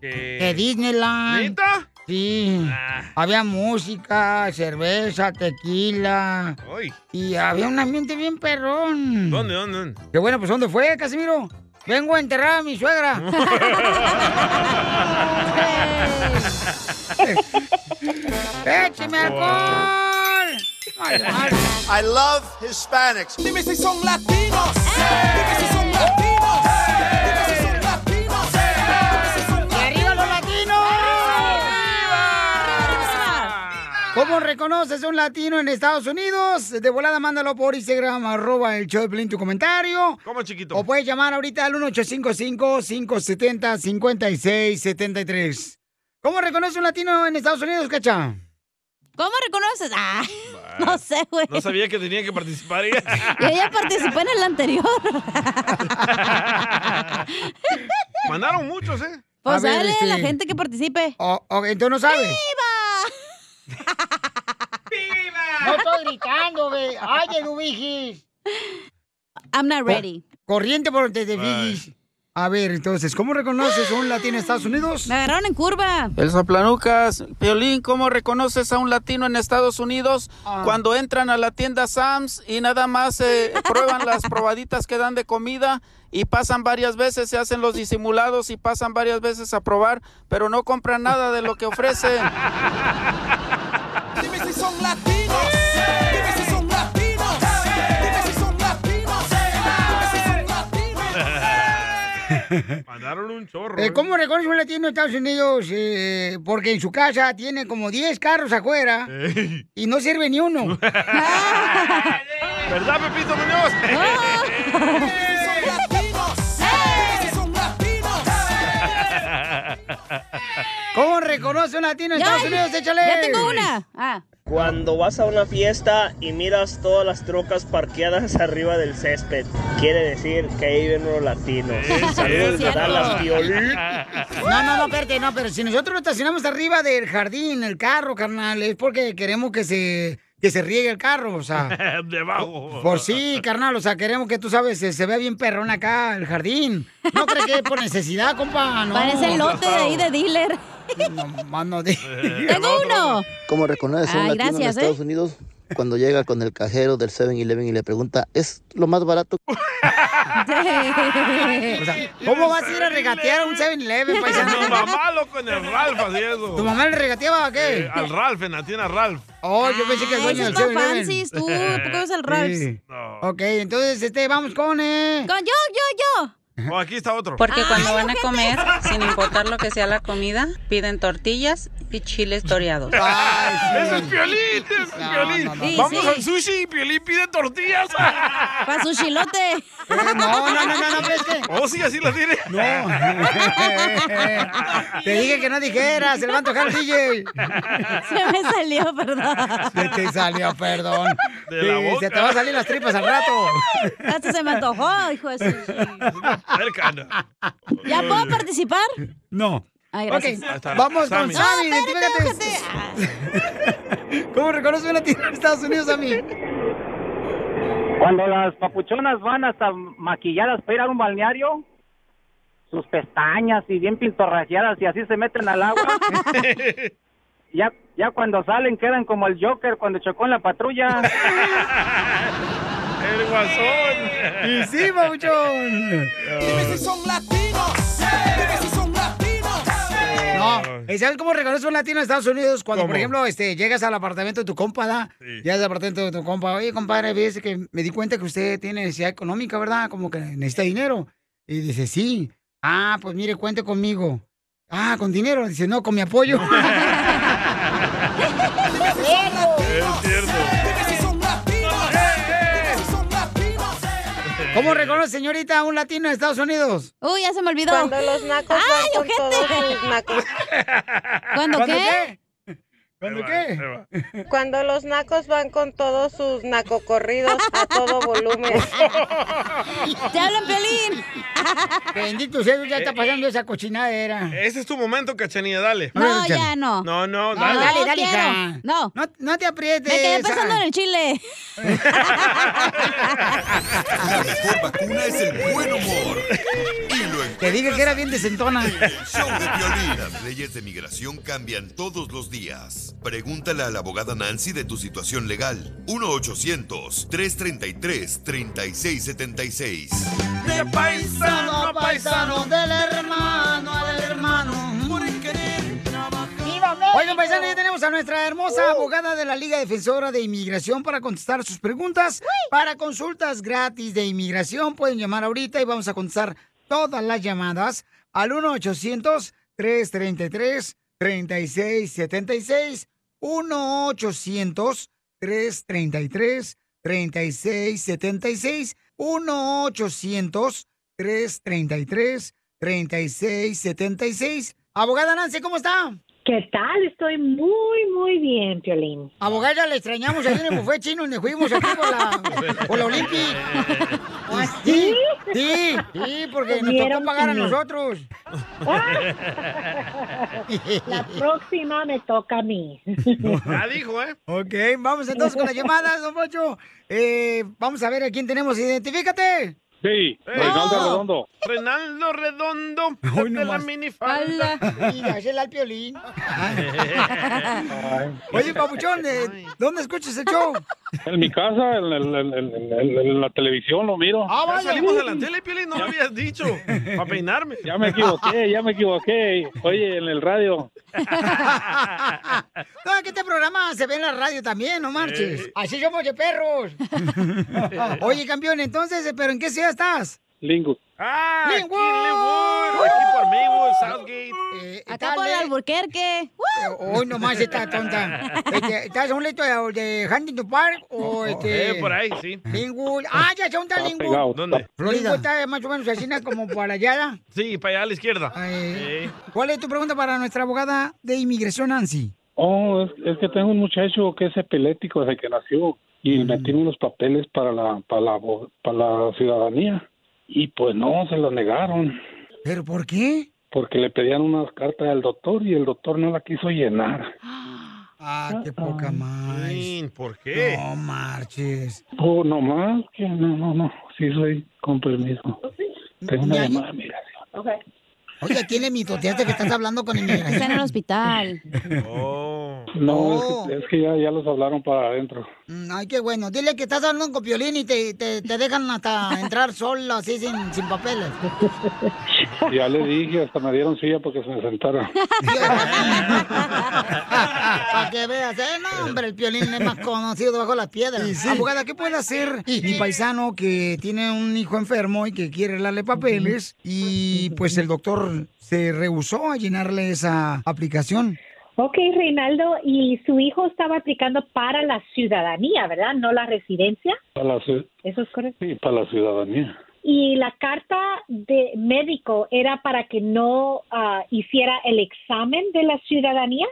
Speaker 1: que Disneyland.
Speaker 7: ¿Neta? Ah.
Speaker 1: Sí. Había música, cerveza, tequila.
Speaker 7: Uy.
Speaker 1: Y había un ambiente bien perrón.
Speaker 7: ¿Dónde, dónde, dónde?
Speaker 1: Qué bueno, pues ¿dónde fue, Casimiro? Vengo a enterrar a mi suegra. ¡Écheme alcohol!
Speaker 18: I love Hispanics. Dime si son latinos. Dime si son latinos. Dime si son latinos.
Speaker 1: ¡Y arriba los latinos! ¿Cómo reconoces a un latino en Estados Unidos? De volada, mándalo por Instagram, arroba el show de Piolín, tu comentario.
Speaker 7: ¿Cómo, chiquito?
Speaker 1: O puedes llamar ahorita al 1855-570-5673. ¿Cómo reconoce un latino en Estados Unidos, cacha?
Speaker 2: ¿Cómo reconoces? Ah, no sé, güey.
Speaker 7: No sabía que tenía que participar. ¿eh?
Speaker 2: Yo ya participé en el anterior.
Speaker 7: Mandaron muchos, ¿eh?
Speaker 3: ¿eh?
Speaker 1: este, oh,
Speaker 2: Pues dale a la gente que participe.
Speaker 1: entonces no sabes.
Speaker 29: No estoy gritando, güey. Ay, Eduvigis.
Speaker 30: I'm not ready.
Speaker 1: Corriente por donde te fijes. A ver, entonces, ¿cómo reconoces a un latino en Estados Unidos?
Speaker 30: Me agarraron en curva.
Speaker 7: El Zaplanucas, Piolín, ¿cómo reconoces a un latino en Estados Unidos
Speaker 1: Ah.
Speaker 7: cuando entran a la tienda Sam's y nada más eh, prueban las probaditas que dan de comida y pasan varias veces, se hacen los disimulados y pasan varias veces a probar, pero no compran nada de lo que ofrecen?
Speaker 6: Dime si son latinos. Dime si son latinos. Dime si son latinos. Dime si son
Speaker 3: Mandaron un chorro.
Speaker 1: Eh, ¿Cómo reconoces un latino en Estados Unidos? Eh, porque en su casa tiene como 10 carros afuera y no sirve ni uno.
Speaker 3: ¿Verdad, Pepito Muñoz?
Speaker 1: ¿Cómo reconoce un latino en Estados Unidos? Échale.
Speaker 2: Ah.
Speaker 14: Cuando vas a una fiesta y miras todas las trocas parqueadas arriba del césped, quiere decir que ahí viven los latinos. Saludos,
Speaker 1: cierto.
Speaker 14: Dallas, Piolín.
Speaker 1: No, no, no, espérate, no, pero si nosotros lo estacionamos arriba del jardín, el carro, carnal, es porque queremos que se, que se riegue el carro, o sea.
Speaker 3: Debajo.
Speaker 1: Por sí, carnal, o sea, queremos que tú sabes, se, se vea bien perrón acá el jardín. No crees que es por necesidad, compa, no.
Speaker 30: Parece el lote de ahí de dealer.
Speaker 1: No, mano de...
Speaker 30: ¡Tengo uno!
Speaker 10: ¿Cómo reconoces a un
Speaker 30: Ay,
Speaker 10: latino en
Speaker 30: gracias, ¿eh?
Speaker 10: Estados Unidos cuando llega con el cajero del 7-Eleven y le pregunta, ¿es lo más barato?
Speaker 1: O sea, ¿Cómo vas a ir a regatear a un 7-Eleven, Eh, paisano?
Speaker 3: Tu mamá, loco, en el Ralph hacía eso.
Speaker 1: ¿Tu mamá le regateaba a qué?
Speaker 3: Eh, al Ralph, en la tienda Ralph.
Speaker 1: Oh, yo pensé que el
Speaker 3: Ah,
Speaker 1: dueño
Speaker 3: ese
Speaker 1: del
Speaker 3: es
Speaker 1: 7
Speaker 3: pa' fancies, tú, ¿por qué ves al Ralphs?
Speaker 1: Ok, entonces, este, vamos con... eh,
Speaker 30: Con yo, yo, yo.
Speaker 3: Oh, aquí está otro.
Speaker 2: Porque cuando van a comer, sin importar lo que sea la comida, piden tortillas y chiles toreados.
Speaker 3: ¡Eso es Piolín! ¡Eso es Piolín!
Speaker 2: no, no. Sí,
Speaker 3: Vamos
Speaker 2: sí.
Speaker 3: al sushi y Piolín pide tortillas.
Speaker 30: Para su chilote.
Speaker 1: No, no, no, no, no, pero es que-
Speaker 3: Oh, sí, así la tiene.
Speaker 1: No. Te dije que no dijeras, se le va a antojar el DJ.
Speaker 30: Se me salió, perdón.
Speaker 1: Se te salió, perdón.
Speaker 3: De la
Speaker 1: Sí,
Speaker 3: boca.
Speaker 1: Se te van a salir las tripas al rato.
Speaker 30: Hasta se me antojó, hijo de su...
Speaker 3: Cercana.
Speaker 30: ¿Ya puedo participar?
Speaker 1: No.
Speaker 30: Ay, gracias.
Speaker 1: Ok,
Speaker 30: Ahí está,
Speaker 1: vamos
Speaker 30: Sammy.
Speaker 1: con Sammy.
Speaker 30: No, espérate, Ah.
Speaker 1: identifícate. ¿Cómo reconoce un latino en Estados Unidos a mí?
Speaker 12: Cuando las papuchonas van hasta maquilladas para ir a un balneario, sus pestañas y bien pintorrajeadas y así se meten al agua. ya, ya cuando salen quedan como el Joker cuando chocó en la patrulla.
Speaker 3: El guasón.
Speaker 1: Y sí, Pabuchón.
Speaker 6: Dime si son latinos. Dime si son latinos.
Speaker 1: No, ¿y ¿sabes cómo reconoce un latino en Estados Unidos? Cuando, por ejemplo, este, llegas al apartamento de tu compa, ¿da? Llegas al apartamento de tu compa, oye, compadre, fíjese que me di cuenta que usted tiene necesidad económica, ¿verdad? Como que necesita dinero. Y dice, sí. Ah, pues mire, cuente conmigo. Ah, con dinero. Dice, no, con mi apoyo.
Speaker 6: Dime si son latinos. Dime si son latinos. Dime si son latinos.
Speaker 1: ¿Cómo reconoce, señorita, a un latino en Estados Unidos?
Speaker 30: Uy, ya se me olvidó.
Speaker 2: Cuando los nacos
Speaker 30: ¡Ay,
Speaker 2: van con
Speaker 30: ojete!
Speaker 2: todos sus nacos.
Speaker 30: ¿Cuándo
Speaker 2: ¿Cuándo
Speaker 30: qué?
Speaker 1: ¿Cuándo
Speaker 2: qué? Cuando los nacos van con todos sus nacocorridos a todo volumen.
Speaker 30: ¡Te hablan, Pelín!
Speaker 1: Bendito sea, ya
Speaker 6: Eh,
Speaker 1: está pasando esa cochinadera.
Speaker 3: Ese es tu momento, Cachanilla, dale.
Speaker 1: No, A ver, ya Chani.
Speaker 30: no.
Speaker 3: No, no,
Speaker 1: No,
Speaker 3: dale.
Speaker 1: dale, dale,
Speaker 30: quiero.
Speaker 1: hija.
Speaker 30: No.
Speaker 1: no. te aprietes.
Speaker 30: Me quedé pensando en el chile.
Speaker 4: La mejor vacuna es el buen humor.
Speaker 1: Te dije que era bien desentona.
Speaker 4: Las leyes de migración cambian todos los días. Pregúntale a la abogada Nancy de tu situación legal. 1-800-333-3676.
Speaker 6: De paisano a paisano.
Speaker 1: Del hermano al hermano.
Speaker 6: Por el querer trabajar.
Speaker 1: Oigan, paisanos, ya tenemos a nuestra hermosa abogada de la Liga Defensora de Inmigración para contestar sus preguntas. Para consultas gratis de inmigración, pueden llamar ahorita y vamos a contestar todas las llamadas al 1-800-333-3676. 1-800-333-3676. 1-800-333-3676. Abogada Nancy, ¿cómo está?
Speaker 25: ¿Qué tal? Estoy muy, muy bien, Piolín.
Speaker 1: Abogada, le extrañamos ahí en el buffet chino donde fuimos aquí con la, con la Olympic.
Speaker 25: ¿Ah,
Speaker 1: Pues, Sí, sí, sí, porque nos tocó
Speaker 25: Comieron
Speaker 1: pagar a
Speaker 25: pino.
Speaker 1: nosotros.
Speaker 25: La próxima me toca a mí.
Speaker 1: Ya dijo, ¿eh? Ok, vamos entonces con las llamadas, don Pocho. Eh, vamos a ver a quién tenemos. ¡Identifícate!
Speaker 31: Sí,
Speaker 1: ¡No!
Speaker 31: Reinaldo Redondo.
Speaker 1: Renaldo Redondo,
Speaker 31: no
Speaker 1: de
Speaker 31: más.
Speaker 1: minifalda. Mira, es el al piolín. Oye, papuchón,
Speaker 7: eh,
Speaker 1: ¿de ¿dónde escuchas el show?
Speaker 31: En mi casa, en, en- en- en- en- en la televisión lo miro.
Speaker 1: Ah,
Speaker 7: Ya salimos de la tele, Piolín, no me habías dicho. Para peinarme.
Speaker 31: Ya me equivoqué, ya me equivoqué. Oye, en el radio.
Speaker 1: No, es que este programa se ve en la radio también, no marches.
Speaker 31: Sí.
Speaker 1: Así somos de perros. Oye, campeón, entonces, ¿eh, ¿pero en qué ciudad estás? ¡Oh!
Speaker 31: Lingo.
Speaker 7: ¡Ah!
Speaker 1: Linwood.
Speaker 7: Aquí en Linwood, aquí por Maywood, Southgate.
Speaker 1: Acá por Alburquerque. Eh, Hoy nomás está tonta. Este, ¿Estás a un leto de, de Huntington Park
Speaker 3: Oh,
Speaker 1: o este?
Speaker 7: Eh, por ahí, sí.
Speaker 1: Linwood. Ah, ya son tan Linwood.
Speaker 7: ¿Dónde?
Speaker 1: Florida. está más o menos así ¿no? como para allá.
Speaker 7: Sí, para allá a la izquierda.
Speaker 1: Eh, ¿Cuál es tu pregunta para nuestra abogada de inmigración, Nancy?
Speaker 31: Oh, es, es que tengo un muchacho que es epilético desde que nació
Speaker 1: Mm.
Speaker 31: y me tiene unos papeles para la, para la, vo- para la ciudadanía. Y pues no, se los negaron.
Speaker 1: ¿Pero por qué?
Speaker 31: Porque le pedían unas cartas al doctor y el doctor no la quiso llenar.
Speaker 1: Ah, qué poca más.
Speaker 7: ¿Por qué?
Speaker 1: No marches.
Speaker 31: Oh, no más, que no, no, no. Sí, soy con permiso. Tengo una
Speaker 1: Ya, ya.
Speaker 31: llamada, mira.
Speaker 1: Oye, ¿quién le mitoteaste que estás hablando con inmigración?
Speaker 2: Está en el hospital.
Speaker 31: No,
Speaker 1: Oh.
Speaker 31: es que, es que ya, ya los hablaron para adentro.
Speaker 1: Mm, Ay, qué bueno. Dile que estás hablando con Piolín y te, te, te dejan hasta entrar solo, así, sin, sin papeles.
Speaker 31: Ya le dije, hasta me dieron silla porque se me sentara.
Speaker 1: Para que veas, eh, no, hombre, el Piolín es más conocido bajo las piedras. Abogada, ¿qué puede hacer mi paisano que tiene un hijo enfermo y que quiere darle papeles y pues el doctor se rehusó a llenarle esa aplicación?
Speaker 25: Ok, Reinaldo, y su hijo estaba aplicando para la ciudadanía, ¿verdad? No la residencia.
Speaker 31: Para la, ci-
Speaker 25: Eso es correcto.
Speaker 31: sí, para la ciudadanía.
Speaker 25: Y la carta de médico era para que no ah, hiciera el examen de la ciudadanía.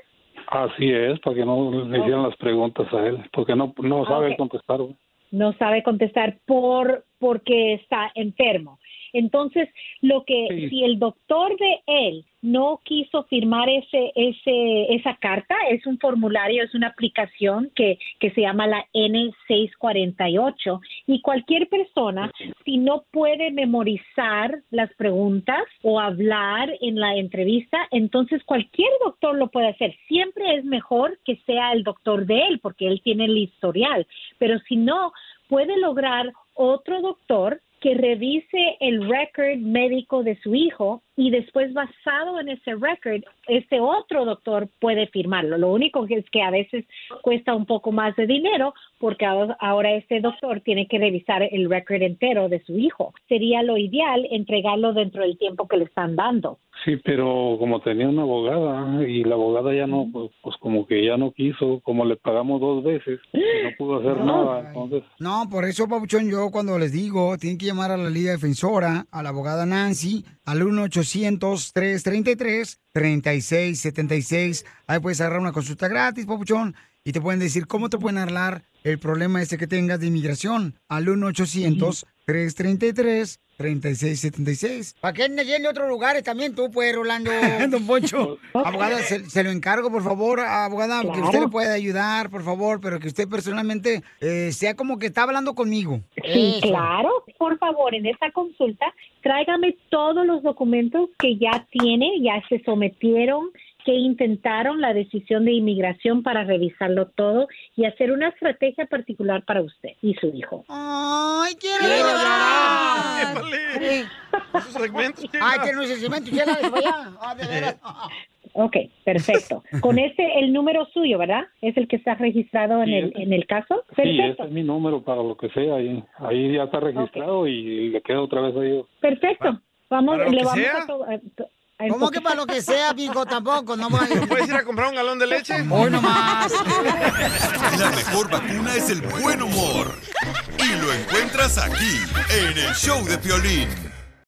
Speaker 31: Así es, para que no le hicieran las preguntas a él, porque no, no
Speaker 25: Ah,
Speaker 31: sabe
Speaker 25: ok.
Speaker 31: contestar. güey.
Speaker 25: no sabe contestar por porque está enfermo. Entonces, lo que
Speaker 31: Sí.
Speaker 25: si el doctor de él no quiso firmar ese ese esa carta, es un formulario, es una aplicación que que se llama la N648 y cualquier persona si no puede memorizar las preguntas o hablar en la entrevista, entonces cualquier doctor lo puede hacer. Siempre es mejor que sea el doctor de él porque él tiene el historial, pero si no, puede lograr otro doctor que revise el récord médico de su hijo y después basado en ese récord, este otro doctor puede firmarlo. Lo único que es que a veces cuesta un poco más de dinero porque ahora ahora este doctor tiene que revisar el récord entero de su hijo. Sería lo ideal entregarlo dentro del tiempo que le están dando.
Speaker 31: Sí, pero como tenía una abogada y la abogada ya no, pues, pues como que ya no quiso, como le pagamos dos veces, no pudo hacer nada, entonces
Speaker 1: No, por eso, Pabuchón, yo cuando les digo, tienen que llamar a la Liga Defensora, a la abogada Nancy, al 1-800-333-3676. Ahí puedes agarrar una consulta gratis, Pabuchón, y te pueden decir cómo te pueden arreglar el problema este que tengas de inmigración. Al 1-800-333-3676. ¿Para qué andas yendo a otros lugares también tú, pues, Rolando? Don Poncho. Abogada, se, se lo encargo, por favor, abogada, que usted
Speaker 25: Claro.
Speaker 1: le pueda ayudar, por favor, pero que usted personalmente eh, sea como que está hablando conmigo.
Speaker 25: Sí,
Speaker 1: Eso.
Speaker 25: claro. Por favor, en esta consulta, tráigame todos los documentos que ya tiene, ya se sometieron, que intentaron la decisión de inmigración para revisarlo todo y hacer una estrategia particular para usted y su hijo.
Speaker 1: ¡Ay, quiero,
Speaker 25: Quiero
Speaker 1: llorar!
Speaker 7: Esos segmentos,
Speaker 1: ¡Ay, que no es el segmento, chela, de allá! Ah, de veras.
Speaker 25: Ok, perfecto. Con ese, el número suyo, ¿verdad? Es el que está registrado en el, en el caso.
Speaker 31: sí,
Speaker 25: Perfecto.
Speaker 31: ese es mi número para lo que sea, ahí, ahí ya está registrado y le queda otra vez a ellos.
Speaker 25: Perfecto. Vamos,
Speaker 31: para lo
Speaker 25: le
Speaker 31: que
Speaker 25: vamos
Speaker 31: sea.
Speaker 25: a... to-
Speaker 1: eh,
Speaker 25: a- to- a
Speaker 1: ¿Cómo que para lo que sea, pico? Tampoco, no voy
Speaker 7: ¿Puedes ir a comprar un galón de leche?
Speaker 1: Hoy nomás.
Speaker 4: La mejor vacuna es el buen humor. Y lo encuentras aquí, en el show de Piolín.